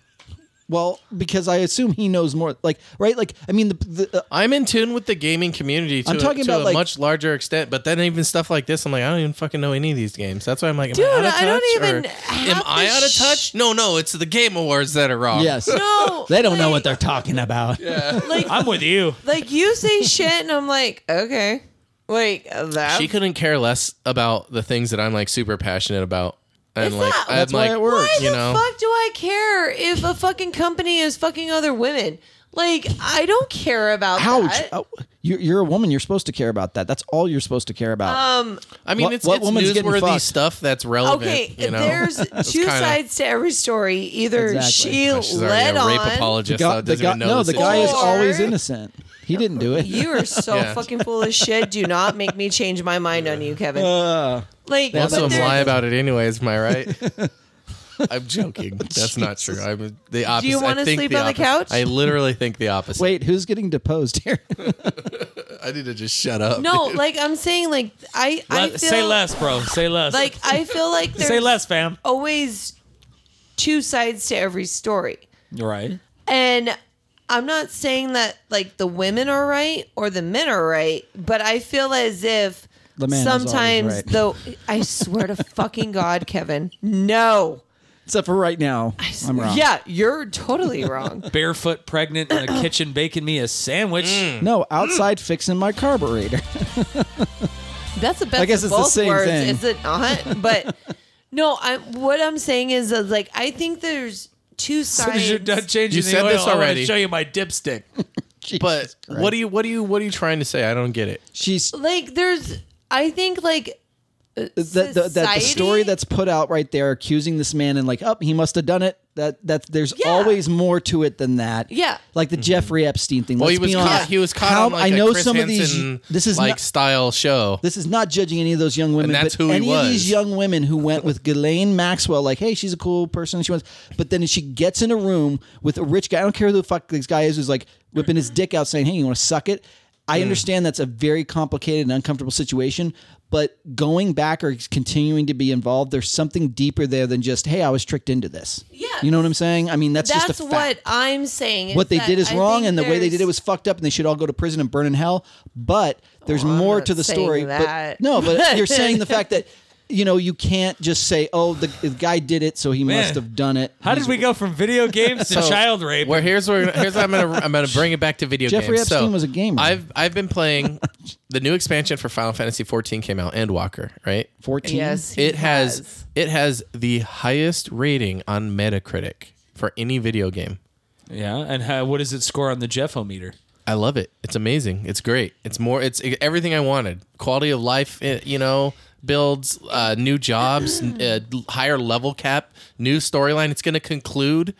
well, because I assume he knows more, like right? Like I mean the, the uh,
I'm in tune with the gaming community to,
I'm
a-
talking
to
about,
a
like-
much larger extent, but then even stuff like this, I'm like, I don't even fucking know any of these games. That's why I'm like, am
Dude,
I out of touch?
I don't
or-
even
am
have
I
to
out of
sh-
touch? No, no, it's the game awards that are wrong.
yes,
No,
they don't know what
like-
they're talking about.
like.
I'm with you.
like you say shit, and I'm like, okay, like that.
She couldn't care less about the things that I'm like super passionate about. And
It's
like,
not-
I'm
That's
why
like,
it works.
Why
you
the
know?
fuck do I care if a fucking company is fucking other women? Like I don't care about
Ouch!
that.
Oh, you're, you're a woman. You're supposed to care about that. That's all you're supposed to care about.
Um, I mean,
What-
it's,
what
it's
woman's getting
newsworthy
fucked?
stuff that's relevant.
Okay,
you know?
there's
It's
two
kinda-
sides to every story. Either
Exactly.
she
Gosh, she's already
led
a rape
on.
apologist.
Guy-
so it
the
doesn't
guy,
even know
no, the guy is
situation.
always
Or-
innocent. He didn't do it.
You are so
Yeah.
fucking full of shit. Do not make me change my mind on you, Kevin.
Uh,
like,
Most
but
of them
there's-
lie about it anyways. Am I right? I'm joking.
Oh,
That's not true. I'm the opposite.
you
want
wanna
to
sleep on the couch?
I literally think the opposite.
Wait, who's getting deposed here?
I need to just shut up.
No,
dude.
like I'm saying, like I, I
Let-
feel,
say less, bro. Say less.
Like I feel like there's
say less, fam.
always two sides to every story.
Right.
And I'm not saying that like the women are right or the men are right, but I feel as if
The man is always
sometimes
right.
though I swear to fucking God, Kevin. No.
Except for right now, I'm wrong.
Yeah, you're totally wrong.
Barefoot, pregnant in the kitchen, baking me a sandwich.
Mm.
No, outside fixing my carburetor.
That's the best.
I guess it's
of
the
both
same
words,
thing.
is it not? But no, I what I'm saying is, is like I think there's two
As soon
sides.
as you're done changing
You
the
said
oil,
this
I wanna
already.
show you my dipstick.
but
Christ.
what do you what do you what are you trying to say? I don't get it.
She's
Like there's, I think like
that the, that the
Society?
story that's put out right there accusing this man and like, oh, he must have done it. That that there's
Yeah.
always more to well, it than that.
Yeah.
like the Jeffrey Epstein thing.
Mm-hmm. Well,
Let's
Oh, he was
be honest.
caught. He was caught
How-
on like
I know
a Chris
some
Hansen,
of these. This is
like
not,
style show.
This is not judging any of those young women.
And that's
but
who he
any of these
was.
young women who went with Ghislaine Maxwell, like, hey, she's a cool person. She wants, but then she gets in a room with a rich guy. I don't care who the fuck this guy is, who's like whipping his dick out, saying, "Hey, you want to suck it?" I understand that's a very complicated and uncomfortable situation, but going back or continuing to be involved, there's something deeper there than just, "Hey, I was tricked into this." Yeah, you know what I'm saying? I mean, that's,
that's
just a fact
what I'm saying. is
what they
that
did is
I
wrong
think
and the way they
there's-
did it was fucked up and they should all go to prison and burn in hell but there's
Oh, I'm
more
not
to the
saying
story
that.
But, no but you're saying the fact that you know you can't just say oh the, the guy did it so he
Man.
must have done it
How did we go from video games to child rape?
Well, here's where here's how I'm gonna I'm gonna bring it back to video
Jeffrey
games.
Epstein
so
was a gamer.
I've I've been playing the new expansion for Final Fantasy 14 came out, Endwalker, right?
14
Yes, he
it has. it has the highest rating on Metacritic for any video game.
yeah, and how, what does it score on the Jeffometer?
I love it. It's amazing. It's great. It's more. It's e, everything I wanted. Quality of life. eh, You know, builds uh, new jobs, n- uh, higher level cap, new storyline. It's going to conclude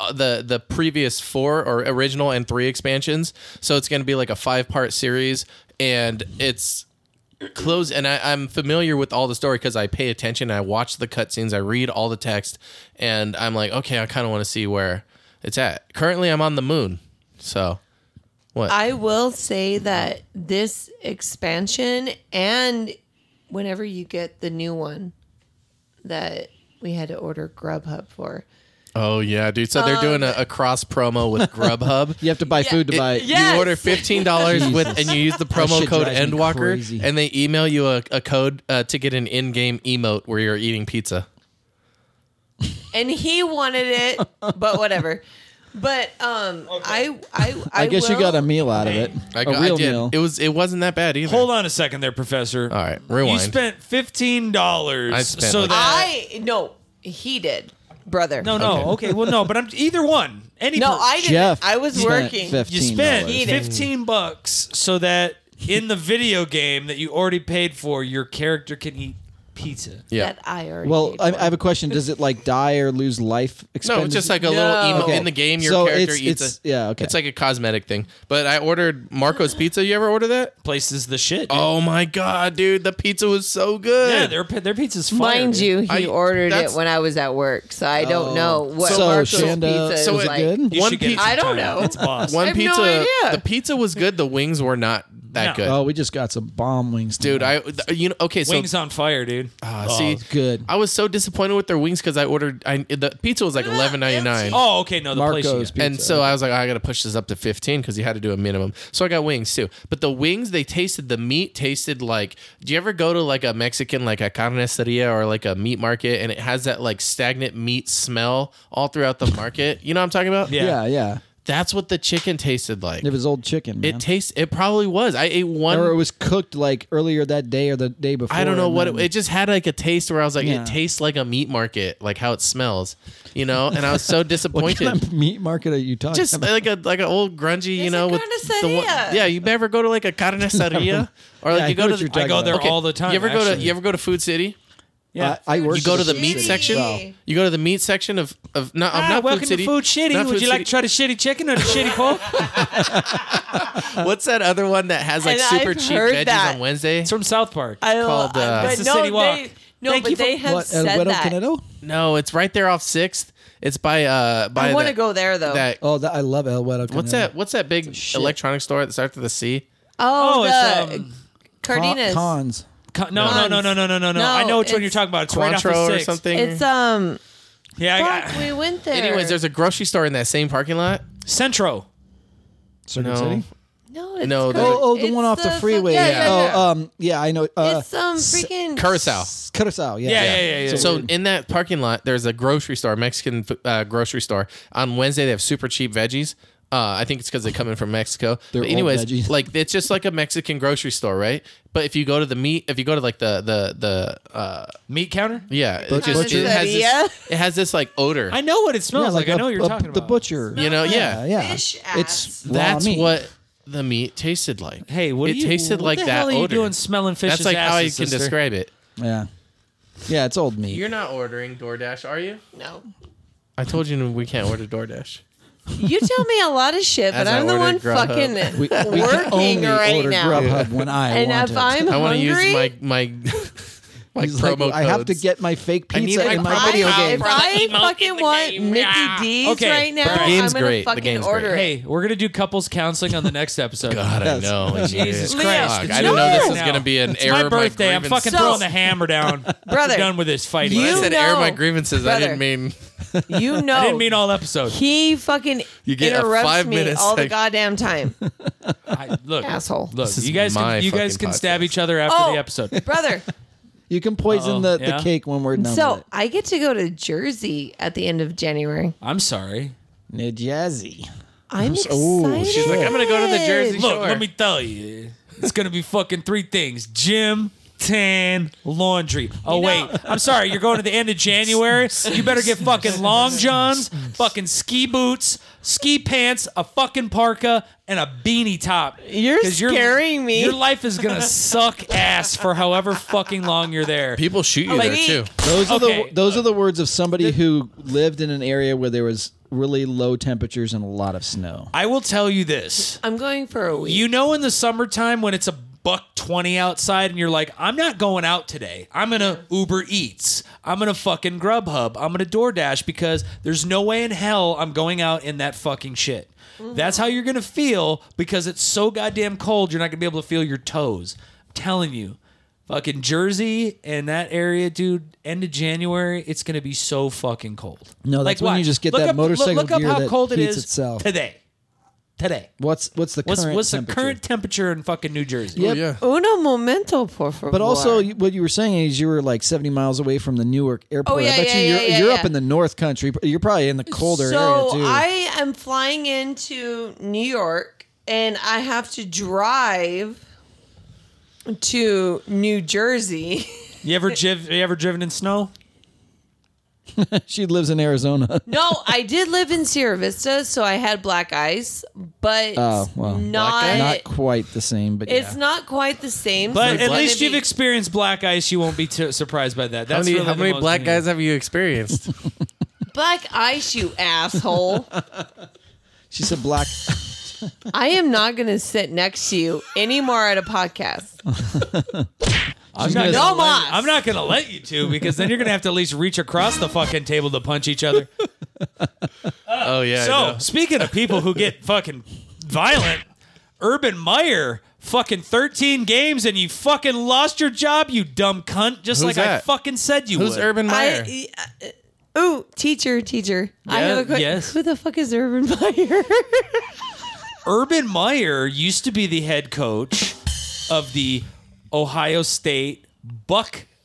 uh, the the previous four or original and three expansions. So it's going to be like a five part series, and it's close and I, I'm familiar with all the story because I pay attention. I watch the cutscenes. I read all the text, and I'm like, okay, I kind of want to see where it's at. Currently, I'm on the moon, so what?
I will say that this expansion and whenever you get the new one that we had to order Grubhub for.
oh yeah, dude. So they're doing
Um,
a, a cross promo with Grubhub.
you have to buy food to buy it.
yeah. Yes.
You order fifteen dollars with,
Jesus.
and you use the
That
promo
shit
code
drives me
Endwalker,
crazy.
and they email you a, a code uh, to get an in-game emote where you're eating pizza.
And he wanted it, but whatever. But um I I I,
i guess you
will-
got a meal out of it
I,
A
got- I
real
did.
meal
It was. It wasn't that bad either.
Hold on a second, there, Professor.
All right,
You
rewind.
spent fifteen
I
dollars.
spent
So
like-
that
I no, he did, brother.
no, no, okay. well, no, but I'm either one. Any
No,
per-
I didn't.
jeff
I was
spent
working.
15
you spent
$15.
fifteen bucks so that in the video game that you already paid for, your character can eat pizza.
Yeah.
That I already.
Well,
paid
I,
for.
I have a question. Does it like die or lose life?
No, it's just like a little emo
Okay.
in the game. Your
So
character
it's-
eats
it's-
a,
yeah, okay.
It's like a cosmetic thing. But I ordered Marco's Pizza. You ever order that?
Places the shit. dude.
Oh my god, dude, the pizza was so good.
yeah, their their pizza's fire.
Mind
dude.
you,
I-
he ordered it
that's-
when I was at work, so I don't know what
Oh. so
Marco's
Shanda,
pizza
so
is
it-
like.
good?
You
One
should get it
pizza-
I don't
sometime.
know.
It's boss.
One
I have no
pizza.
idea.
The pizza was good. The wings were not that
No.
good.
Oh, we just got some bomb wings,
Dude,
tonight.
I th- you know okay, so
Wings on fire, dude.
Ah,
oh.
see,
good.
I was so disappointed with their wings because I ordered. I the pizza was like eleven ninety nine.
Oh, okay. No, the
Marco's
place. You got.
pizza.
And so I was like, "Oh, I gotta push this up to fifteen because you had to do a minimum. So I got wings too. But the wings, they tasted the meat tasted like. Do you ever go to like a Mexican like a carniceria or like a meat market and it has that like stagnant meat smell all throughout the market? You know what I'm talking about?
Yeah.
yeah, yeah.
That's what the chicken tasted like.
It was old chicken. Man.
It tastes. It probably was. I ate one.
or it was cooked like earlier that day or the day before.
I don't know
and
what it,
then-
it just had like a taste where I was like,
Yeah.
it tastes like a meat market, like how it smells, you know. And I was so
what
disappointed.
kind of meat market are you talking
just
about?
like a like an old grungy, you
It's
know,
a
with the one-
carniceria.
yeah. You ever go to like a carniceria or like
Yeah, I
you go
know
to
what you're
the,
talking
I go there
about.
all the time.
you ever go to
actually.
you ever go to Food City?
Yeah, I, I work.
You go to the meat
City.
section.
Wow.
You go to the meat section of of not, of
Ah,
not
welcome
Food City.
to Food Shitty.
not
Would
Food
you like to
City.
try the shitty chicken or the shitty pork?
What's that other one that has like
And
super
I've
cheap
heard
veggies
that.
on Wednesday?
It's from South Park.
I
called, uh,
but
It's a
no,
city walk.
they, no,
Thank you
but
for-
they have
what, El
said
Guero
that.
Canedo?
No, it's right there off Sixth. It's by uh by.
I want to
that-
go there though.
That
Oh, that, I love El Guero. Canedo.
What's that? What's that big electronic store that starts with a C?
oh,
Oh,
the
it's, um,
Con-
Cardenas.
Ah, Cons.
Co- no, no, no, no, no, no, no, no. I know which one you're
it's-
talking about. It's right off
Quantro
the
or
six.
something.
It's um.
Yeah, I
Fuck,
got
we went there.
Anyways, there's a grocery store in that same parking lot.
Centro.
Circuit
No.
City.
no. It's
no,
called-
there's-
Oh, oh, the
it's
one off the
fuck-
freeway.
Yeah, yeah, yeah.
Oh, um, yeah, I know. Uh,
it's um freaking
Curacao.
Curacao. Yeah.
Yeah, yeah, yeah, yeah.
So in that parking lot, there's a grocery store, Mexican uh, grocery store. On Wednesday, they have super cheap veggies. Uh, I think it's because they come in from Mexico.
They're
but
old
anyways,
veggies.
like it's just like a Mexican grocery store, right? But if you go to the meat, if you go to like the the the uh,
Meat counter?
yeah, it,
Butcher-
just, it has
Carniceria?
this, it has this like odor.
I know what it smells
Yeah,
like. I
a-
know what you're
a-
talking about.
The butcher.
you know, yeah,
Yeah, yeah.
Fish
It's
ass.
raw
That's
meat.
what the meat tasted like.
Hey, what
it
are you,
tasted
what
like
the
that
hell are you
odor.
doing smelling fish?
That's like how I can
asses, sister?
describe it.
Yeah. Yeah, it's old meat.
You're not ordering DoorDash, are you?
No.
I told you we can't order DoorDash.
You tell me a lot of shit,
As
but
I
I'm the one
ordered Grubhub.
fucking
we, we can
working
only
right
order
now.
Grubhub when I
And
want
if
it.
I'm
I want to use
hungry,
my my my
He's
promo
like, I have to
codes.
get my fake
I need
pizza
my
in my
promo
video
code.
game.
If I fucking want Mickey D's
Okay,
right now,
perfect.
The game's
I'm gonna
great. The
fucking
game's
order it.
Hey, we're going to do couples counseling on the next episode.
God,
Yes.
I know.
Jesus
Leo,
Christ.
Fuck,
it's
I didn't
your
know this
turn
was
now.
gonna be an
it's
error.
my birthday. I'm fucking
grievances.
So-
throwing the hammer down.
Brother.
We're done with this fighting.
You-
I said air
know-
my grievances. I
Brother.
didn't mean.
You know,
I didn't mean all episodes.
he fucking
You get a
interrupts me
five-minute
all the
sec-
goddamn time,
I, look,
Asshole.
Look,
is
you guys
my
can you guys
fucking
can stab
podcast.
each other after
Oh.
the episode.
brother.
You can poison
Uh-oh.
the,
Yeah?
the cake when we're done.
So I get to go to Jersey at the end of January.
I'm sorry.
with it. Nijazzy.
I'm
oh,
excited.
she's like,
I'm gonna go to the Jersey
Look,
Sure.
let me tell you, it's gonna be fucking three things: gym, tan, laundry. Oh
You know-
wait, I'm sorry. You're going to the end of January. You better get fucking long johns, fucking ski boots, ski pants, a fucking parka, and a beanie top.
You're
'Cause your-
scaring me.
Your life is gonna suck ass for however fucking long you're there.
People shoot you
Like-
there too.
Those are
Okay.
the those are the words of somebody who lived in an area where there was really low temperatures and a lot of snow.
I will tell you this.
I'm going for a week.
You know, in the summertime when it's a buck 20 outside and you're like, I'm not going out today. I'm going to Uber Eats. I'm going to fucking Grubhub. I'm going to DoorDash because there's no way in hell I'm going out in that fucking shit. That's how you're going to feel because it's so goddamn cold. You're not going to be able to feel your toes. I'm telling you. Fucking Jersey and that area, dude. End of January, it's gonna be so fucking cold.
No, that's when
why?
you just get
Look
that
up- look-
motorcycle
Look up
gear
how
that
cold it
heats
is
itself.
today. Today.
What's what's the
What's
current
what's the
temperature?
current temperature in fucking New Jersey?
Yep.
Yeah.
uno momento, por favor.
But also, you- what you were saying is you were like seventy miles away from the Newark airport.
Oh, yeah,
I bet
yeah,
you
yeah,
you're,
yeah,
you're
yeah.
up in the North Country. You're probably in the colder
so
area too.
I am flying into New York and I have to drive to New Jersey.
You ever jiv- you ever driven in snow?
she lives in Arizona.
No, I did live in Sierra Vista, so I had black eyes, but
Oh, well.
not.
Not quite the same, but
it's
yeah.
not quite the same. so
But
it's
at
gonna
least
be-
you've experienced black ice. You won't be too surprised by that.
How
That's
many,
really
how
the
many
most
black
thing.
guys have you experienced?
black eyes, you asshole.
She's a black.
I am not gonna sit next to you anymore at a podcast.
I'm not,
No
gonna let-
mas.
I'm not gonna let you two because then you're gonna have to at least reach across the fucking table to punch each other.
oh yeah. I
So
know.
speaking of people who get fucking violent, Urban Meyer fucking 13 games and you fucking lost your job, you dumb cunt. Just
Who's
like I
that?
fucking said you
who's
would.
Urban Meyer?
I, uh, ooh, teacher, teacher. I
Yeah,
have a question.
yes.
Who the fuck is Urban Meyer?
Urban Meyer used to be the head coach of the Ohio State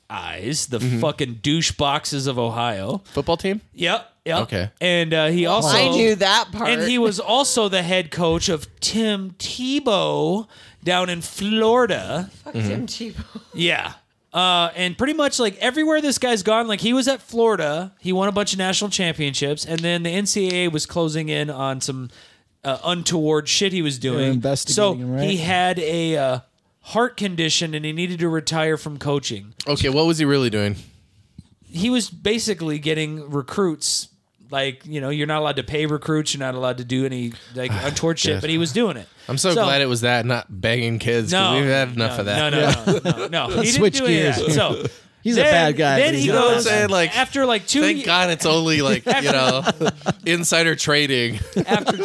Buckeyes, the fucking douche boxes of Ohio.
Football team?
Yep. Yep.
Okay.
And uh, he also
I knew that part.
And he was also the head coach of Tim Tebow down in Florida.
Fuck Tim
Mm-hmm.
Tebow.
Yeah. Uh, and pretty much like everywhere this guy's gone, like he was at Florida, he won a bunch of national championships, and then the NCAA was closing in on some uh, untoward shit he was doing.
investigating
so
him, right?
he had a uh, heart condition and he needed to retire from coaching.
Okay, what was he really doing?
He was basically getting recruits. Like you know, you're not allowed to pay recruits. You're not allowed to do any like untoward shit.
God.
But he was doing it.
I'm so, glad it was that, not banging kids. 'cause
No,
we've had enough
no,
of that.
No, no, no, no. no. He didn't
Switch
do any of
gears.
that. So
He's a
then-
bad guy,
Then
but he's
he
not- You know
goes
what I'm
saying? Like,
after like two.
Thank
ye-
God it's only like you know insider trading.
after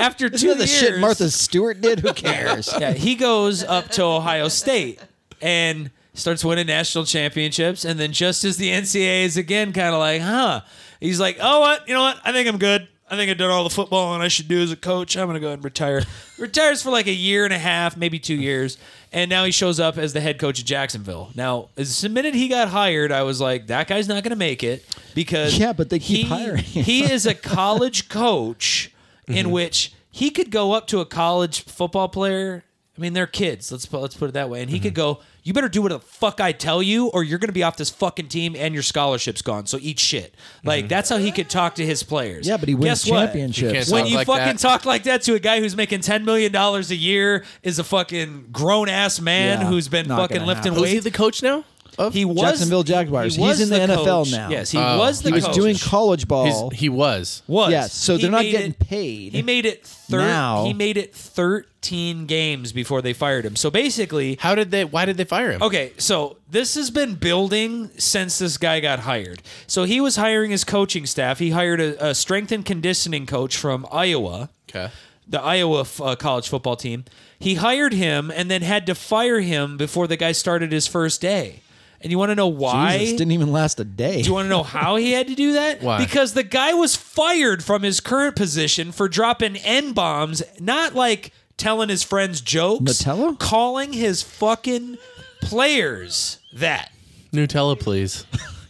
after two
Isn't that the
years,
shit Martha Stewart did? Who cares?
Yeah, he goes up to Ohio State and starts winning national championships, and then just as the NCAA is again kind of like, huh? He's like, oh what? You know what? I think I'm good. I think I've done all the football and I should do as a coach. I'm gonna go ahead and retire. Retires for like a year and a half, maybe two years, and now he shows up as the head coach of Jacksonville. Now, as the minute he got hired, I was like, that guy's not gonna make it because
Yeah, but they keep
he-
hiring him.
he is a college coach
Mm-hmm.
in which he could go up to a college football player. I mean, they're kids. Let's put, let's put it that way. And he could
Mm-hmm.
go, "You better do what the fuck I tell you, or you're going to be off this fucking team and your scholarship's gone. So eat shit." Like that's how he could talk to his players.
Mm-hmm. Yeah, but he wins
Guess what?
championships.
You can't
When
Talk
you
like
fucking
that.
talk like that to a guy who's making ten million dollars a year, is a fucking grown ass man
Yeah,
who's been
not
fucking
gonna
lifting
happen.
Was he
weights.
the coach now? Of?
He was
Jacksonville Jaguars.
he was
He's in the NFL
coach.
now.
Yes, he
Oh.
was the.
He
He was
coach.
doing college ball.
He's- he was.
was.
Yes, so
He
they're not
made
getting
it-
paid.
He made it thir-
Now-
He made it thirteen games before they fired him. So basically,
How did they? Why did they fire him?
okay. So this has been building since this guy got hired. So he was hiring his coaching staff. He hired a, a strength and conditioning coach from Iowa
Okay.
the Iowa f- uh, college football team. He hired him and then had to fire him before the guy started his first day. And you want to know why?
Jesus, didn't even last a day.
Do you want to know how he had to do that?
Why?
Because the guy was fired from his current position for dropping n bombs, not like telling his friends jokes,
Nutella?
calling his fucking players that.
Nutella, please.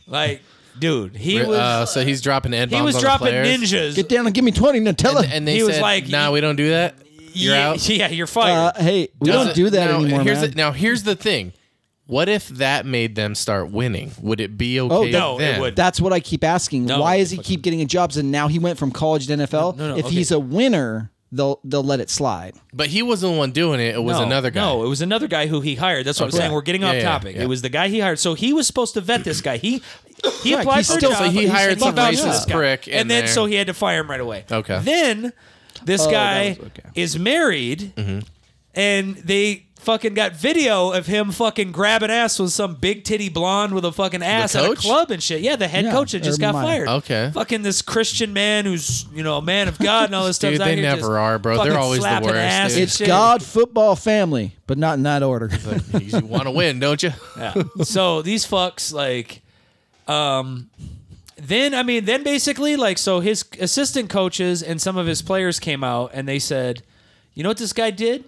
Like, dude, he was
uh, so he's dropping Ed
he was dropping ninjas.
Get down and give me 20 Nutella.
And, and they
He was
said,
like,
"Nah, we don't do that. You're
yeah,
out."
yeah, you're fired.
uh, hey, we
Does
don't
it-
do that
now,
anymore,
Here's
man.
The, now here's the thing. What if that made them start winning? Would it be okay?
Oh,
with
no, it
them?
wouldn't.
That's what I keep asking.
No,
Why does he keep getting jobs? And now he went from college to NFL.
no,
if
okay.
he's a winner, they'll they'll let it slide.
But he wasn't the one doing it. It was
no,
another guy.
No, it was another guy who he hired. That's what I'm
Okay.
saying. We're getting
Yeah,
off
yeah,
topic.
yeah.
It was the guy he hired. So he was supposed to vet this guy. He he
Right,
applied
he's
for a
still-
job.
so he
but
hired
said,
some
"Fuck this
racist
guy."
prick in
and then
there.
so he had to fire him right away.
Okay.
Then this guy
Oh, that was okay.
is married,
Mm-hmm.
and they fucking got video of him fucking grabbing ass with some big titty blonde with a fucking ass at a
coach?
club and shit. Yeah, the head
Yeah,
coach that just
Urban
got
Meyer.
fired.
Okay.
Fucking this Christian man who's you know a man of God and all this stuff.
Dude, they never are, bro. They're always the worst, dude.
It's God, football, family, but not in that order.
you want to win, don't you?
Yeah. so these fucks like um then I mean then basically like so his assistant coaches and some of his players came out and they said, "You know what this guy did?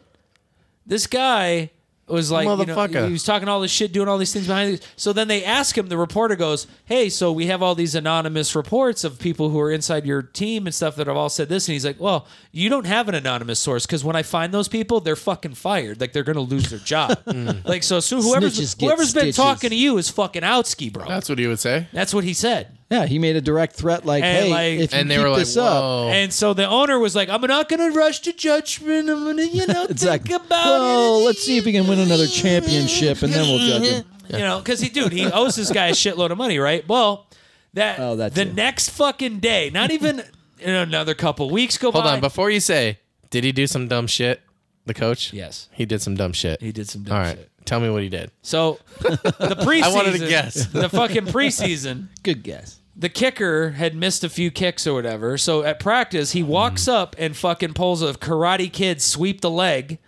This guy was like, you know,
Motherfucker.
he was talking all this shit, doing all these things behind. The- so then they ask him. The reporter goes, "Hey, so we have all these anonymous reports of people who are inside your team and stuff that have all said this." And he's like, "Well, you don't have an anonymous source because when I find those people, they're fucking fired. Like they're gonna lose their job. Like so, so whoever's
Snitches get
whoever's been
stitches.
talking to you is fucking outski, bro.
That's what he would say.
That's what he said."
Yeah, he made a direct threat like,
And,
"Hey,
like-
if you
And they
keep
were like,
this up,
"Whoa."
And so the owner was like, "I'm not gonna rush to judgment. I'm gonna, you know,
it's
think
like,
about
well,
it." Mm-hmm.
let's see if he can win another championship, and then we'll judge him."
You know, because he, dude, he owes this guy a shitload of money, right? Well, that,
Oh, that
the
too.
next fucking day, not even in another couple weeks go
Hold
by.
on, before you say, did he do some dumb shit? The coach?
Yes.
He did some dumb shit.
he did some dumb
All right.
shit.
Tell me what he did.
So the preseason,
wanted to guess.
the fucking preseason.
Good guess.
the kicker had missed a few kicks or whatever. So at practice, he
Mm-hmm.
walks up and fucking pulls a karate kid sweep the leg,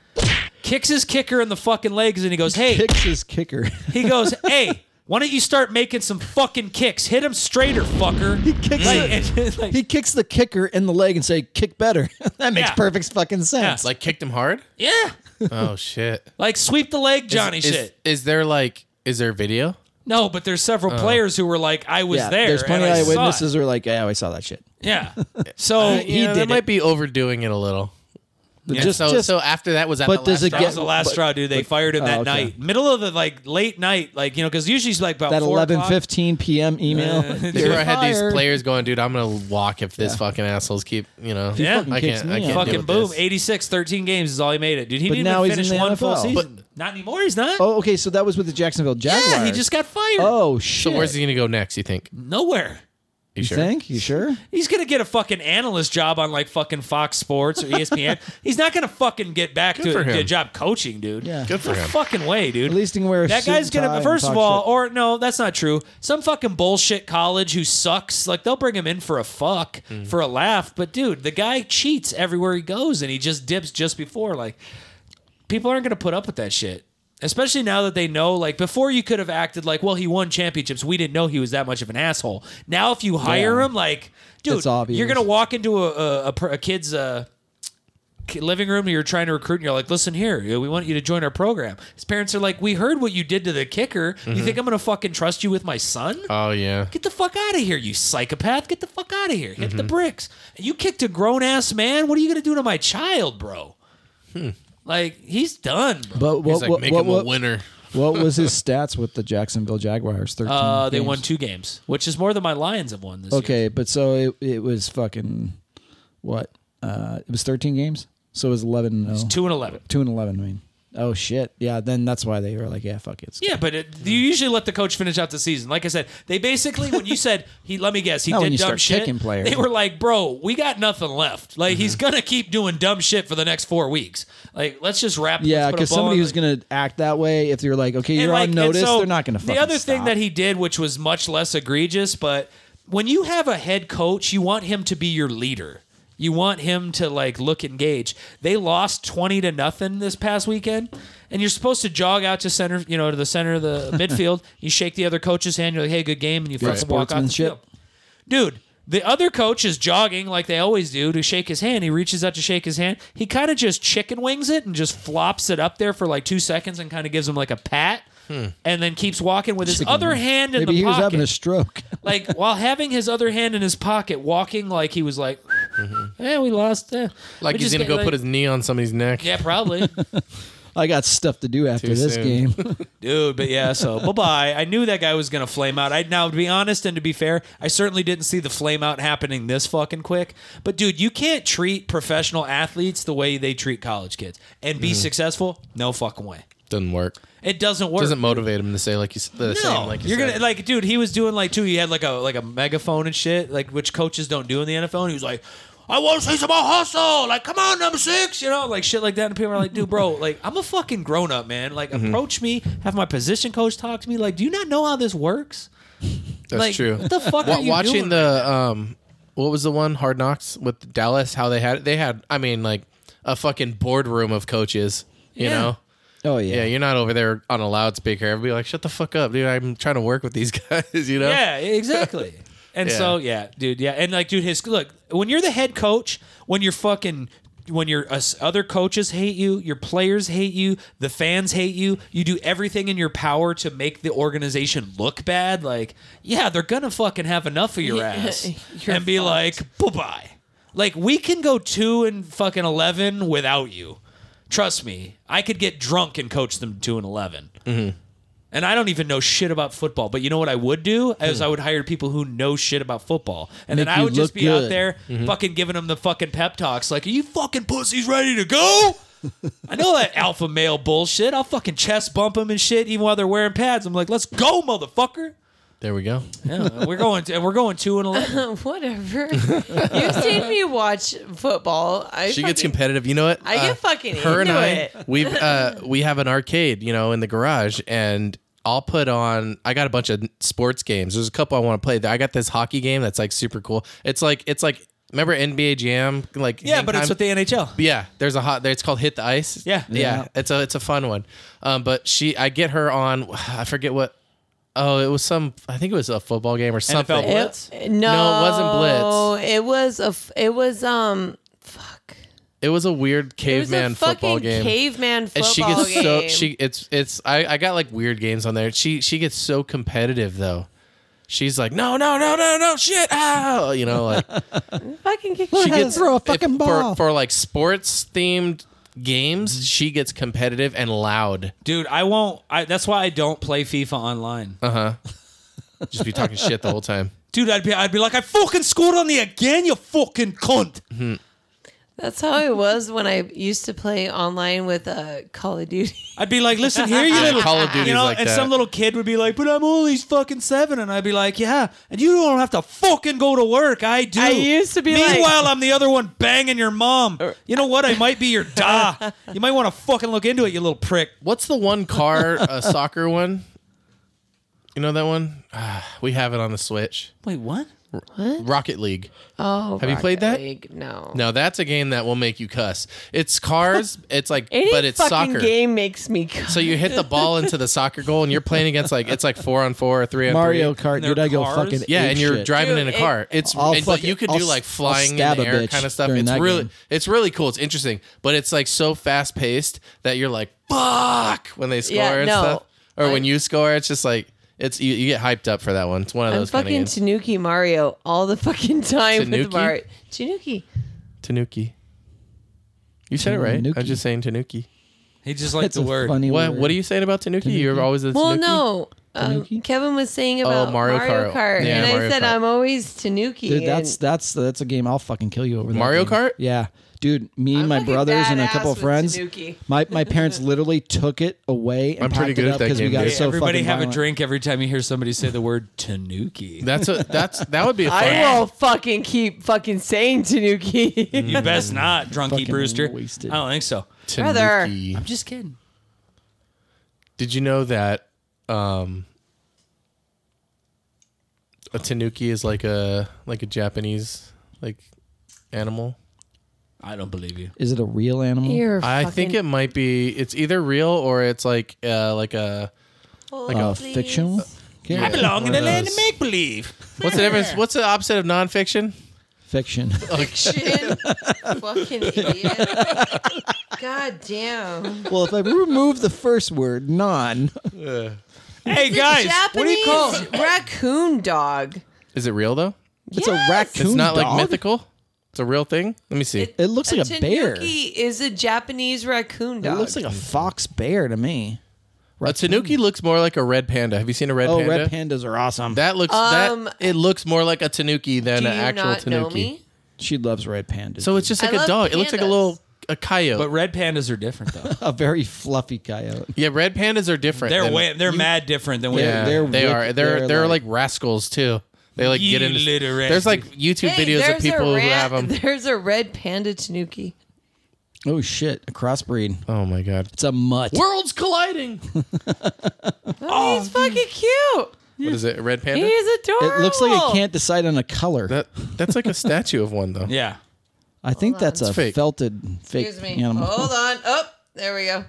kicks his kicker in the fucking legs, and he goes, "Hey,
Kicks his kicker.
he goes, hey." Why don't you start making some fucking kicks? Hit him straighter, fucker. He
kicks
like, and- like,
he kicks the kicker in the leg and say, "Kick better." that makes
Yeah.
perfect fucking sense.
Like kicked him hard?
yeah,
Oh shit.
like sweep the leg, Johnny.
Is-
shit.
Is, is there like is there video?
no, but there's several players who were like, "I was
Oh. yeah,
there."
there's plenty of
and I saw it.
eyewitnesses who are like, "Yeah, I saw that shit."
Yeah. So
He
yeah,
did that might be overdoing it a little.
Just,
So
just
so after that was that
But
the last
does it
That
drive?
get-
was the last straw, dude. They fired him that
oh, okay.
night, middle of the like late night, like you know, because usually it's like about
that
4
11:15
o'clock.
p.m. email.
They
You're
were- had these
fired.
players going, dude, I'm gonna walk if this fucking assholes keep, you know.
Yeah.
I
kicks
can't.
me
I
out.
can't deal
Fucking
with
boom,
this.
86, 13 games is all he made it, dude. He
But
didn't
now
even
he's
finish
in the
one full
NFL.
season. not anymore. He's not.
Oh, okay. So that was with the Jacksonville Jaguars.
yeah, he just got fired.
Oh shit.
So where's he gonna go next? You think? You,
Nowhere.
You
sure?
think? You sure?
He's gonna get a fucking analyst job on like fucking Fox Sports or E ESPN. he's not gonna fucking get back
for
to a,
him.
a job coaching, dude.
Yeah.
Good for
No
him.
fucking way, dude.
At least he can wear a
that
suit
guy's
and
gonna.
tie
First
and
of
talk
all,
shit.
or no, that's not true. Some fucking bullshit college who sucks. Like they'll bring him in for a fuck
Hmm.
for a laugh, but dude, the guy cheats everywhere he goes, and he just dips just before. Like people aren't gonna put up with that shit. Especially now that they know, like before, you could have acted like, "Well, he won championships. We didn't know he was that much of an asshole." Now, if you hire
Yeah.
him, like, dude,
It's obvious.
you're gonna walk into a a, a, per- a kid's uh, ki- living room you're trying to recruit and you're like listen here we want you to join our program his parents are like we heard what you did to the kicker you
Mm-hmm.
think i'm gonna fucking trust you with my son
Oh yeah.
get the fuck out of here you psychopath get the fuck out of here hit
Mm-hmm.
the bricks you kicked a grown-ass man what are you gonna do to my child bro
Hmm.
like he's done bro.
But what,
He's like,
what,
make
what,
him a
what-
winner.
what was his stats with the Jacksonville Jaguars? Thirteen.
uh, they
games?
won two games which is more than my lions have won this year.
Okay, but so it, it was fucking what? Uh, it was thirteen games. So it was eleven. and 0.
two and 11
two and eleven. I mean, oh shit, yeah. Then that's why they were like, yeah, fuck it. It's
Yeah, but it,
Hmm.
you usually let the coach finish out the season. Like I said, they basically when you said he, let me guess, he
Not
did
when you
dumb
start
shit.
kicking players. Mm-hmm.
They were like, bro, we got nothing left. Like he's gonna keep doing dumb shit for the next four weeks. Like let's just wrap.
Yeah,
because
because somebody who's gonna act that way, if they're like, okay, you're
like,
on notice,
so
they're not gonna. Fucking
The other thing
stop.
that he did, which was much less egregious, but when you have a head coach, you want him to be your leader. You want him to like look engaged. They lost twenty to nothing this past weekend, and you're supposed to jog out to center, you know, to the center of the midfield. You shake the other coach's hand. You're like, "Hey, good game," and you fucking walk out the
sportsmanship.
field. Dude, the other coach is jogging like they always do to shake his hand. He reaches out to shake his hand. He kind of just chicken wings it and just flops it up there for like two seconds and kind of gives him like a pat
Hmm.
and then keeps walking with his other hand in
maybe
the
he was
pocket.
having a stroke.
like while having his other hand in his pocket, walking like he was like, "Yeah, we lost." eh."
Mm-hmm. Like
We
he's
just
gonna
get,
go
like-
put his knee on somebody's neck.
Yeah, probably.
I got stuff to do after
Too
this
soon.
game.
Dude, but yeah, so bye bye. I knew that guy was gonna flame out. I now to be honest and to be fair, I certainly didn't see the flame out happening this fucking quick. But dude, you can't treat professional athletes the way they treat college kids and be successful. No fucking way.
Doesn't work.
It doesn't work.
Doesn't motivate him to say like you s- the
no,
same like you
you're
said.
gonna like, dude. He was doing like too. He had like a like a megaphone and shit, like which coaches don't do in the NFL. And he was like, "I want to see some more hustle. Like, come on, number six, you know, like shit like that." And people are like, "Dude, bro, like I'm a fucking grown up, man. Like,
Mm-hmm.
approach me, have my position coach talk to me. Like, do you not know how this works?
That's
like,
true.
What the fuck
Wa-
are you
watching
doing?
the um, what was the one Hard Knocks with Dallas? How they had they had I mean like a fucking boardroom of coaches. You
Yeah.
know.
Oh
Yeah,
yeah,
you're not over there on a loudspeaker. Everybody like, shut the fuck up, dude. I'm trying to work with these guys. You know.
Yeah, e-, exactly. And
Yeah.
so yeah, dude, yeah. And like dude, his look, when you're the head coach, when you're fucking when your uh, other coaches hate you, your players hate you, the fans hate you, you do everything in your power to make the organization look bad. Like, yeah, they're gonna fucking have enough of your
Yeah,
ass
you're
and be
fucked.
like, bye bye. Like, we can go two and fucking eleven without you. Trust me, I could get drunk and coach them to two and 11 and I don't even know shit about football. But you know what I would do is I would hire people who know shit about football, and
Hmm. Make
then I
you
would just
look
be out
good. Mm-hmm.
there fucking giving them the fucking pep talks, like, "Are you fucking pussies ready to go?" I know that alpha male bullshit. I'll fucking chest bump them and shit, even while they're wearing pads. I'm like, "Let's go, motherfucker!"
There we go.
Yeah, we're going to, we're going two and eleven.
Whatever. You've seen me watch football. I
She gets
fucking-
competitive. You know what? Uh,
I get fucking
her and
into
I.
it.
We've uh, we have an arcade, you know, in the garage, and I'll put on. I got a bunch of sports games. There's a couple I want to play. I got this hockey game that's like super cool. It's like it's like remember NBA Jam? Like
yeah,
hang
but it's
time?
with the NHL.
Yeah, there's a hot. there- It's called Hit the Ice.
Yeah.
yeah,
Yeah.
It's a it's a fun one. Um, but she, I get her on. I forget what. Oh, it was some. I think it was a football game or something.
Blitz?
It-
No,
no,
it wasn't Blitz.
It was a. f- It was um. Fuck.
It was a weird
It was
caveman
a
football
fucking
game.
caveman
and
football
she gets
game.
so she it's it's I, I got like weird games on there. She she gets so competitive though. She's like, no, no, no, no, no, shit, ow, you know, like
fucking kick
She
my
gets throw a fucking
if-
ball.
for for like sports themed
Mm-hmm.
games. She gets competitive and loud.
Dude, I won't. I, that's why I don't play FIFA online.
Uh-huh.
Just be talking shit the whole time.
Dude, I'd be, I'd be like, I fucking scored on the again, you fucking cunt.
That's how it was when I used to play online with uh, Call of Duty.
I'd be like, listen here, you
Yeah,
little
Call of Duty's
you know,
like
and
that.
some little kid would be like, but I'm only fucking seven, and I'd be like, yeah, and you don't have to fucking go to work. I do.
I used to be like-
Meanwhile, I'm the other one banging your mom. You know what? I might be your da. You might want to fucking look into it, you little prick.
What's the one car uh, soccer one? You know that one? Ah, we have it on the Switch.
Wait, what?
Rocket League.
Oh,
Have you played that?
League? No.
No, that's a game that will make you cuss. It's cars. It's like,
Any
but it's
fucking
soccer.
game makes me. c-
So you hit the ball into the soccer goal, and you're playing against like it's like four on four or three on
Mario
Three.
Kart,
Their
dude, I go
cars?
fucking
Yeah,
ape
and you're
shit.
driving in a
Dude,
car. It's
I'll
and, but
fucking-
you could
I'll
do like
s-
flying
I'll
in
stab
the
a
air
bitch
kind of stuff.
during
It's
that
really
game.
it's really cool. It's interesting, but it's like so fast paced that you're like fuck when they score
Yeah,
and
no.
stuff, or when
I-
you score, it's just like it's you, you get hyped up for that one. It's one of
I'm
those kind of
fucking
games.
Tanuki Mario all the fucking time
Tanuki?
with Mario. Tanuki.
Tanuki. You said it right. I was
Tanuki.
just saying Tanuki.
He just liked
That's
the
a
word.
funny
What
word.
What are you saying about Tanuki? You're always a
Well,
Tanuki?
no. Um,
Tanuki?
Kevin was saying about
Mario Kart.
Mario, Kart,
Yeah,
and
Mario
I said
Kart.
I'm always Tanuki.
Dude,
and
that's that's that's a game I'll fucking kill you over. that
Mario
game.
Kart?
Yeah, dude. Me and
I'm
my
fucking
brothers and a
badass
couple
with
friends.
Tanuki.
My my parents literally took it away and
I'm pretty
packed
good
it
at
up
that
because we
game,
got
dude.
so
Everybody
fucking
have
violent.
a drink every time you hear somebody say the word tanuki.
That's a that's that would be a fun.
I will fucking keep fucking saying Tanuki.
you best not, drunky
Fucking
Brewster.
wasted.
I don't think so.
Brother.
Tanuki.
I'm just kidding.
Did you know that um, a tanuki is like a like a Japanese like animal?
I don't believe you.
Is it a real animal?
You're
I think it might be. It's either real or it's like uh, like a
like
A fictional?
I
character?
belong in a
One of
land of
those.
make believe.
what's the difference? What's the opposite of nonfiction?
Fiction.
fiction. fucking idiot. God damn.
well, if I remove the first word, non,
Hey guys,
Japanese
what do you call?
raccoon dog.
Is it real though?
it's a raccoon.
It's not
dog?
like mythical. It's a real thing. Let me see.
It looks like a bear. It
tanuki is a Japanese raccoon dog.
looks like a fox bear to me.
a tanuki looks more like a red panda. Have you seen a red
Oh,
panda?
red pandas are awesome.
that looks
Um,
that it looks more like a tanuki than
Do
an
you
actual
not
tanuki.
know me?
she loves red pandas.
So it's just
I
like a
love
dog. It looks like a
pandas.
little a coyote.
But red pandas are different though.
a very fluffy coyote.
yeah, red pandas are different.
They're
than-
way, they're mad different than we.
Yeah,
are.
they're
They're
they
wicked-
are. They're they're,
they're
like, rascals too. They like get
You
into.
little
There's like
rascal.
YouTube
Hey,
videos of
there's a
people who have
rat-
them.
There's a red panda tanuki.
Oh shit, a crossbreed.
Oh my god.
It's a mutt.
Worlds colliding.
Oh, he's fucking cute.
what is it? A red panda?
He's adorable.
It looks like
Oh.
it can't decide on a color.
That that's like a statue of one though.
Yeah.
I think that's a
It's fake.
felted fake
Oh.
Excuse me.
animal.
Hold on. Up. there we go.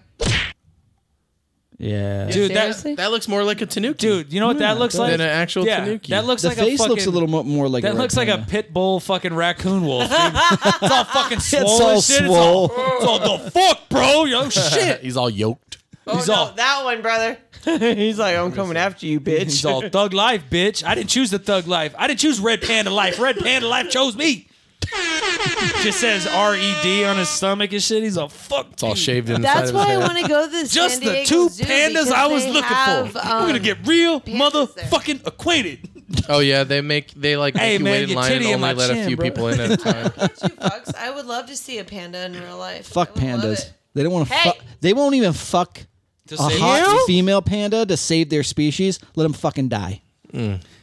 Yeah.
Dude,
Dude,
that- Seriously?
that
That looks more like a tanuki.
dude, you know what that looks
does.
like?
Than an actual
yeah,
tanuki.
That looks
The
like a
face
fucking,
looks a little mo- more like
That
a
looks like a
rectangle.
pit bull fucking raccoon wolf. Dude. it's all fucking swollen.
all
shit. It's all, it's all the fuck, bro. Yo, shit.
He's all yoked.
Oh,
He's
no,
all-
that one, brother. He's like, I'm coming after you, bitch.
He's all thug life, bitch. I didn't choose the thug life. I didn't choose red panda life. Red panda life chose me. Just says R E D on his stomach and shit. He's all fuck.
It's all shaved inside
That's
of his
why I
head.
want to go to the
Just
San
the
Diego
two
Zoo
pandas
because
I was
they
looking
have,
for.
um,
We're gonna get real
pandas there.
motherfucking acquainted.
Oh yeah, they make they like
Hey,
make you
man,
wait in
your
line and
titty in
only
my
let a
chin,
few
bro.
people in at a time.
two fucks. I would love to see a panda in real life.
fuck
I would love
pandas.
it.
They don't want to
Hey!
fuck. They won't even fuck a
save-
hot
You?
female panda to save their species. Let them fucking die.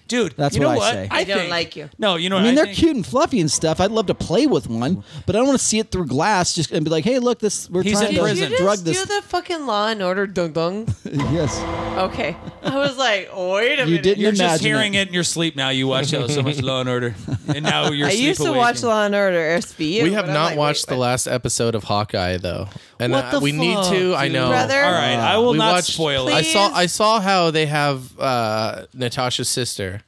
Dude,
That's
you know
what I
what?
say.
They don't like you.
No, you know
I
what
mean, they're
think?
cute and fluffy and stuff. I'd love to play with one, but I don't want to see it through glass. Just and be like, hey, look, this we're
He's
trying
in
to
prison.
Did you
drug
just
this.
do the fucking Law and Order dung dung?
yes,
Okay, I was like, wait a
you
minute.
didn't
You're
imagine
just hearing
it.
it in your sleep now. You watch uh, so much Law and Order, and now you're.
I used to
sleep
watch
awakened.
Law and Order SVU.
We have
but I'm
not
like,
watched
wait,
the
what?
last episode of Hawkeye though, and
What
I-
the
we need
fuck,
to. I
dude?
know.
Brother?
All right, I will
we
not
watched-
spoil
I
it.
saw
Please.
I saw how they have uh, Natasha's sister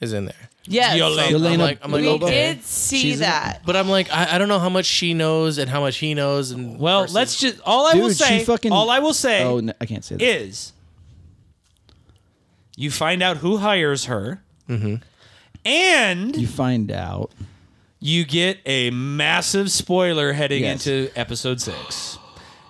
is in there.
Yes,
Yolanda.
I'm
Elena
like, I'm like
we
okay.
did see
She's in-
that.
But I'm like, I, I don't know how much she knows and how much he knows. And
Well,
versus-
let's just. All I will
Dude, she
say.
fucking-
all I will say
Oh, no, I can't say that.
is, you find out who hires her,
Mm-hmm.
and
you find out.
you get a massive spoiler heading
Yes.
into episode six.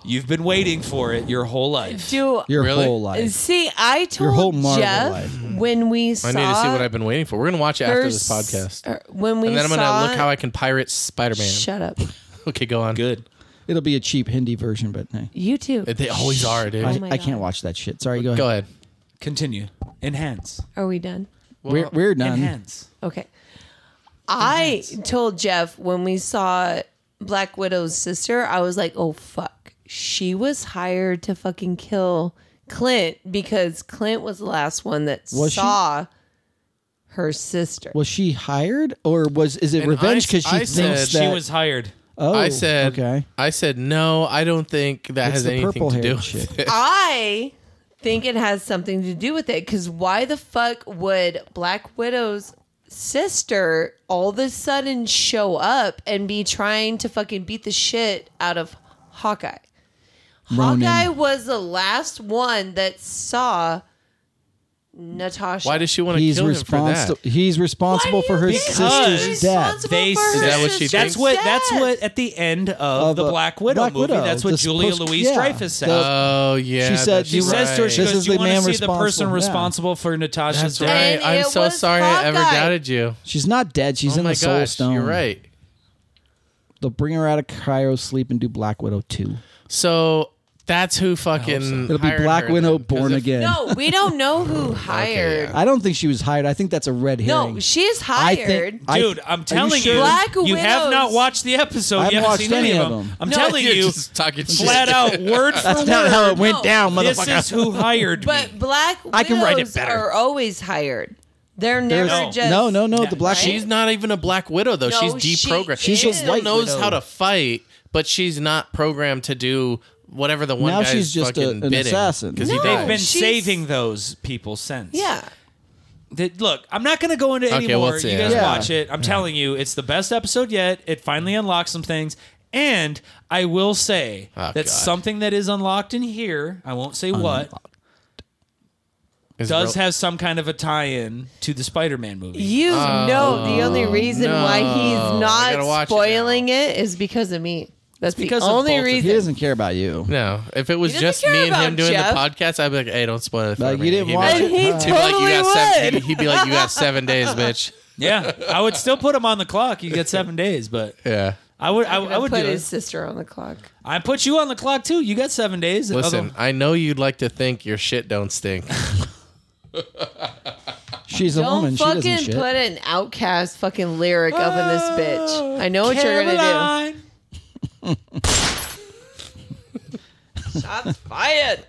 You've been waiting for it your whole life.
Do
Your
Really?
whole life.
see? I told
whole Marvel
Jeff
life.
when we saw.
I need to see what I've been waiting for. We're gonna watch it after this
her
podcast,
s- When we
and then I'm
saw
gonna look how I can pirate Spider Man.
Shut up.
Okay, go on.
Good.
It'll be a cheap Hindi version, but hey,
You too.
They always are, dude.
I,
Oh my
I can't
God.
watch that shit. Sorry, go ahead.
Go ahead.
Continue. Enhance.
Are we done?
We're, we're done.
Enhance.
Okay. I told Jeff when we saw Black Widow's sister, I was like, oh, fuck. She was hired to fucking kill Clint because Clint was the last one that
Was she?
saw her sister.
Was she hired, or was is it
And
revenge
I-
because she
I
thinks
said-
that
She was hired.
Oh,
I said,
okay.
I said, no, I don't think that
It's
has
the
anything
purple
to do
hair
with
shit.
it.
I think it has something to do with it because why the fuck would Black Widow's sister all of a sudden show up and be trying to fucking beat the shit out of Hawkeye?
Ronan.
Hawkeye was the last one that saw Natasha.
Why does she want to
He's
kill him for that?
responsible. He's responsible for her sister's death.
They-
Is
Is
that what she
That's
thinks?
what. That's what. At the end of,
Of,
the
uh,
Black Widow
Black
movie,
Widow,
that's what
this
Julia
post-
Louise
yeah,
Dreyfus said.
the-
Oh yeah,
She said-
that's
she
You're
says to her,
right.
she
This
goes,
is
"Do you
the
want to
man
see the person
responsible." Yeah.
responsible for Natasha's
That's
death?"
right.
And
I'm
it
so
was
sorry I ever
Hawkeye.
doubted you.
She's not dead. She's
oh
in
my
the soul
gosh,
stone.
you're right.
They'll bring her out of cryo sleep and do Black Widow two.
So that's who fucking.
It'll be
hired
Black
her
Widow
then, 'cause
born
if-
again.
No, we don't know who hired.
I don't think she was hired. I think that's a red herring.
No, she's
I
hired.
think, I-
Dude,
are
I'm
you
telling you,
sure?
Black
you have
Widows-
not watched the episode.
I haven't
you haven't
watched
seen
any of
them.
them.
I'm
No.
telling
You're
you,
just talking shit.
flat out, word for
That's
word.
not how it went
No.
down,
this
motherfucker.
is who hired me.
But black widows
I can write it better.
are always hired. They're never
There's-
just
no, no, no. The Black
She's not even a Black Widow though.
No,
she's
she
deprogrammed.
She's
she
a
still
white
knows
widow.
how to fight, but she's not programmed to do whatever the one
Now
guy's
she's just
fucking
a- an
bidding,
assassin.
'cause he
No.
They've
died.
been
She's-
saving those people since.
Yeah.
That- look, I'm not going to go into any
Okay,
more.
we'll see.
you guys
Yeah.
watch it. I'm telling you, it's the best episode yet. It finally unlocks some things. And I will say
Oh,
that
God.
something that is unlocked in here, I won't say what,
Is
does
real-
have some kind of a tie in to the Spider Man movie.
You know the only reason why he's
Oh, gotta
not
watch it
spoiling it is because of me. That's
because
the
of
only
both of you.
He
reason.
doesn't care about you.
No, if it was
He doesn't
just
care
me and
about
him doing
Jeff.
the podcast, I'd be like, "Hey, don't spoil it for
Like,
me."
you didn't
He'd be
watch
like-
And he
he'd be like, "You got
totally
seven,
would.
he'd, he'd be like, "You got seven days, bitch."
Yeah, I would still put him on the clock. You get seven days, but
Yeah.
I would, I, I
I
would do
put
it.
his sister on the clock.
I put you on the clock too. You got seven days.
Listen,
Although-
I know you'd like to think your shit don't stink.
She's a
Don't
woman. She
fucking
doesn't shit.
put an outcast fucking lyric up in this bitch. I know what you're gonna
Caroline.
do. Shots fired.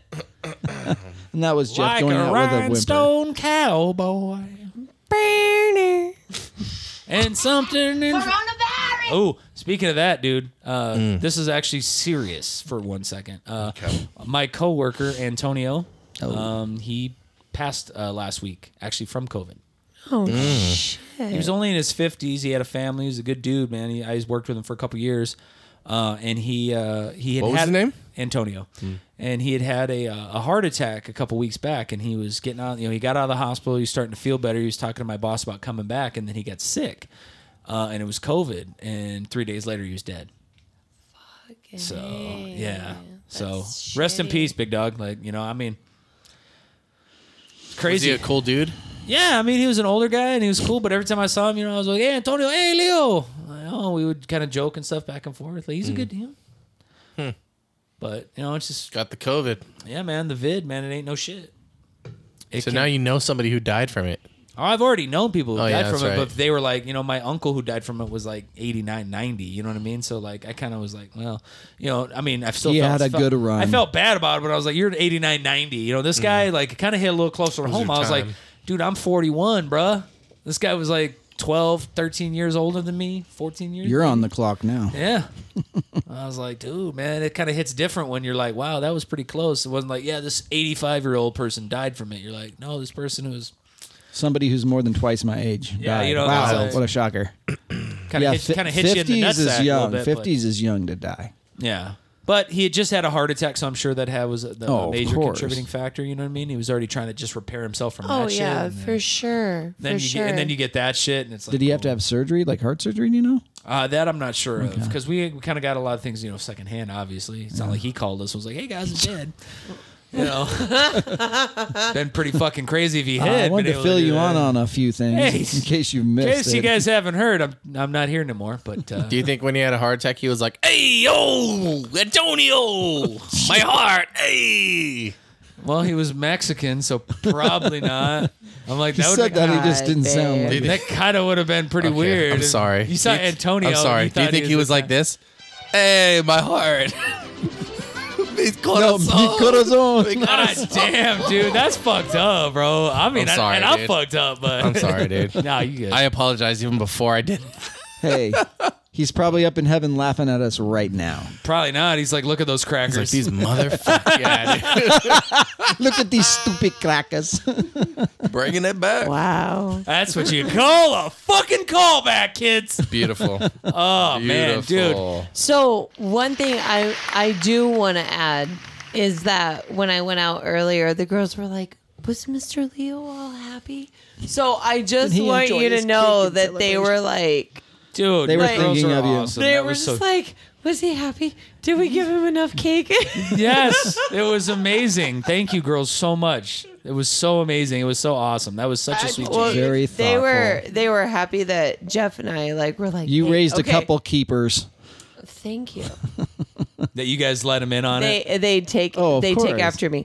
and that was Jeff
like
going
a
out with a whimper.
rhinestone cowboy. and something in. Oh, speaking of that, dude, uh, this is actually serious for one second. Uh, My coworker Antonio Um, he passed uh, last week, actually from COVID.
Oh
Mm.
shit.
He was only in his fifties. He had a family. He was a good dude, man. He, I just worked with him for a couple years, uh, and he uh, he had
What was
had
his name? Hmm.
Antonio, and he had had a uh, a heart attack a couple weeks back, and he was getting out. You know, he got out of the hospital. He was starting to feel better. He was talking to my boss about coming back, and then he got sick, uh, and it was COVID. And three days later, he was dead. So yeah. So
That's
rest in
shitty.
peace, big dog. Like you know, I mean,
Is he
crazy.
a cool dude?
Yeah, I mean, he was an older guy and he was cool, but every time I saw him, you know, I was like, "Hey, Antonio, hey, Leo." Like, oh, we would kind of joke and stuff back and forth. Like, he's
Hmm.
a good deal. But you know, it's just
Got the COVID.
yeah, man. The vid, man, it ain't no shit. It
So
can-
now you know somebody who died from it.
Oh, I've already known people who
Oh, yeah,
died from
that's
it,
right.
but they were like, you know, my uncle who died from it was like 89, 90, you know what I mean? So like I kind of was like, well, you know, I mean, I've still
He
felt,
had a
felt-
good run. Mm-hmm.
I felt bad about it, but I was like, you're at 89, 90. You know, this guy like kind of hit a little closer to home.
your
I was like,
time.
dude, I'm 41, bruh. This guy was like 12, 13 years older than me, 14 years.
You're on the clock now.
Yeah. I was like, dude, man, it kind of hits different when you're like, wow, that was pretty close. It wasn't like, yeah, this 85 year old person died from it. You're like, no, this person who was
Somebody who's more than twice my age.
Yeah,
died.
you know,
wow,
that's-
what a shocker.
kind of hits,
fi-
kind of hits you in the
50s
nutsack
is
a
young.
little bit. but-
50s is young to die.
yeah, but he had just had a heart attack, so I'm sure that had was a, the, a
Oh, of
major
course.
contributing factor. You know what I mean? He was already trying to just repair himself from
Oh
that
yeah,
shit. and
for sure.
Then
for
you
sure.
get, and then you get that shit, and it's like
Did he have to have surgery, like heart surgery? Do you know?
uh, that? I'm not sure of because we, we kind of got a lot of things you know secondhand. Obviously, it's not like he called us and was like, "Hey guys, I'm dead." You know, been pretty fucking crazy if he
Uh,
had.
I
been
wanted to
able
fill
do
you on
that.
on a few things
Hey,
in case you
In
missed
case
it.
you guys haven't heard, I'm I'm not here anymore. But uh,
Do you think when he had a heart attack, he was like, "Hey,
yo, Antonio, my heart. Hey.
well, he was Mexican, so probably not. I'm like
he
that would
said
make-
that, he just
God,
didn't
babe.
sound like
Did
he-
that kind of would have been pretty
okay,
weird.
I'm sorry."
You saw
You-
Antonio.
I'm sorry.
and
Do you
thought
think he was like this? Hey, my heart. Mi
No,
corazón.
mi corazón.
God damn, dude, that's fucked up, bro. I mean,
I'm
I-
sorry,
and I'm
dude.
fucked up, but
I'm sorry, dude.
nah, you good?
I apologize even before I did.
Hey, he's probably up in heaven laughing at us right now.
Probably not. He's like, look at those crackers.
Like these motherfuckers. Yeah, dude.
Look at these stupid crackers.
Bringing it back.
Wow.
that's what you call a fucking callback, kids.
Beautiful.
Oh man, dude.
Beautiful.
So one thing I I do want to add is that when I went out earlier, the girls were like, "Was Mr. Leo all happy?" So I just
Did he
want
enjoy
you to
his
know
cake and
that they were
celebration?
like,
Dude,
They were
those girls
thinking
are
of you.
awesome.
they
That
were
was
just
so
like, "Was he happy? Did we give him enough cake?"
Yes, it was amazing. Thank you, girls, so much. It was so amazing. It was so awesome. That was such a sweet.
Well,
change.
Very
they were they were happy that Jeff and I like were like
You
"Hey,
raised
okay,
a couple keepers.
Thank you.
that you guys let him in on it.
they they take
Oh, of
they take
course.
after me.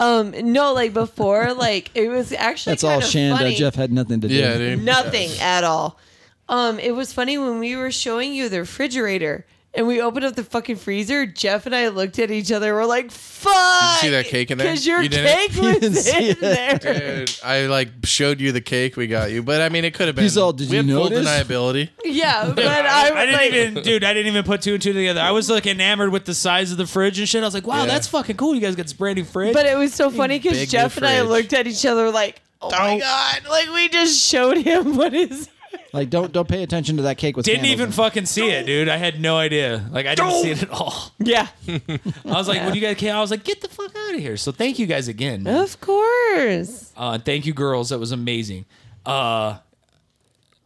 Um, no, like before, like it was actually
That's all
kind of
Shanda.
funny.
Jeff had nothing to do.
Yeah, dude.
nothing at all. Um, it was funny when we were showing you the refrigerator and we opened up the fucking freezer. Jeff and I looked at each other. We're like, "Fuck!"
see that cake in there?
Because your
You didn't?
cake
You didn't
was
see
in
it.
there.
Dude, I like showed you the cake we got you, but I mean it could have been.
He's all, "Did
we
you
have full
notice?"
deniability.
Yeah, but I was
I didn't
like,
even, dude. I didn't even put two and two together. I was like enamored with the size of the fridge and shit. I was like, wow,
Yeah.
that's fucking cool. You guys got this brand new fridge.
but it was so funny because
Big
Jeff and
new
I
fridge.
looked at each other like, "Oh my
Don't-
god!" Like we just showed him what is.
Like don't don't pay attention to that cake with
didn't
candles
even
in it.
fucking see it, dude. I had no idea. Like I didn't see it at all.
Yeah,
I was like, when you guys came, I was like, get the fuck out of here. So thank you guys again. man.
of course.
Uh, and thank you, girls. That was amazing. Uh,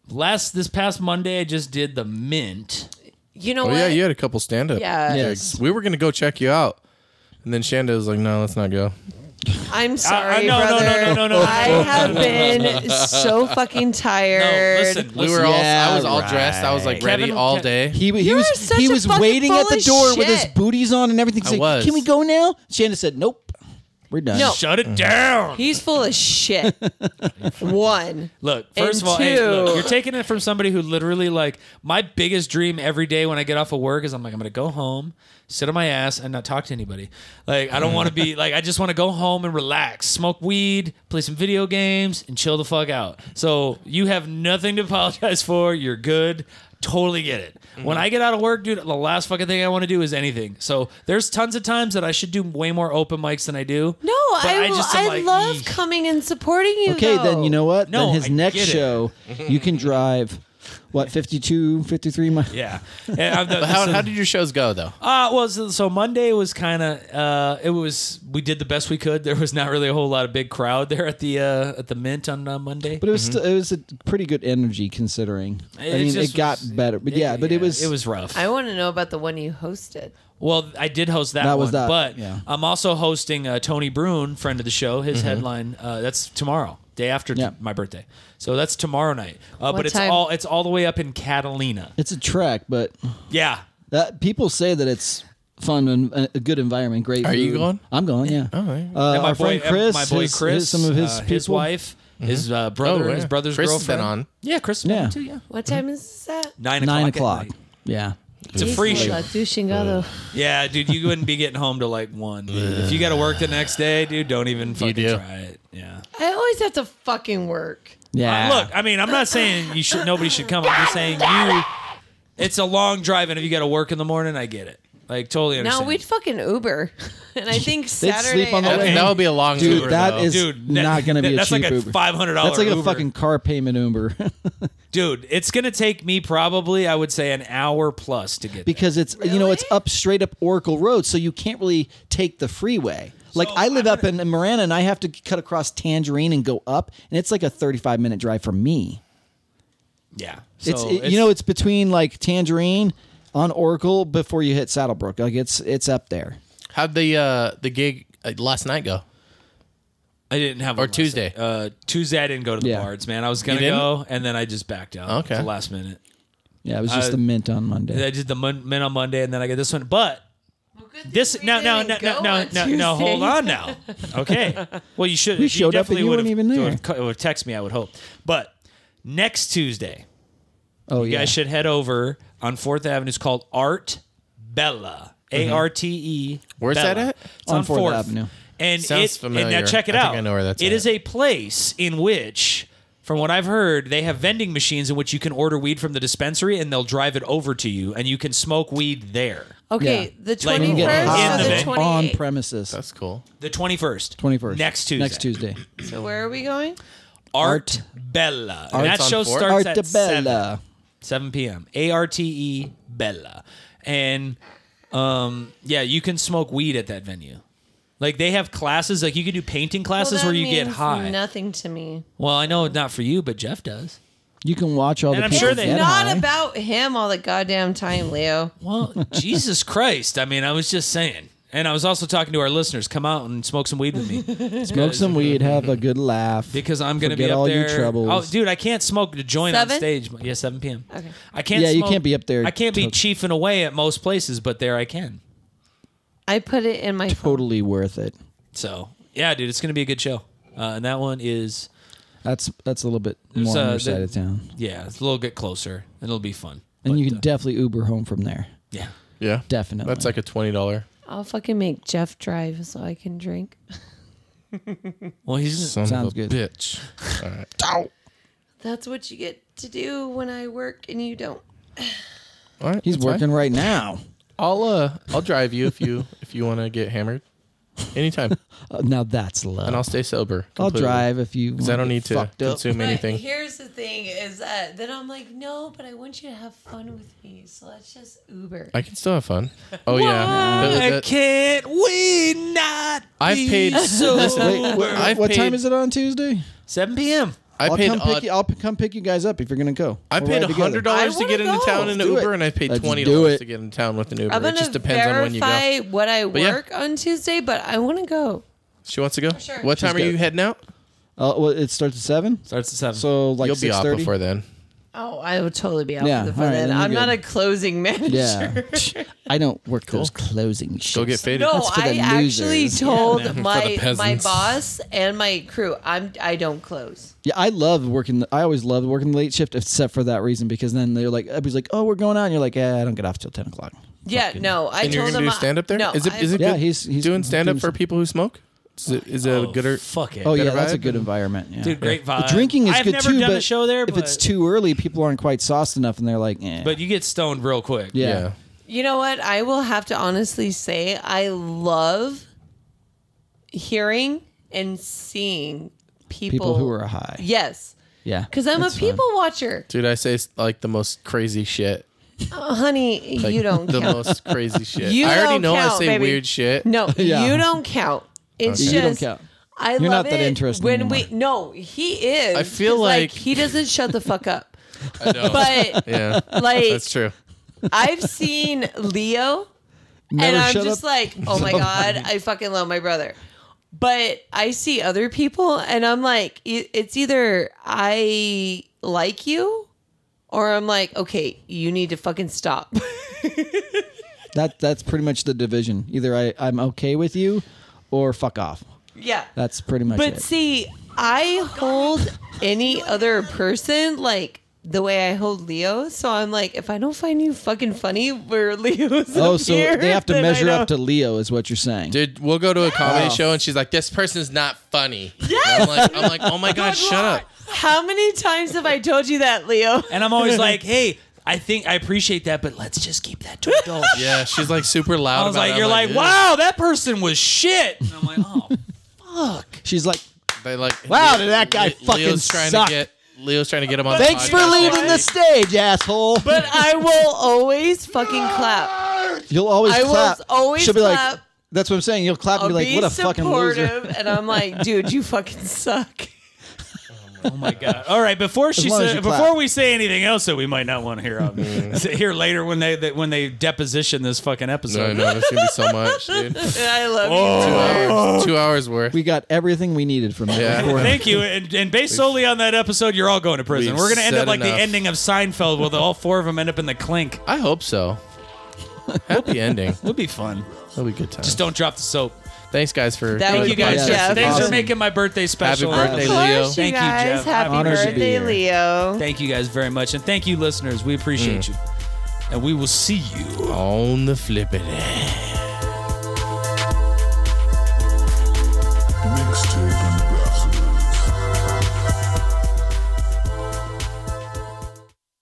last this past Monday, I just did the mint.
You know
Oh
what?
yeah, you had a couple stand up.
Yeah.
Yes.
We were gonna go check you out, and then Shanda was like, "No, let's not go."
I'm sorry,
I- Uh, no, no,
brother.
no, no, no, no, no,
I
no,
have been so fucking
No,
tired.
Oh, listen,
We
listen.
were all.
Yeah,
I was all dressed. I was like
right.
ready
Kevin-
all
Ke-
day.
He, he
You're
was
such
he
a
was
fucking
waiting at
full
the
of
door with his
shit.
booties on and everything. He's
I
like,
was.
"Can we go now?" Shanda said, "Nope, we're done."
No.
Shut it down.
He's full of shit. One.
Look, first
And
of all, hey, look,
two-
you're taking it from somebody who literally like my biggest dream every day when I get off of work is I'm like I'm gonna go home, sit on my ass and not talk to anybody. Like I don't want to be like I just want to go home and relax, smoke weed, play some video games, and chill the fuck out. So you have nothing to apologize for. You're good. Totally get it.
Mm-hmm.
When I get out of work, dude, the last fucking thing I want to do is anything. So there's tons of times that I should do way more open mics than I do.
No,
But
I, I,
am
I
like,
love
"Eek."
coming and supporting you.
Okay, then
though.
you know what?
No,
then his
I
next
get it.
show, you can drive, what, 52, 53 miles?
Yeah. yeah I've done-
But how,
so-
how did your shows go though?
Uh, well, so, so Monday was kind of uh, it was we did the best we could. There was not really a whole lot of big crowd there at the uh, at the Mint on uh, Monday.
But it was still, it was a pretty good energy considering. I
It
mean,
just
it got
was-
better, but yeah, but it was
it was rough.
I want to know about the one you hosted.
well, I did host that,
That
one,
was that,
but
yeah. Mm-hmm.
I'm also hosting uh, Tony Bruin, friend of the show. His headline uh, that's tomorrow, day after t-
Yeah.
my birthday. So that's tomorrow night. Uh, but it's
time?
all it's all the way up in Catalina.
it's a track, but
Yeah.
that people say that it's fun and uh, a- a good environment, great.
Are you
food.
going?
I'm going. Yeah. All
right.
Uh,
And my
our
boy,
friend Chris,
my boy
his- his-
Chris,
some of his
uh,
people.
his wife, his uh, brother,
Oh,
and his
yeah.
brother's
Chris has been
girlfriend
on.
Yeah, Chris.
Yeah.
Yeah. Too, yeah.
What time is this at?
Nine o'clock.
nine
at
o'clock.
night. Uh,
Yeah.
Hmm? It's a free show. Uh.
Douchingado.
Yeah, dude, you wouldn't be getting home till like one. dude. if you got to work the next day, dude, don't even fucking
do.
try it. Yeah.
I always have to fucking work.
Yeah.
Look, I mean, I'm not saying you should. Nobody should come. I'm just saying you. It's a long drive, and if you got to work in the morning, I get it. Like totally
Now
understand.
we'd fucking Uber, and I think
sleep
Saturday.
on the
I-
Okay.
That would be a long
Dude,
tour,
that
though.
is- not gonna be a
that's like
cheap
a
Uber.
five hundred dollar.
that's like a fucking car payment Uber
dude. It's gonna take me probably, I would say, an hour plus to get
because it's you know it's
Really?
up straight up Oracle Road, so you can't really take the freeway. Like
So
I live
I'm
up in in Marana, and I have to cut across Tangerine and go up, and it's like a thirty-five minute drive for me.
there. Yeah,
it's,
So
it- you know it's between like Tangerine on Oracle before you hit Saddlebrook. Like it's it's up there.
How'd the uh, the gig uh, last night go?
I didn't have
Or
one last
Tuesday.
night. Uh, Tuesday, I didn't go to the
Yeah.
bards, man. I was gonna
didn't?
go, and then I just backed out.
Okay.
at the last minute.
Yeah, it was just
Uh,
the mint on Monday.
I did the mon- men on Monday, and then I get this one. But
Well, good thing
this
we
now, now, now,
didn't
now,
go
now,
on
now, now, hold
Tuesday.
on now. Okay. Well, you should. you
showed up and
definitely
you
would've-
weren't even there.
would've co- would've text me, I would hope. But next Tuesday,
oh
you
yeah,
guys should head over on Fourth Avenue. It's called Art Bella. A R T E.
Mm-hmm. Where's that
Bella.
at?
It's on
On 4th
Fourth
Avenue.
And
Sounds
it, and now
familiar.
check it
I
out.
think I know where that's
It
at.
is a place in which, from what I've heard, they have vending machines in which you can order weed from the dispensary and they'll drive it over to you and you can smoke weed there.
Okay,
Yeah.
the
Like,
twenty
you
You
can
first
can
In
get high
the
or the
van.
twenty
on
eighth.
premises.
That's cool.
The 21st.
21st.
Next Tuesday.
Next Tuesday.
So where are we going?
Art Bella. And that
Art's on
show
fourth?
starts at 7,
Artabella.
7 p.m. A R T E Bella. And um, yeah, you can smoke weed at that venue. Like they have classes, like you can do painting
Well,
classes
that
where you get
means
high.
Nothing to me.
well, I know not for you, but Jeff does.
You can watch all
And
the
I'm
people
sure they-
get
Get
Not
high.
about him all the goddamn time, Leo.
Well, Jesus Christ. I mean, I was just saying. And I was also talking to our listeners, come out and smoke some weed with me
smoke some weed, have a good laugh.
because I'm going to be
Forget
up
all
there.
your troubles.
Oh, dude, I can't smoke to join on
Seven?
stage. Yeah, 7 p.m.
Okay.
I can't.
Yeah, you
smoke-
can't be up there
I can't be
till-
chiefing away at most places, but there I can.
I put it in my phone.
totally worth it.
So yeah, dude, it's gonna be a good show. Uh, and that one is
That's that's a little bit
There's,
more on
uh,
your side
the-
of town,
yeah, it's a little bit closer, and it'll be fun.
and
But,
you can
uh,
definitely Uber home from there.
yeah.
Yeah,
Definitely.
That's like a twenty dollar.
I'll fucking make Jeff drive so I can drink.
Well, he's
Sounds
Sounds good.
Bitch. All right.
That's what you get to do when I work and you don't.
All right.
He's
that's
working
Fine.
right now.
I'll uh, I'll drive you if you if you want to get hammered, anytime,
Uh, now that's love.
and I'll stay sober.
I'll
completely.
drive if you.
Because I
wanna
don't
get
need to
fucked up.
consume anything.
here's the thing is that then I'm like, no, but I want you to have fun with me. So let's just Uber.
I can still have fun. Oh yeah. The-
I
the-
can't we not?
I've
be
paid-
so
Wait, what,
I've
what time
paid-
is it on Tuesday?
7 p.m.
I
will
paid.
come
odd-
pick you, I'll p- come pick you guys up if you're gonna go.
I
We'll
paid
ride together.
hundred dollars
I
to get
wanna
into
go.
town in
Let's do
Uber,
it.
and I paid
Let's
twenty
do
dollars
it.
to get in town with an Uber.
I'm
It
gonna
just depends on when
verify
you go.
what I
yeah.
work on Tuesday, but I want to go.
She wants to go.
Sure.
What
She's
time are you
good.
heading out?
Uh, well, it starts at seven,
Starts at 7.
so like
You'll be off
6:30?
before then.
Oh, I would totally be out
Yeah,
for the
all right,
fun. then.
then you're
I'm not a
good.
closing manager.
Yeah, I don't work those closing shifts.
Go get faded.
No,
That's for the
I actually
losers.
told
For the
my my
peasants.
boss and my crew, I'm I don't close.
Yeah, I love working. I always loved "Eh, working the late shift, except for that reason, because then they're like, everybody's like, "Oh, we're going out," and you're like, "Yeah, I don't get off till ten o'clock."
Yeah, no, I
And you're
told
gonna
him
do
I-
stand up there?
No,
Is it
I-
is it
Yeah,
good
he's- he's
doing stand up
doing
for
some-
people who smoke? Is it is it a good or
fuck it.
Oh
Better
yeah, that's a
vibe?
good environment. Yeah.
Dude, great
The
vibe.
drinking is
I've
good
never
too,
done
but
a show there,
if
but,
it's too early, people aren't quite sauced enough, and they're like, eh.
but you get stoned real quick.
yeah.
yeah.
You know what? I will have to honestly say I love hearing and seeing people,
people who are high.
yes,
Yeah,
because I'm
That's
a
fun.
people watcher.
Dude, I say like the most crazy shit.
Honey,
Like,
you don't
the
count.
most crazy shit.
You
I already
don't
know I
count,
say
baby.
weird shit.
No,
Yeah.
you don't count. It's
You
just
don't count.
I
You're
love
not that
it
interesting
when we
anymore.
no, he is.
I feel
'cause,
like-
he doesn't shut the fuck up.
I know.
But
yeah,
like
that's true.
I've seen Leo
Never
and I'm
shut
just
up.
like, oh my god, I fucking love my brother. But I see other people, and I'm like, it- it's either I like you, or I'm like, okay, you need to fucking stop.
that that's pretty much the division. Either I I'm okay with you, or fuck off.
yeah,
That's pretty much
but
it.
see, I hold any other person like the way I hold Leo. So I'm like, if I don't find you fucking funny, where Leo's
oh,
up
so
here,
they have to
then I
measure up
don't-
to Leo, is what you're saying?
Dude, we'll go to a comedy
Wow.
show and she's like, "This person's not funny." Yes! I'm like, I'm like, "Oh my god, shut up!"
How many times have I told you that, Leo?
And I'm always like, hey, I think I appreciate that, but let's just keep that to adults.
Yeah, she's like super loud.
I was
about it.
like,
I'm
you're like,
"Ew."
wow, that person was shit. And I'm like, oh,
She's like,
They like,
Wow, did that guy fucking
Leo's trying
suck.
to get Leo's trying to get him on.
thanks
the
for
podcast
leaving the
next week.
stage, asshole.
But I will always fucking clap.
You'll always
I will
clap.
always
She'll be like,
clap.
that's what I'm saying. You'll clap
I'll
and be like,
be
what a fucking loser.
supportive, and I'm like, dude, you fucking suck.
oh my god. All right, before she
long as
sa-
you clap.
before we say anything else that we might not want to hear on hear later when they that when they deposition this fucking
No,
episode.
no, there's gonna be so much, dude. Two
I love Oh.
hours, two hours worth.
We got everything we needed from that
Yeah.
recording.
Thank you, and, and based solely on that episode, you're all going to prison.
We've
We're gonna end up
said
like
enough.
the ending of Seinfeld, with all four of them end up in the clink.
I hope so. Happy ending.
It'll be fun.
That'll be a good time.
Just don't drop the soap.
Thanks, guys, for
Thank
for
Thank
the
you guys,
podcast.
Jeff.
Jeff. Thanks for
Awesome.
making my birthday special.
Happy birthday,
you. Of
Leo.
course,
Thank
you
you,
guys.
Jeff. I'm
Happy
honored to be
birthday,
here.
Leo.
Thank you guys very much, and
Mm.
thank you, listeners. We appreciate you, and we will see you.
On the flippity.